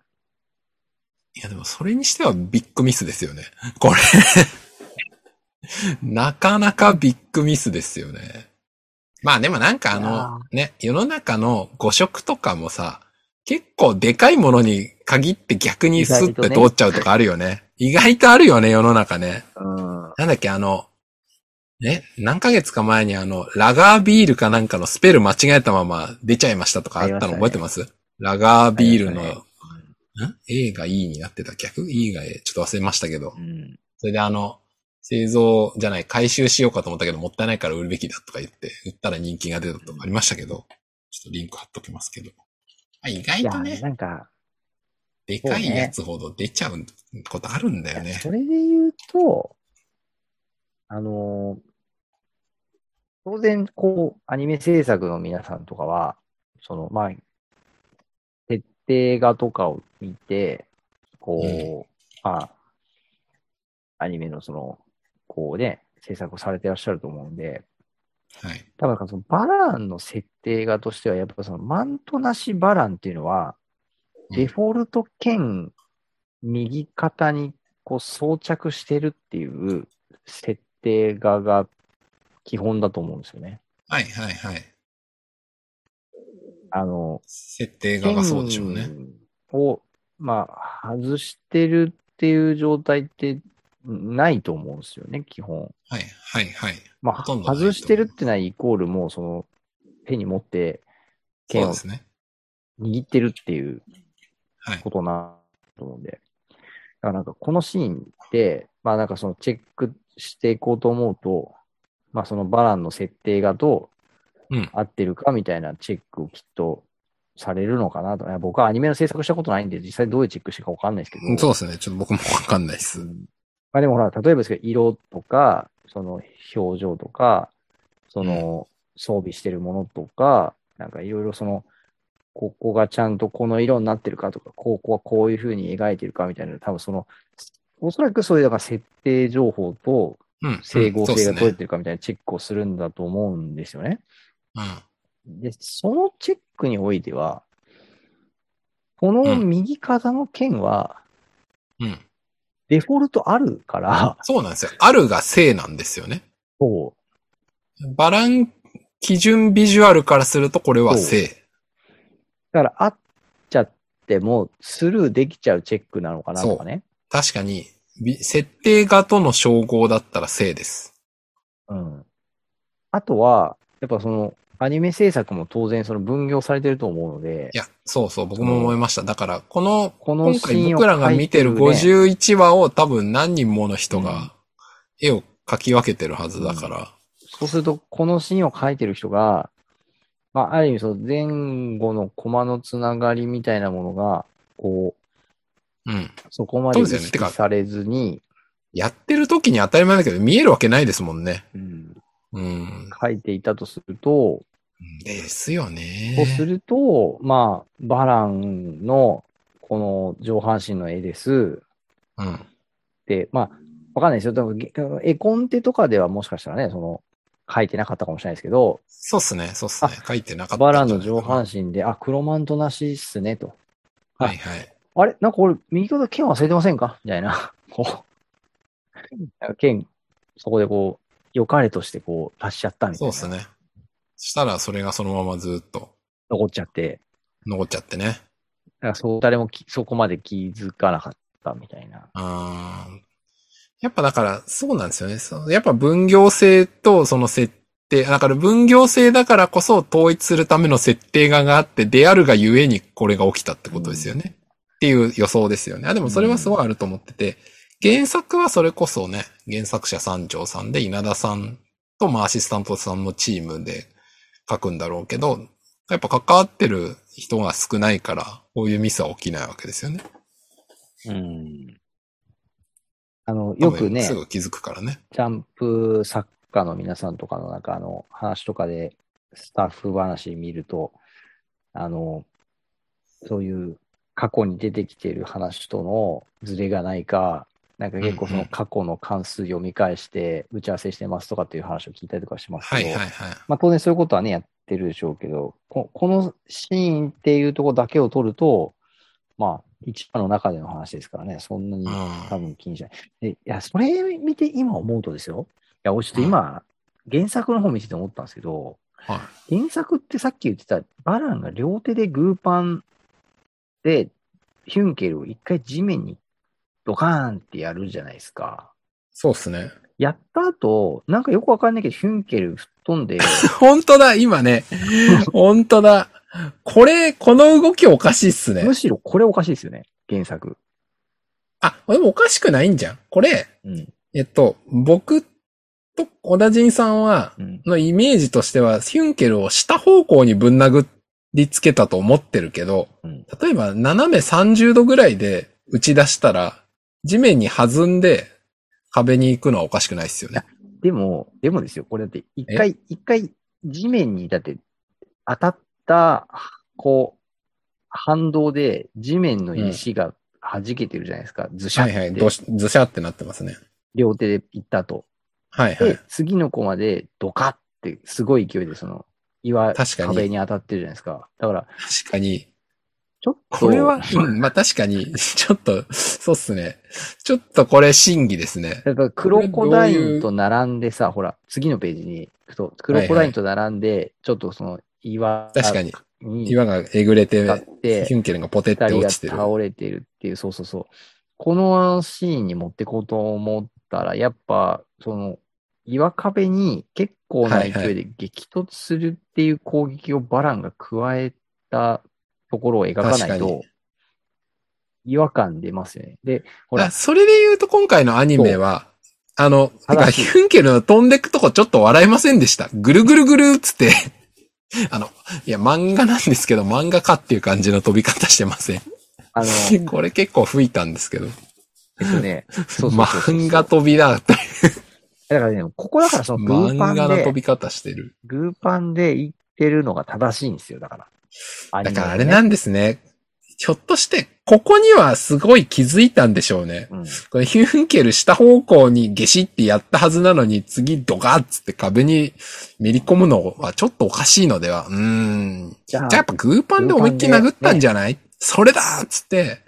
Speaker 1: いや、でもそれにしてはビッグミスですよね。 (laughs) これ。なかなかビッグミスですよね。まあでもなんかあ
Speaker 2: いや
Speaker 1: の、ね、世の中の誤色とかもさ、結構でかいものに限って逆にスッて
Speaker 2: 意外と
Speaker 1: 通
Speaker 2: ね
Speaker 1: っちゃうとかあるよね。意外とあるよね、世の中ね。
Speaker 2: うん。
Speaker 1: なんだっけ、あの、ね、何ヶ月か前にあの、ラガービールかなんかのスペル間違えたまま出ちゃいましたとかあったの覚えてますラガービールの、
Speaker 2: ありま
Speaker 1: ん ?A が E になってた逆 ?E が A? ちょっと忘れましたけど
Speaker 2: う。ん。
Speaker 1: それであの、製造じゃない、回収しようかと思ったけど、もったいないから売るべきだとか言って、売ったら人気が出たとかありましたけど、ちょっとリンク貼っときますけど。あ意
Speaker 2: い
Speaker 1: 外
Speaker 2: や
Speaker 1: と、ね、
Speaker 2: なんか、
Speaker 1: でかいやつほど出ちゃうことあるんだよね。
Speaker 2: それで言うと、あのー当然、こう、アニメ制作の皆さんとかは、その、まあ、設定画とかを見て、こう、まあ、アニメのその、こうね、制作をされてらっしゃると思うんで、
Speaker 1: はい。
Speaker 2: 多分なんかそのバランの設定画としては、やっぱそのマントなしバランっていうのは、
Speaker 1: うん
Speaker 2: デフォルト兼右肩にこう装着してるっていう設定画が基本だと思うんですよね。
Speaker 1: はいはいはい。
Speaker 2: あの、
Speaker 1: 設定画がそうでしょうね。
Speaker 2: 剣を、まあ、外してるっていう状態ってないと思うんですよね、基本。
Speaker 1: はいはいはい。
Speaker 2: ま
Speaker 1: ほ
Speaker 2: あ、
Speaker 1: とんどないと思う
Speaker 2: 外してるってのはイコールもうその手に持って
Speaker 1: そう
Speaker 2: 剣
Speaker 1: で
Speaker 2: を
Speaker 1: すね。
Speaker 2: 握ってるっていう
Speaker 1: はい。
Speaker 2: ことなと思うんで。だからなんかこのシーンで、まあなんかそのチェックしていこうと思うと、まあそのバランの設定がど
Speaker 1: う
Speaker 2: うん合ってるかみたいなチェックをきっとされるのかなと。いや僕はアニメの制作したことないんで、実際どういうチェックしてるかわかんないですけど。
Speaker 1: そうですね。ちょっと僕もわかんないで
Speaker 2: う
Speaker 1: す。
Speaker 2: んまあでもほら、例えばですけど、色とか、その表情とか、その装備してるものとか、なんかいろいろその、ここがちゃんとこの色になってるかとか、ここはこういう風に描いてるかみたいな、多分その、おそらくそういうだから設定情報と
Speaker 1: うん。
Speaker 2: 整合性が取れ
Speaker 1: て
Speaker 2: てるかみたいなチェックをするんだと思うんですよね。
Speaker 1: うん。
Speaker 2: で、そのチェックにおいては、この右肩の剣は
Speaker 1: うん。
Speaker 2: デフォルトあるから、
Speaker 1: そうなんですよ。あるが正なんですよね。
Speaker 2: (laughs) そう
Speaker 1: バラン基準ビジュアルからするとこれは正。
Speaker 2: だから、会っちゃっても、スルーできちゃうチェックなのかなとかね。
Speaker 1: 確かに、び設定画との照合だったら正です。
Speaker 2: うん。あとは、やっぱその、アニメ制作も当然その分業されてると思うので
Speaker 1: い、や、そうそう、僕も思いました。だから、この、
Speaker 2: この
Speaker 1: 今
Speaker 2: シ
Speaker 1: 回
Speaker 2: ーンを
Speaker 1: 僕らが見てる
Speaker 2: 描いね
Speaker 1: 51話を多分何人もの人
Speaker 2: う
Speaker 1: が
Speaker 2: ん
Speaker 1: 絵を描き分けてるはずだから。
Speaker 2: そうすると、このシーンを描いてる人が、まあ、ある意味その前後のコマのつながりみたいなものが、こう、
Speaker 1: うん。
Speaker 2: そこま
Speaker 1: そ
Speaker 2: で意
Speaker 1: うですよねて
Speaker 2: 識
Speaker 1: か
Speaker 2: されずに、
Speaker 1: やってる時に当たり前だけど見えるわけないですもんね。
Speaker 2: うん
Speaker 1: うん。
Speaker 2: 描いていたとすると、
Speaker 1: ですよね。
Speaker 2: そうすると、まあ、バランのこの上半身の絵です。
Speaker 1: うん。
Speaker 2: で、まあ、わかんないですよ。多分げ絵コンテとかではもしかしたらね、その、書いてなかったかもしれないですけど、
Speaker 1: そうっすね、そうっすね。書いてなかった。
Speaker 2: バランの上半。身で、あ、黒マントなしっすね、と。
Speaker 1: はいはい。
Speaker 2: あれなんか俺、右肩剣忘れてませんかみたいな。こう。なんか剣、そこでこう、良かれとしてこう、足しちゃったみた
Speaker 1: そ
Speaker 2: いう
Speaker 1: っ
Speaker 2: な。
Speaker 1: すね。したらそれがそのままずっと。
Speaker 2: 残っちゃって。
Speaker 1: 残っちゃってね。
Speaker 2: なんかそう、誰もきそこまで気づかなかったみたいな。
Speaker 1: あーやっぱだから、そうなんですよね。そのやっぱ分業制とその設定、だから分業制だからこそ統一するための設定画があって、であるがゆえにこれが起きたってことですよね。っていう予想ですよね。あ、でもそれはすごいあると思ってて、原作はそれこそね、原作者三条さんで稲田さんと、まあアシスタントさんのチームで書くんだろうけど、やっぱ関わってる人が少ないから、こういうミスは起きないわけですよね。
Speaker 2: うん。あの、よくね
Speaker 1: す、ぐ気づくからね。
Speaker 2: ジャンプ作家の皆さんとかのなんかあの話とかでスタッフ話見ると、あの、そういう過去に出てきてる話とのズレがないか、なんか結構そ
Speaker 1: うん
Speaker 2: の
Speaker 1: うん
Speaker 2: 過去の関数読み返して打ち合わせしてますとかっていう話を聞いたりとかします
Speaker 1: は
Speaker 2: け
Speaker 1: い
Speaker 2: ど、
Speaker 1: はいはい。
Speaker 2: まあ当然そういうことはね、やってるでしょうけど、ここのシーンっていうところだけを取ると、まあ一話の中での話ですからね、そんなに
Speaker 1: う
Speaker 2: 多
Speaker 1: ん。
Speaker 2: 分気にしない。でいや、それ見て今思うとですよ。いや、俺ちょっと今、原作の方見てて思ったんですけど、
Speaker 1: はい。
Speaker 2: 原作ってさっき言ってた、バランが両手でグーパンで、ヒュンケルを一回地面にドカーンってやるじゃないですか。
Speaker 1: そうですね。
Speaker 2: やった後、なんかよくわかんないけど、ヒュンケル吹っ飛んで、
Speaker 1: (laughs) 本当だ、今 (laughs) ね。本当だ。これ、この動きおかしいっすね
Speaker 2: む。しろこれおかしいですよね、原作。
Speaker 1: あ、でもおかしくないんじゃん。これ、
Speaker 2: うん。
Speaker 1: えっと、僕と小田人さんは、
Speaker 2: うん。
Speaker 1: のイメージとしては、ヒュンケルを下方向にぶん殴りつけたと思ってるけど、
Speaker 2: うん
Speaker 1: 例えば斜め30度ぐらいで打ち出したら、地面に弾んで壁に行くのはおかしくないっすよね。
Speaker 2: でも、でもですよ、これだって、一回、一回、地面に、だって、当たった、こう、反動で、地面の石が弾けてるじゃないですか。ずしゃっ
Speaker 1: は
Speaker 2: て、
Speaker 1: いはい。どしずしゃってなってますね。
Speaker 2: 両手で行った後。
Speaker 1: はいは
Speaker 2: で
Speaker 1: い。、
Speaker 2: 次の子まで、ドカって、すごい勢いで、その、岩、
Speaker 1: 確かに
Speaker 2: 壁に当たってるじゃないですか。だから、
Speaker 1: 確かに。
Speaker 2: ちょっと、
Speaker 1: これは、うんまあ確かに、 (laughs) ちょっと、そうっすね。ちょっとこれ審議ですね。
Speaker 2: だからクロコダインと並んでさ、ほら、次のページに行くと、クロコダインと並んで、ちょっとその岩
Speaker 1: 確かに。
Speaker 2: に
Speaker 1: 岩がえぐれて
Speaker 2: 向か、って、
Speaker 1: ヒュンケルがポテって
Speaker 2: 二人
Speaker 1: 落
Speaker 2: が
Speaker 1: ちてる。
Speaker 2: 倒れてるっていう、そうそうそう。このシーンに持ってこうと思ったら、やっぱ、その、岩壁に結構な勢いで激突するっていう攻撃をバランが加えたところを描かない
Speaker 1: 確かに
Speaker 2: と、違和感出ますよね。で、ほら
Speaker 1: あ、それで言うと今回のアニメは、あの、てか
Speaker 2: 正し
Speaker 1: ヒ
Speaker 2: い
Speaker 1: ュンケルの飛んでくとこちょっと笑いませんでした。ぐるぐるぐるっつって。 (laughs) あの、いや、漫画なんですけど、漫画かっていう感じの飛び方してません。 (laughs)
Speaker 2: あの、
Speaker 1: これ結構吹いたんですけど。
Speaker 2: ですよね。そうそうそうそう
Speaker 1: 漫画飛びだった。
Speaker 2: だからね、ここだからそのグ
Speaker 1: 漫
Speaker 2: ーパ
Speaker 1: 画
Speaker 2: ン
Speaker 1: の飛
Speaker 2: で、
Speaker 1: び方してる。
Speaker 2: グーパンで言ってるのが正しいんですよ、だから。アニ
Speaker 1: だ
Speaker 2: メ
Speaker 1: からあれ
Speaker 2: のね
Speaker 1: なんですね。ひょっとして、ここにはすごい気づいたんでしょうね。
Speaker 2: うん。
Speaker 1: これヒュンケル下方向にゲシってやったはずなのに、次ドガッつって壁にめり込むのはちょっとおかしいのでは。うーん。
Speaker 2: じ
Speaker 1: じ
Speaker 2: ゃ
Speaker 1: ゃあやっぱグーパンで思いっきり殴ったんじゃない、それだっつって、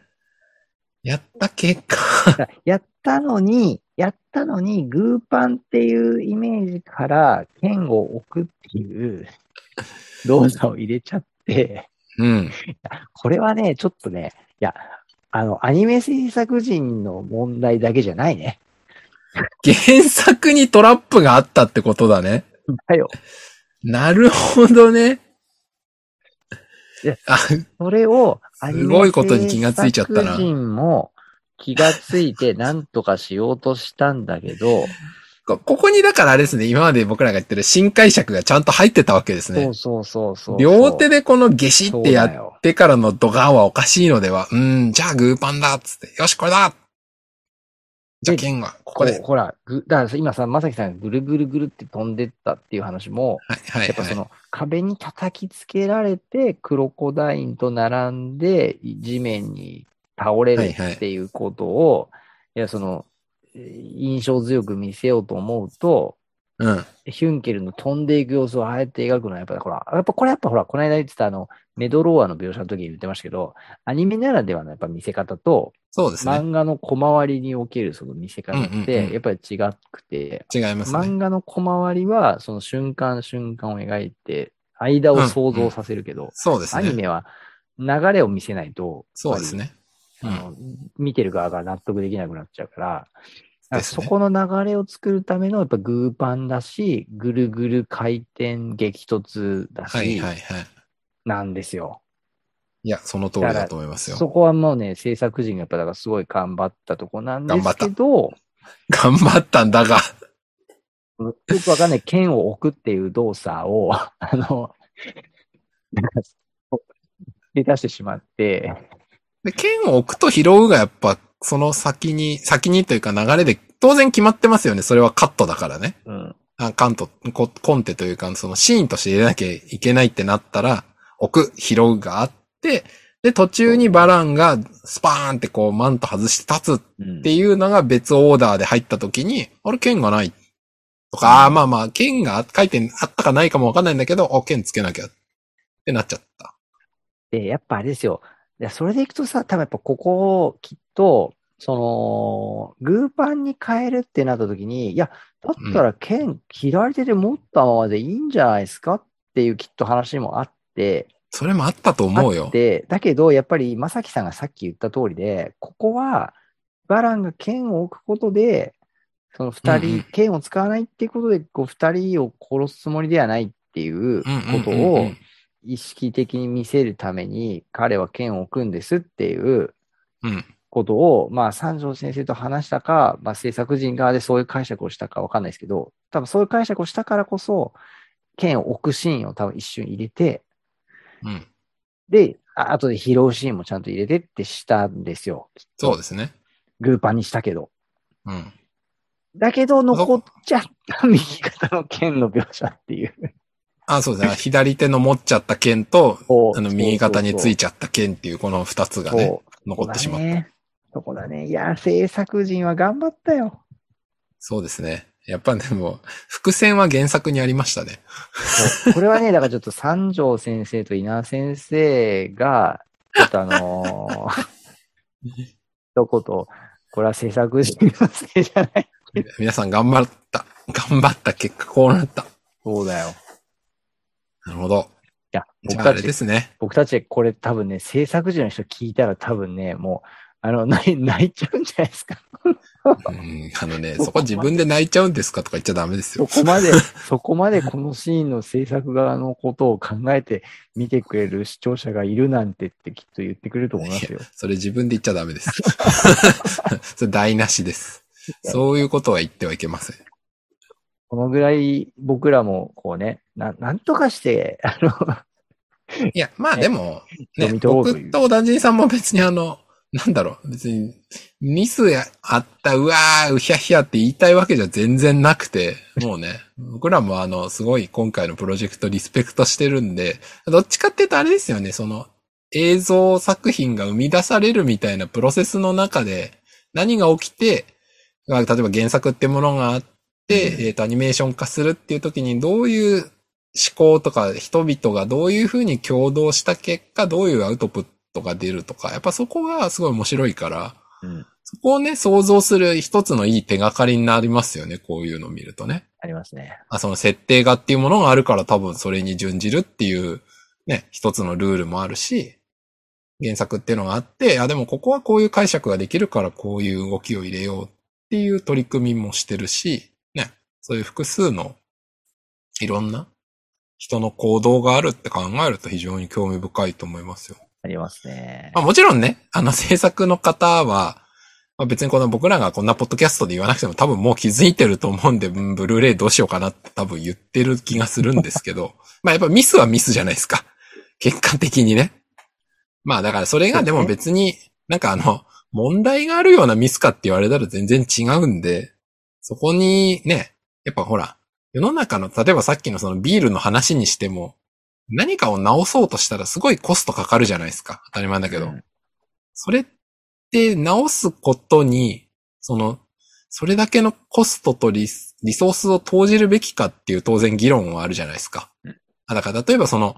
Speaker 1: やった結果。
Speaker 2: だからやったのに、やったのに、グーパンっていうイメージから、剣を置くっ
Speaker 1: (laughs)
Speaker 2: ていう動作を入れちゃって、
Speaker 1: うん。
Speaker 2: これはね、ちょっとね、いや、あの、アニメ制作人の問題だけじゃないね。
Speaker 1: 原作にトラップがあったってことだね。
Speaker 2: だよ。
Speaker 1: なるほどね
Speaker 2: いや。
Speaker 1: あ、
Speaker 2: それを、アニ
Speaker 1: す
Speaker 2: メ
Speaker 1: ごいことに気がついちゃったな
Speaker 2: 制作人も気がついて何とかしようとしたんだけど、
Speaker 1: こここにだからあれですね、今まで僕らが言ってる新解釈がちゃんと入ってたわけですね
Speaker 2: そ。うそうそうそう。
Speaker 1: 両手でこのゲシってや
Speaker 2: そ
Speaker 1: っ
Speaker 2: うだよ
Speaker 1: てからのドガンはおかしいのでは、うーん、じゃあグーパンだっつって、よし、これだじゃあ剣は、ここで。
Speaker 2: うほら、ぐだから今さ、まさきさんがぐるぐるぐるって飛んでったっていう話も、
Speaker 1: はい、はい、
Speaker 2: やっぱそ
Speaker 1: はい。
Speaker 2: の壁に叩きつけられて、クロコダインと並んで地面に倒れるっていうことを、いや、その、えー印象強く見せようと思うと、
Speaker 1: うん。
Speaker 2: ヒュンケルの飛んでいく様子をああやって描くのは、やっぱりほら、やっぱこれやっぱほら、この間言ってたあの、メドローアの描写の時に言ってましたけど、アニメならではのやっぱ見せ方と、
Speaker 1: そうですね。
Speaker 2: 漫画の小回りにおけるその見せ方
Speaker 1: うん
Speaker 2: っ
Speaker 1: うんうん
Speaker 2: て、やっぱり違くて、
Speaker 1: 違いますね。
Speaker 2: 漫画の小回りはその瞬間瞬間を描いて、間を想像させるけど、
Speaker 1: そうです
Speaker 2: アニ
Speaker 1: ね。
Speaker 2: メは流れを見せないと、
Speaker 1: そうですね。う
Speaker 2: あ
Speaker 1: ん。
Speaker 2: の見てる側が納得できなくなっちゃうから、
Speaker 1: ですね
Speaker 2: そこの流れを作るためのやっぱグーパンだし、ぐるぐる回転激突だ
Speaker 1: はい
Speaker 2: し
Speaker 1: は、いはい。
Speaker 2: なんですよ。
Speaker 1: いや、その通りだと思います
Speaker 2: そ
Speaker 1: よ。
Speaker 2: こはもうね、制作陣がやっぱだからすごい頑張ったとこなんですけど、
Speaker 1: 頑張ったんだが、
Speaker 2: よくわかんない剣を置くっていう動作を、 (laughs) あ
Speaker 1: (laughs)
Speaker 2: の、なんか、出出してしまって、
Speaker 1: で剣を置くと拾うがやっぱ、その先に、先にというか流れで、当然決まってますよね。それはカットだからね。
Speaker 2: うん、
Speaker 1: あカント、ココンテというか、そのシーンとして入れなきゃいけないってなったら、置く、拾うがあって、で、途中にバランがスパーンってこうマント外して立つ
Speaker 2: うん
Speaker 1: っていうのが別オーダーで入った時に、あれ、剣がない。とか、あーまあまあ、剣が書いてあったかないかもわかんないんだけど、あ、剣つけなきゃ。ってなっちゃった。
Speaker 2: で、やっぱあれですよ。いやそれでいくとさ、多分やっぱここをきっと、その、グーパンに変えるってなった時に、いや、だったら剣左手で持ったままでいいんじゃないですかっていうきっと話もあって、
Speaker 1: それもあったと思う
Speaker 2: あ
Speaker 1: よ
Speaker 2: っ。てだけど、やっぱり、正樹さんがさっき言った通りで、ここは、バランが剣を置くことで、その二
Speaker 1: うんう
Speaker 2: 人
Speaker 1: ん、
Speaker 2: 剣を使わないっていうことで、こう、二人を殺すつもりではないっていうこと
Speaker 1: うんうんうんう
Speaker 2: を
Speaker 1: ん、
Speaker 2: 意識的に見せるために、彼は剣を置くんですっていう
Speaker 1: うん。
Speaker 2: ことを、まあ、三条先生と話したか、まあ、制作人側でそういう解釈をしたかわかんないですけど、多分そういう解釈をしたからこそ、剣を置くシーンを多分一瞬入れて、
Speaker 1: うん。
Speaker 2: で、あとで拾うシーンもちゃんと入れてってしたんですよ。
Speaker 1: そうですね。
Speaker 2: グーパンにしたけど。
Speaker 1: うん。
Speaker 2: だけど、残っちゃった右肩の剣の描写って (laughs) いう。
Speaker 1: あ、そうですね。左手の持っちゃった剣と、
Speaker 2: こう
Speaker 1: あの、右肩につい
Speaker 2: て
Speaker 1: ちゃった剣っていう、この二つがね、残ってしまった。
Speaker 2: そこだね。いや、制作陣は頑張ったよ。
Speaker 1: そうですね。やっぱでも、伏線は原作にありました
Speaker 2: (laughs)
Speaker 1: ね。
Speaker 2: そうこれはね、だからちょっと三条先生と稲先生が、ちょっとあのー一言、これは制作陣のせいじゃない。
Speaker 1: 皆さん頑張った。頑張った結果、こうなった。
Speaker 2: そうだよ。い
Speaker 1: なるほど。
Speaker 2: や、
Speaker 1: じ
Speaker 2: 僕
Speaker 1: ゃあ、あ
Speaker 2: た
Speaker 1: れ
Speaker 2: ち
Speaker 1: です
Speaker 2: (laughs)
Speaker 1: ね。
Speaker 2: 僕たちこれ多分ね、制作時の人聞いたら多分ね、もう、あの、 (laughs) 泣い泣いちゃうんじゃないですか。
Speaker 1: うん、あのね、そこ自分で泣いちゃうんですかとか言っちゃダメです
Speaker 2: そ
Speaker 1: よ。
Speaker 2: こまで、そこまでこのシーンの制作側のことを考えて見てくれる視聴者がいるなんてってきっと言ってくれると思いますよ。
Speaker 1: それ自分で言っちゃダメ
Speaker 2: (laughs)
Speaker 1: です。 (laughs) それ台無しです。そういうことは言ってはいけません。
Speaker 2: このぐらい僕らもこうね、ななんとかして、あの、
Speaker 1: いや、まあ
Speaker 2: ね
Speaker 1: でも、
Speaker 2: 読
Speaker 1: ね、
Speaker 2: み取ろうという
Speaker 1: 僕とダンジンさんも別にあの、なんだろう、別に、ミスやあった、うわー、うひゃひゃって言いたいわけじゃ全然なく
Speaker 2: (laughs)
Speaker 1: て、もうね、僕らもあの、すごい今回のプロジェクトリスペクトしてるんで、どっちかっていうとあれですよね、その、映像作品が生み出されるみたいなプロセスの中で、何が起きて、まあ例えば原作ってものがあって、
Speaker 2: うん
Speaker 1: えっ、と、アニメーション化するっていう時に、どういう思考とか人々がどういうふうに共同した結果、どういうアウトプットが出るとか、やっぱそこがすごい面白いから、
Speaker 2: うん
Speaker 1: そこをね、想像する一つのいい手がかりになりますよね、こういうのを見るとね。
Speaker 2: ありますね。
Speaker 1: あその設定がっていうものがあるから多分それに準じるっていうね、一つのルールもあるし、原作っていうのがあって、あ、でもここはこういう解釈ができるからこういう動きを入れようっていう取り組みもしてるし、ね、そういう複数のいろんな人の行動があるって考えると非常に興味深いと思いますよ。
Speaker 2: ありますね
Speaker 1: ま。あもちろんね、あの制作の方は、まあ、別にこの僕らがこんなポッドキャストで言わなくても多分もう気づいてると思うんで、うんブルーレイどうしようかなって多分言ってる気がするんですけど、まあやっぱミスはミスじゃないですか。結果的にね。まあだからそれがでも別に、なんかあの、問題があるようなミスかって言われたら全然違うんで、そこにね、やっぱほら、世の中の、例えばさっきのそのビールの話にしても、何かを直そうとしたらすごいコストかかるじゃないですか。当たり前だけど。
Speaker 2: うん
Speaker 1: それって直すことに、その、それだけのコストとリスリソースを投じるべきかっていう当然議論はあるじゃないですか
Speaker 2: うん。
Speaker 1: あだから例えばその、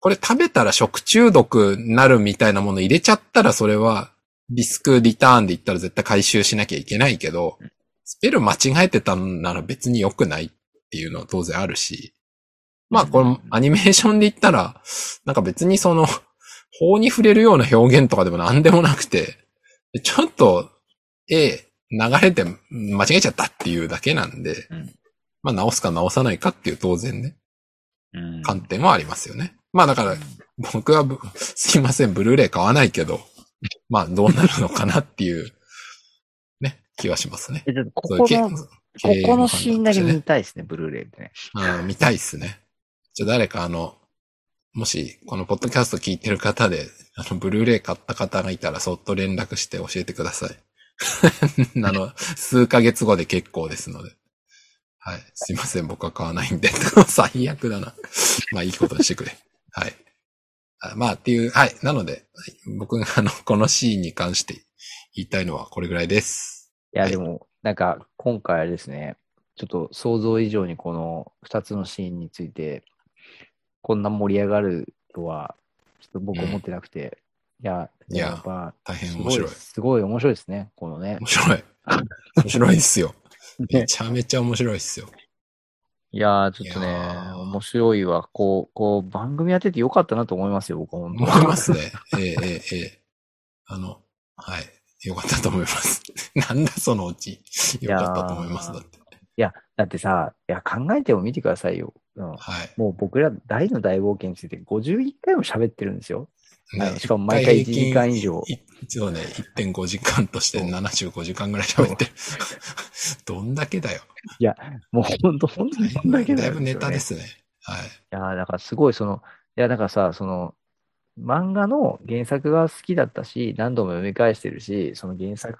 Speaker 1: これ食べたら食中毒になるみたいなもの入れちゃったらそれはリスクリターンで言ったら絶対回収しなきゃいけないけど、スペル間違えてたんなら別に良くないっていうのは当然あるし、まあこれもアニメーションで言ったら、なんか別にその、法に触れるような表現とかでもなんでもなくて、ちょっと、A、流れて間違えちゃったっていうだけなんで、
Speaker 2: うん
Speaker 1: まあ直すか直さないかっていう当然ね、
Speaker 2: うん
Speaker 1: 観点はありますよね。まあだから、僕はぶ、 (laughs) すいません、ブルーレイ買わないけど、まあどうなるのかなっていう、ね、気はしますね。
Speaker 2: えちょっとこ
Speaker 1: そう
Speaker 2: こ
Speaker 1: け
Speaker 2: の、こ
Speaker 1: 経営
Speaker 2: こ
Speaker 1: 判断
Speaker 2: の
Speaker 1: として
Speaker 2: シーンだけ見たいですね、ブルーレイでね。
Speaker 1: あー見たいっすね。じゃあ誰かあの、もし、このポッドキャスト聞いてる方で、あの、ブルーレイ買った方がいたら、そっと連絡して教えてください。 (laughs) あの、数ヶ月後で結構ですので。はい。すいません、僕は買わないんで。 (laughs) 最悪だな。まあ、いいことにしてくれ。はい。あまあ、っていう、はい。なので、はい僕があの、このシーンに関して言いたいのはこれぐらいです。
Speaker 2: いや、でも、なんか、今回あれですね、ちょっと想像以上にこの2つのシーンについて、こんな盛り上がるとは、ちょっと僕思ってなくて、いや、
Speaker 1: いや
Speaker 2: やっぱ、
Speaker 1: 大変
Speaker 2: す
Speaker 1: 面
Speaker 2: ご
Speaker 1: 白
Speaker 2: い、
Speaker 1: い。
Speaker 2: すごい面白いですね、このね
Speaker 1: 面。白い。面白いですよ。め
Speaker 2: ね
Speaker 1: ちゃめちゃ面白いっすよ。
Speaker 2: いやー、ちょっと
Speaker 1: い
Speaker 2: ね
Speaker 1: やー、
Speaker 2: 面白いわ。こう、こう、番組やっててよかったなと思いますよ、僕は本当
Speaker 1: 思いますね。ええええええ。あの、はい。よかったと思います。 (laughs) なんだそのうち。よかったと思います。
Speaker 2: い
Speaker 1: だ
Speaker 2: やー
Speaker 1: って。
Speaker 2: だってさ、いや、考えても見てくださいよ。うん
Speaker 1: はい。
Speaker 2: もう僕ら大の大冒険について51回も喋ってるんですよ。
Speaker 1: ね
Speaker 2: はいしかも毎回1時間以上。
Speaker 1: 一度ね、1.5時間として
Speaker 2: そう
Speaker 1: 75時間ぐらい喋ってる。どんだけだよ。
Speaker 2: もう本当、本当にこんだけ
Speaker 1: だ
Speaker 2: ないん
Speaker 1: ぶ
Speaker 2: です
Speaker 1: ネ
Speaker 2: よね
Speaker 1: タで。すね。はい。
Speaker 2: いやー、だからすごいその、いや、だからさ、その、漫画の原作が好きだったし、何度も読み返してるし、その原作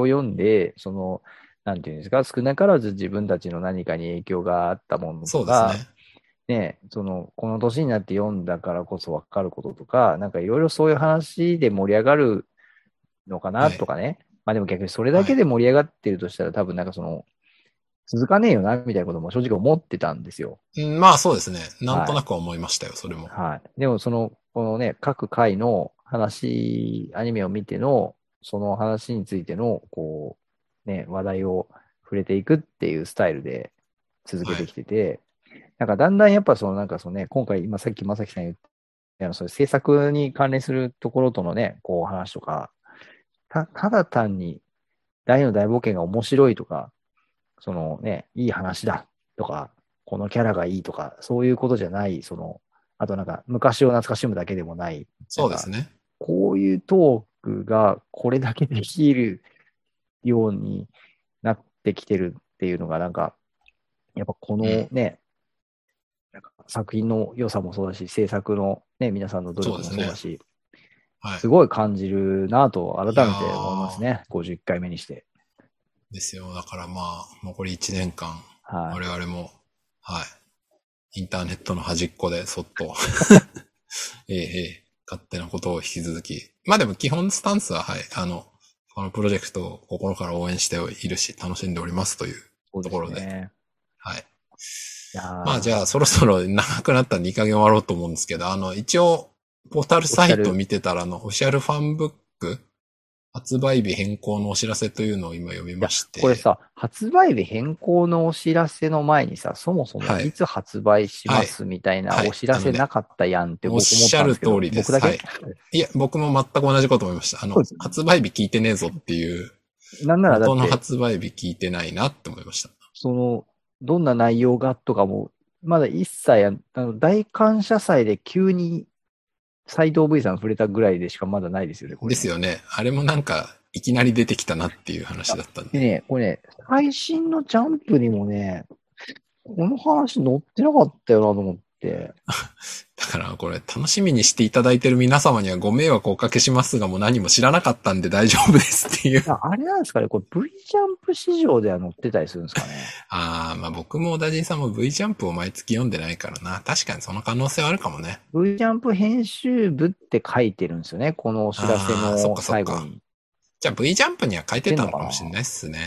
Speaker 2: を読んで、その、なんていうんですか、少なからず自分たちの何かに影響があったもの
Speaker 1: そ
Speaker 2: と
Speaker 1: うです
Speaker 2: か、
Speaker 1: ね。
Speaker 2: ね、その、この年になって読んだからこそ分かることとか、なんかいろいろそういう話で盛り上がるのかな
Speaker 1: はい
Speaker 2: とかね。まあでも逆にそれだけで盛り上がってるとしたら、多分なんかその、続かねえよな、みたいなことも正直思ってたんですよ。
Speaker 1: うんまあそうですね。なんとなく思いましたよ、それも。
Speaker 2: はい。でもその、このね、各回の話、アニメを見ての、その話についての、こう、ね、話題を触れていくっていうスタイルで続けてきてて、なんかだんだんやっぱその、なんかそのね、今回、今さっきまさきさん言った、あの、そういう制作に関連するところとのね、こう話とか、た、ただ単に、大の大冒険が面白いとか、そのね、いい話だとか、このキャラがいいとか、そういうことじゃない、その、あとなんか昔を懐かしむだけでもない、
Speaker 1: そうですね。
Speaker 2: こういうトークがこれだけできるようになってきてるっていうのがなんか、やっぱこのね、なんか作品の良さもそうだし、制作のね、皆さんの努力もそうだし、
Speaker 1: はい
Speaker 2: す。ごい感じるなと改めて思いますね。50回目にして。
Speaker 1: ですよ。だからまあ、残り1年間、
Speaker 2: は
Speaker 1: 我
Speaker 2: い。
Speaker 1: 々も、はい。インターネットの端っこで、そっ
Speaker 2: (laughs)
Speaker 1: と、ええ、ええ、勝手なことを引き続き。まあでも基本スタンスは、はい、あの、このプロジェクトを心から応援しているし、楽しんでおりますという。
Speaker 2: そうです
Speaker 1: ところで
Speaker 2: ね。
Speaker 1: はい。
Speaker 2: いや
Speaker 1: まあじ
Speaker 2: ゃ
Speaker 1: ゃあ、そろそろ長くなったんでいい加減終わろうと思うんですけど、あの、一応、ポータルサイト見てたら、あの、オフィシャルファンブック、発売日変更のお知らせというのを今読みまして。
Speaker 2: これさ、発売日変更のお知らせの前にさ、そもそも
Speaker 1: はい
Speaker 2: いつ発売しますみたいな
Speaker 1: はい
Speaker 2: お知らせなかったやんって僕思ったんですけど、
Speaker 1: おっしゃる通りです
Speaker 2: 僕だけ、
Speaker 1: はいいや、僕も全く同じこと思いました。あの、
Speaker 2: そうですよね
Speaker 1: 発売日聞いてねえぞっていう、
Speaker 2: なんならだ
Speaker 1: 元の
Speaker 2: って、
Speaker 1: 発売日聞いてないなって思いました。
Speaker 2: その、どんな内容がとかも、まだ一切や、あの大感謝祭で急に斎藤 V さん触れたぐらいでしかまだないですよね、これ。
Speaker 1: ですよね。あれもなんか、いきなり出てきたなっていう話だったんで。
Speaker 2: でね、これね、最新のジャンプにもね、この話載ってなかったよなと思って。
Speaker 1: だからこれ、楽しみにしていただいてる皆様にはご迷惑をおかけしますが、もう何も知らなかったんで大丈夫ですっていう。 (laughs)
Speaker 2: ああれなんですかね、これ V ジャンプ市場では載ってたりするんですかね。
Speaker 1: あー、まあ僕も小田人さんも V ジャンプを毎月読んでないからな。確かにその可能性はあるかもね。
Speaker 2: V ジャンプ編集部って書いてるんですよね、このお知らせ
Speaker 1: あーそっ
Speaker 2: の
Speaker 1: かそっ
Speaker 2: 最
Speaker 1: か
Speaker 2: 後に。
Speaker 1: じゃあ V ジャンプには書いてたのかもしれないっすね。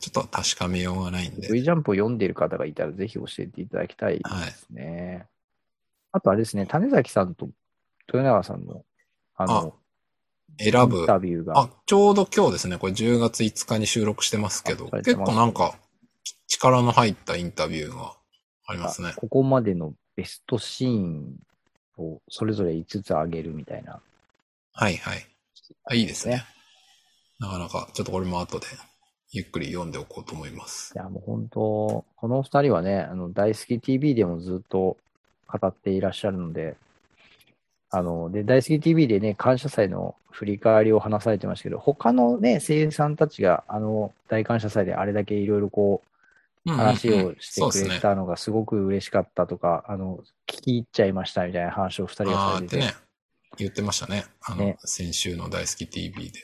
Speaker 1: ちょっと確かめようがないんで。
Speaker 2: V ジャンプを読んでいる方がいたら、ぜひ教えていただきたいですね。あとあれですね、種崎さんと豊永さんの、あの、イ
Speaker 1: 選ぶ
Speaker 2: ンタビューが
Speaker 1: あ、、ちょうど今日ですね、これ10月5日に収録してますけど、
Speaker 2: あされて
Speaker 1: 結
Speaker 2: ます
Speaker 1: 構なんか、き力の入ったインタビューがありますね。
Speaker 2: ここまでのベストシーンをそれぞれ5つ上げるみたいな。
Speaker 1: はいはい。あいいですね。なかなか、ちょっとこれも後で、ゆっくり読んでおこうと思います
Speaker 2: い。や、もう本当、このお二人はね、あの、大好き TV でもずっと語っていらっしゃるので、あの、で、大好き TV でね、感謝祭の振り返りを話されてましたけど、他のね、声優さんたちが、あの、大感謝祭であれだけいろいろこ
Speaker 1: うん
Speaker 2: う、
Speaker 1: うんうん
Speaker 2: 話をしてくれ
Speaker 1: そう
Speaker 2: たのがすごく嬉しかったとか、あの、聞き入っちゃいましたみたいな話を二人
Speaker 1: ですね。
Speaker 2: が
Speaker 1: あ
Speaker 2: さ
Speaker 1: ー
Speaker 2: れ
Speaker 1: ってて
Speaker 2: て、
Speaker 1: ね、言ってましたね。あの、
Speaker 2: ね
Speaker 1: 先週の大好き TV で。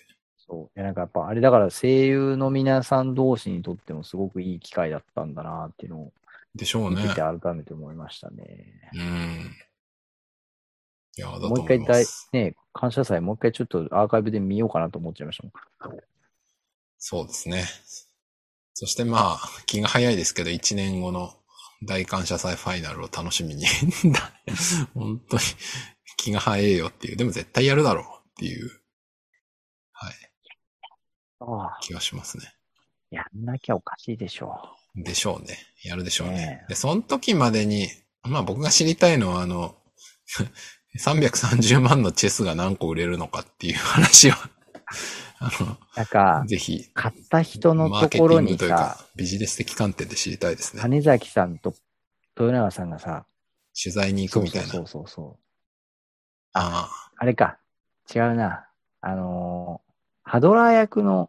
Speaker 2: そう。いや、なんかやっぱ、あれだから声優の皆さん同士にとってもすごくいい機会だったんだなっていうのを、
Speaker 1: でしょう
Speaker 2: 見
Speaker 1: ね
Speaker 2: て。て改めて思いましたね。
Speaker 1: うん。いやーだと
Speaker 2: もう一
Speaker 1: 思い
Speaker 2: 回
Speaker 1: ま
Speaker 2: 大
Speaker 1: す。、
Speaker 2: ね、感謝祭、もう一回ちょっとアーカイブで見ようかなと思っちゃいましたもん。
Speaker 1: そうですね。そしてまあ、気が早いですけど、1年後の大感謝祭ファイナルを楽しみに。 (laughs) 本当に気が早いよっていう。でも絶対やるだろうっていう、はい、
Speaker 2: ああ、
Speaker 1: 気がしますね。
Speaker 2: やんなきゃおかしいでしょ
Speaker 1: でしょうね。やるでしょうね。
Speaker 2: ねえ
Speaker 1: で、その時までに、まあ僕が知りたいのは、あの、330万のチェスが何個売れるのかっていう話は、 (laughs) あ
Speaker 2: う。なんか
Speaker 1: の、、ぜひ、
Speaker 2: 買った人の
Speaker 1: マー
Speaker 2: と
Speaker 1: ケ
Speaker 2: こ
Speaker 1: ティ
Speaker 2: ろ
Speaker 1: ング
Speaker 2: に
Speaker 1: という
Speaker 2: さ、
Speaker 1: か、ビジネス的観点で知りたいですね。
Speaker 2: 金崎さんと豊永さんがさ、
Speaker 1: 取材に行くみたいな。
Speaker 2: そうそうそうそう。
Speaker 1: あ
Speaker 2: あれか、違うな。あのーハドラー役の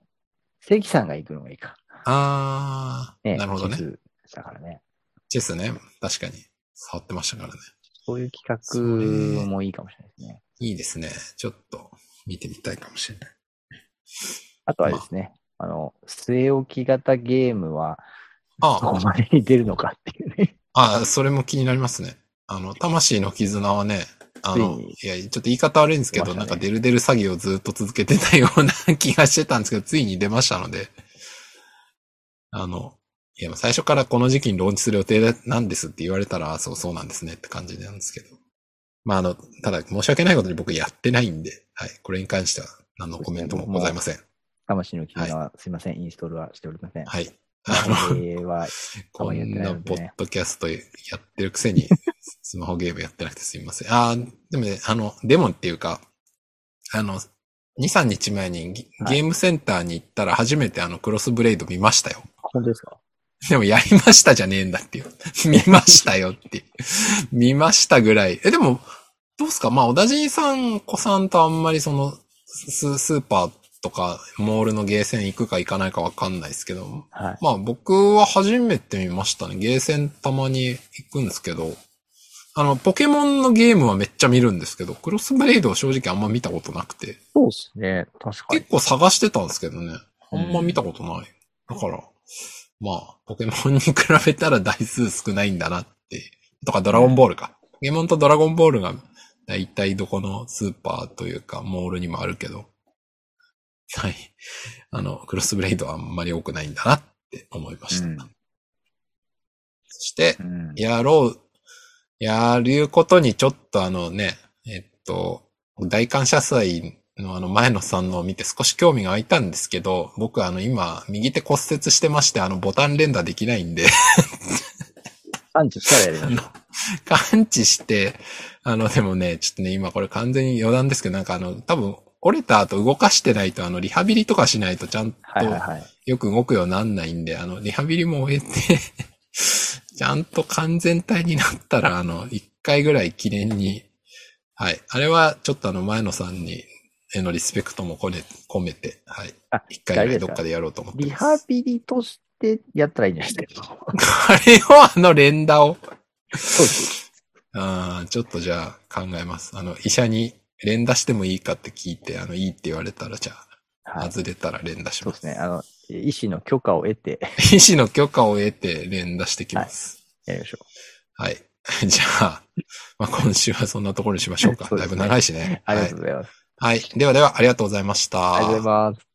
Speaker 2: 関さんが行くのがいいか。
Speaker 1: あ、ああ、
Speaker 2: ね、
Speaker 1: なるほどね
Speaker 2: キ。スだからね。
Speaker 1: チェスね。確かに。触ってましたからね。
Speaker 2: そういう
Speaker 1: そ
Speaker 2: 企
Speaker 1: れ
Speaker 2: 画もいいかもしれないですね。
Speaker 1: いいですね。ちょっと見てみたいかもしれない。
Speaker 2: あとはですね、あの、据え置き型ゲームは、
Speaker 1: あ
Speaker 2: どこ
Speaker 1: あ、
Speaker 2: までに出るのかっていうね。
Speaker 1: ああ、それも気になりますね。あの、魂の絆はね、あの、いや、ちょっと言い方悪いんですけど、
Speaker 2: 出ま
Speaker 1: な
Speaker 2: し
Speaker 1: ん
Speaker 2: た
Speaker 1: か
Speaker 2: ね
Speaker 1: デルデル詐欺をずっと続けてたような気がしてたんですけど、ついに出ましたので、あの、いや、最初からこの時期にローンチする予定なんですって言われたら、あそうそうなんですねって感じなんですけど。まあ、あの、ただ申し訳ないことに僕やってないんで、はい、これに関しては何のコメントもございません。
Speaker 2: 魂の絆は、すいません、インストールはしておりません。
Speaker 1: はい。あの、
Speaker 2: これは、
Speaker 1: こんなポッドキャストやってるくせに、 (laughs) スマホゲームやってなくてすみません。ああ、でもね、あの、デモンっていうか、あの、2、3日前にゲ
Speaker 2: はい
Speaker 1: ゲームセンターに行ったら初めてあのクロスブレイド見ましたよ。 (laughs)
Speaker 2: 本当ですか
Speaker 1: でもやりましたじゃねえんだっていう。 (laughs) 見ましたよっていう。 (laughs) 見ましたぐらい。え、でも、どうすかまあ、小田爺さん、子さんとあんまりその、ススーパーとか、モールのゲーセン行くか行かないかわかんないですけど、
Speaker 2: はい。
Speaker 1: まあ僕は初めて見ましたね。ゲーセンたまに行くんですけど、あの、ポケモンのゲームはめっちゃ見るんですけど、クロスブレイドは正直あんま見たことなくて、
Speaker 2: そうですね、確かに
Speaker 1: 結。構探してたんですけどね。あ
Speaker 2: うん
Speaker 1: んま見たことない。だから、まあ、ポケモンに比べたら台数少ないんだなって。とか、ドラゴンボールか。ポケモンとドラゴンボールが、だいたいどこのスーパーというか、モールにもあるけど、はい。あの、クロスブレイドはあんまり多くないんだなって思いました。
Speaker 2: うん
Speaker 1: そして
Speaker 2: う、ん、
Speaker 1: やろう、やることにちょっとあのね、えっと、大感謝祭のあの前野さんのを見て少し興味が湧いたんですけど、僕あの今右手骨折してましてあのボタン連打できないんで、 (laughs)
Speaker 2: アンチしたらやりましょ
Speaker 1: 感知して、あのでもね、ちょっとね今これ完全に余談ですけど、なんかあの多分折れた後動かしてないとあのリハビリとかしないとちゃんと
Speaker 2: う。はいはいはい。
Speaker 1: よく動くようになんないんで、あの、リハビリも終えて、 (laughs) ちゃんと完全体になったら、あの、一回ぐらい記念に、はい。あれは、ちょっとあの、前野さんに、へのリスペクトも込め込めて、はい。
Speaker 2: あ、
Speaker 1: 一回ぐらい
Speaker 2: 大丈
Speaker 1: どっ
Speaker 2: 夫です
Speaker 1: かでやろうと思って
Speaker 2: リ
Speaker 1: ます。
Speaker 2: ハビリとしてやったらいいんじゃないですか。
Speaker 1: あれを、あの、連打を。
Speaker 2: そうです。
Speaker 1: (laughs) ああ、ちょっとじゃあ、考えます。あの、医者に連打してもいいかって聞いて、あの、いいって言われたら、じゃ
Speaker 2: は
Speaker 1: あ、
Speaker 2: い。
Speaker 1: 外れたら連打し
Speaker 2: そう
Speaker 1: ま。
Speaker 2: ですすね。あの、医師の許可を得て
Speaker 1: 医師の許可を得て連打してきます。
Speaker 2: やりましょ
Speaker 1: はい。 (laughs) じゃあ、まあ、今週はそんなところにしましょうか。
Speaker 2: そう
Speaker 1: だ
Speaker 2: で
Speaker 1: いぶ
Speaker 2: すね
Speaker 1: 長いしね
Speaker 2: う。。ありがとうございます。
Speaker 1: はい。はい。ではでは、ありがとうございました。
Speaker 2: ありがとうございます。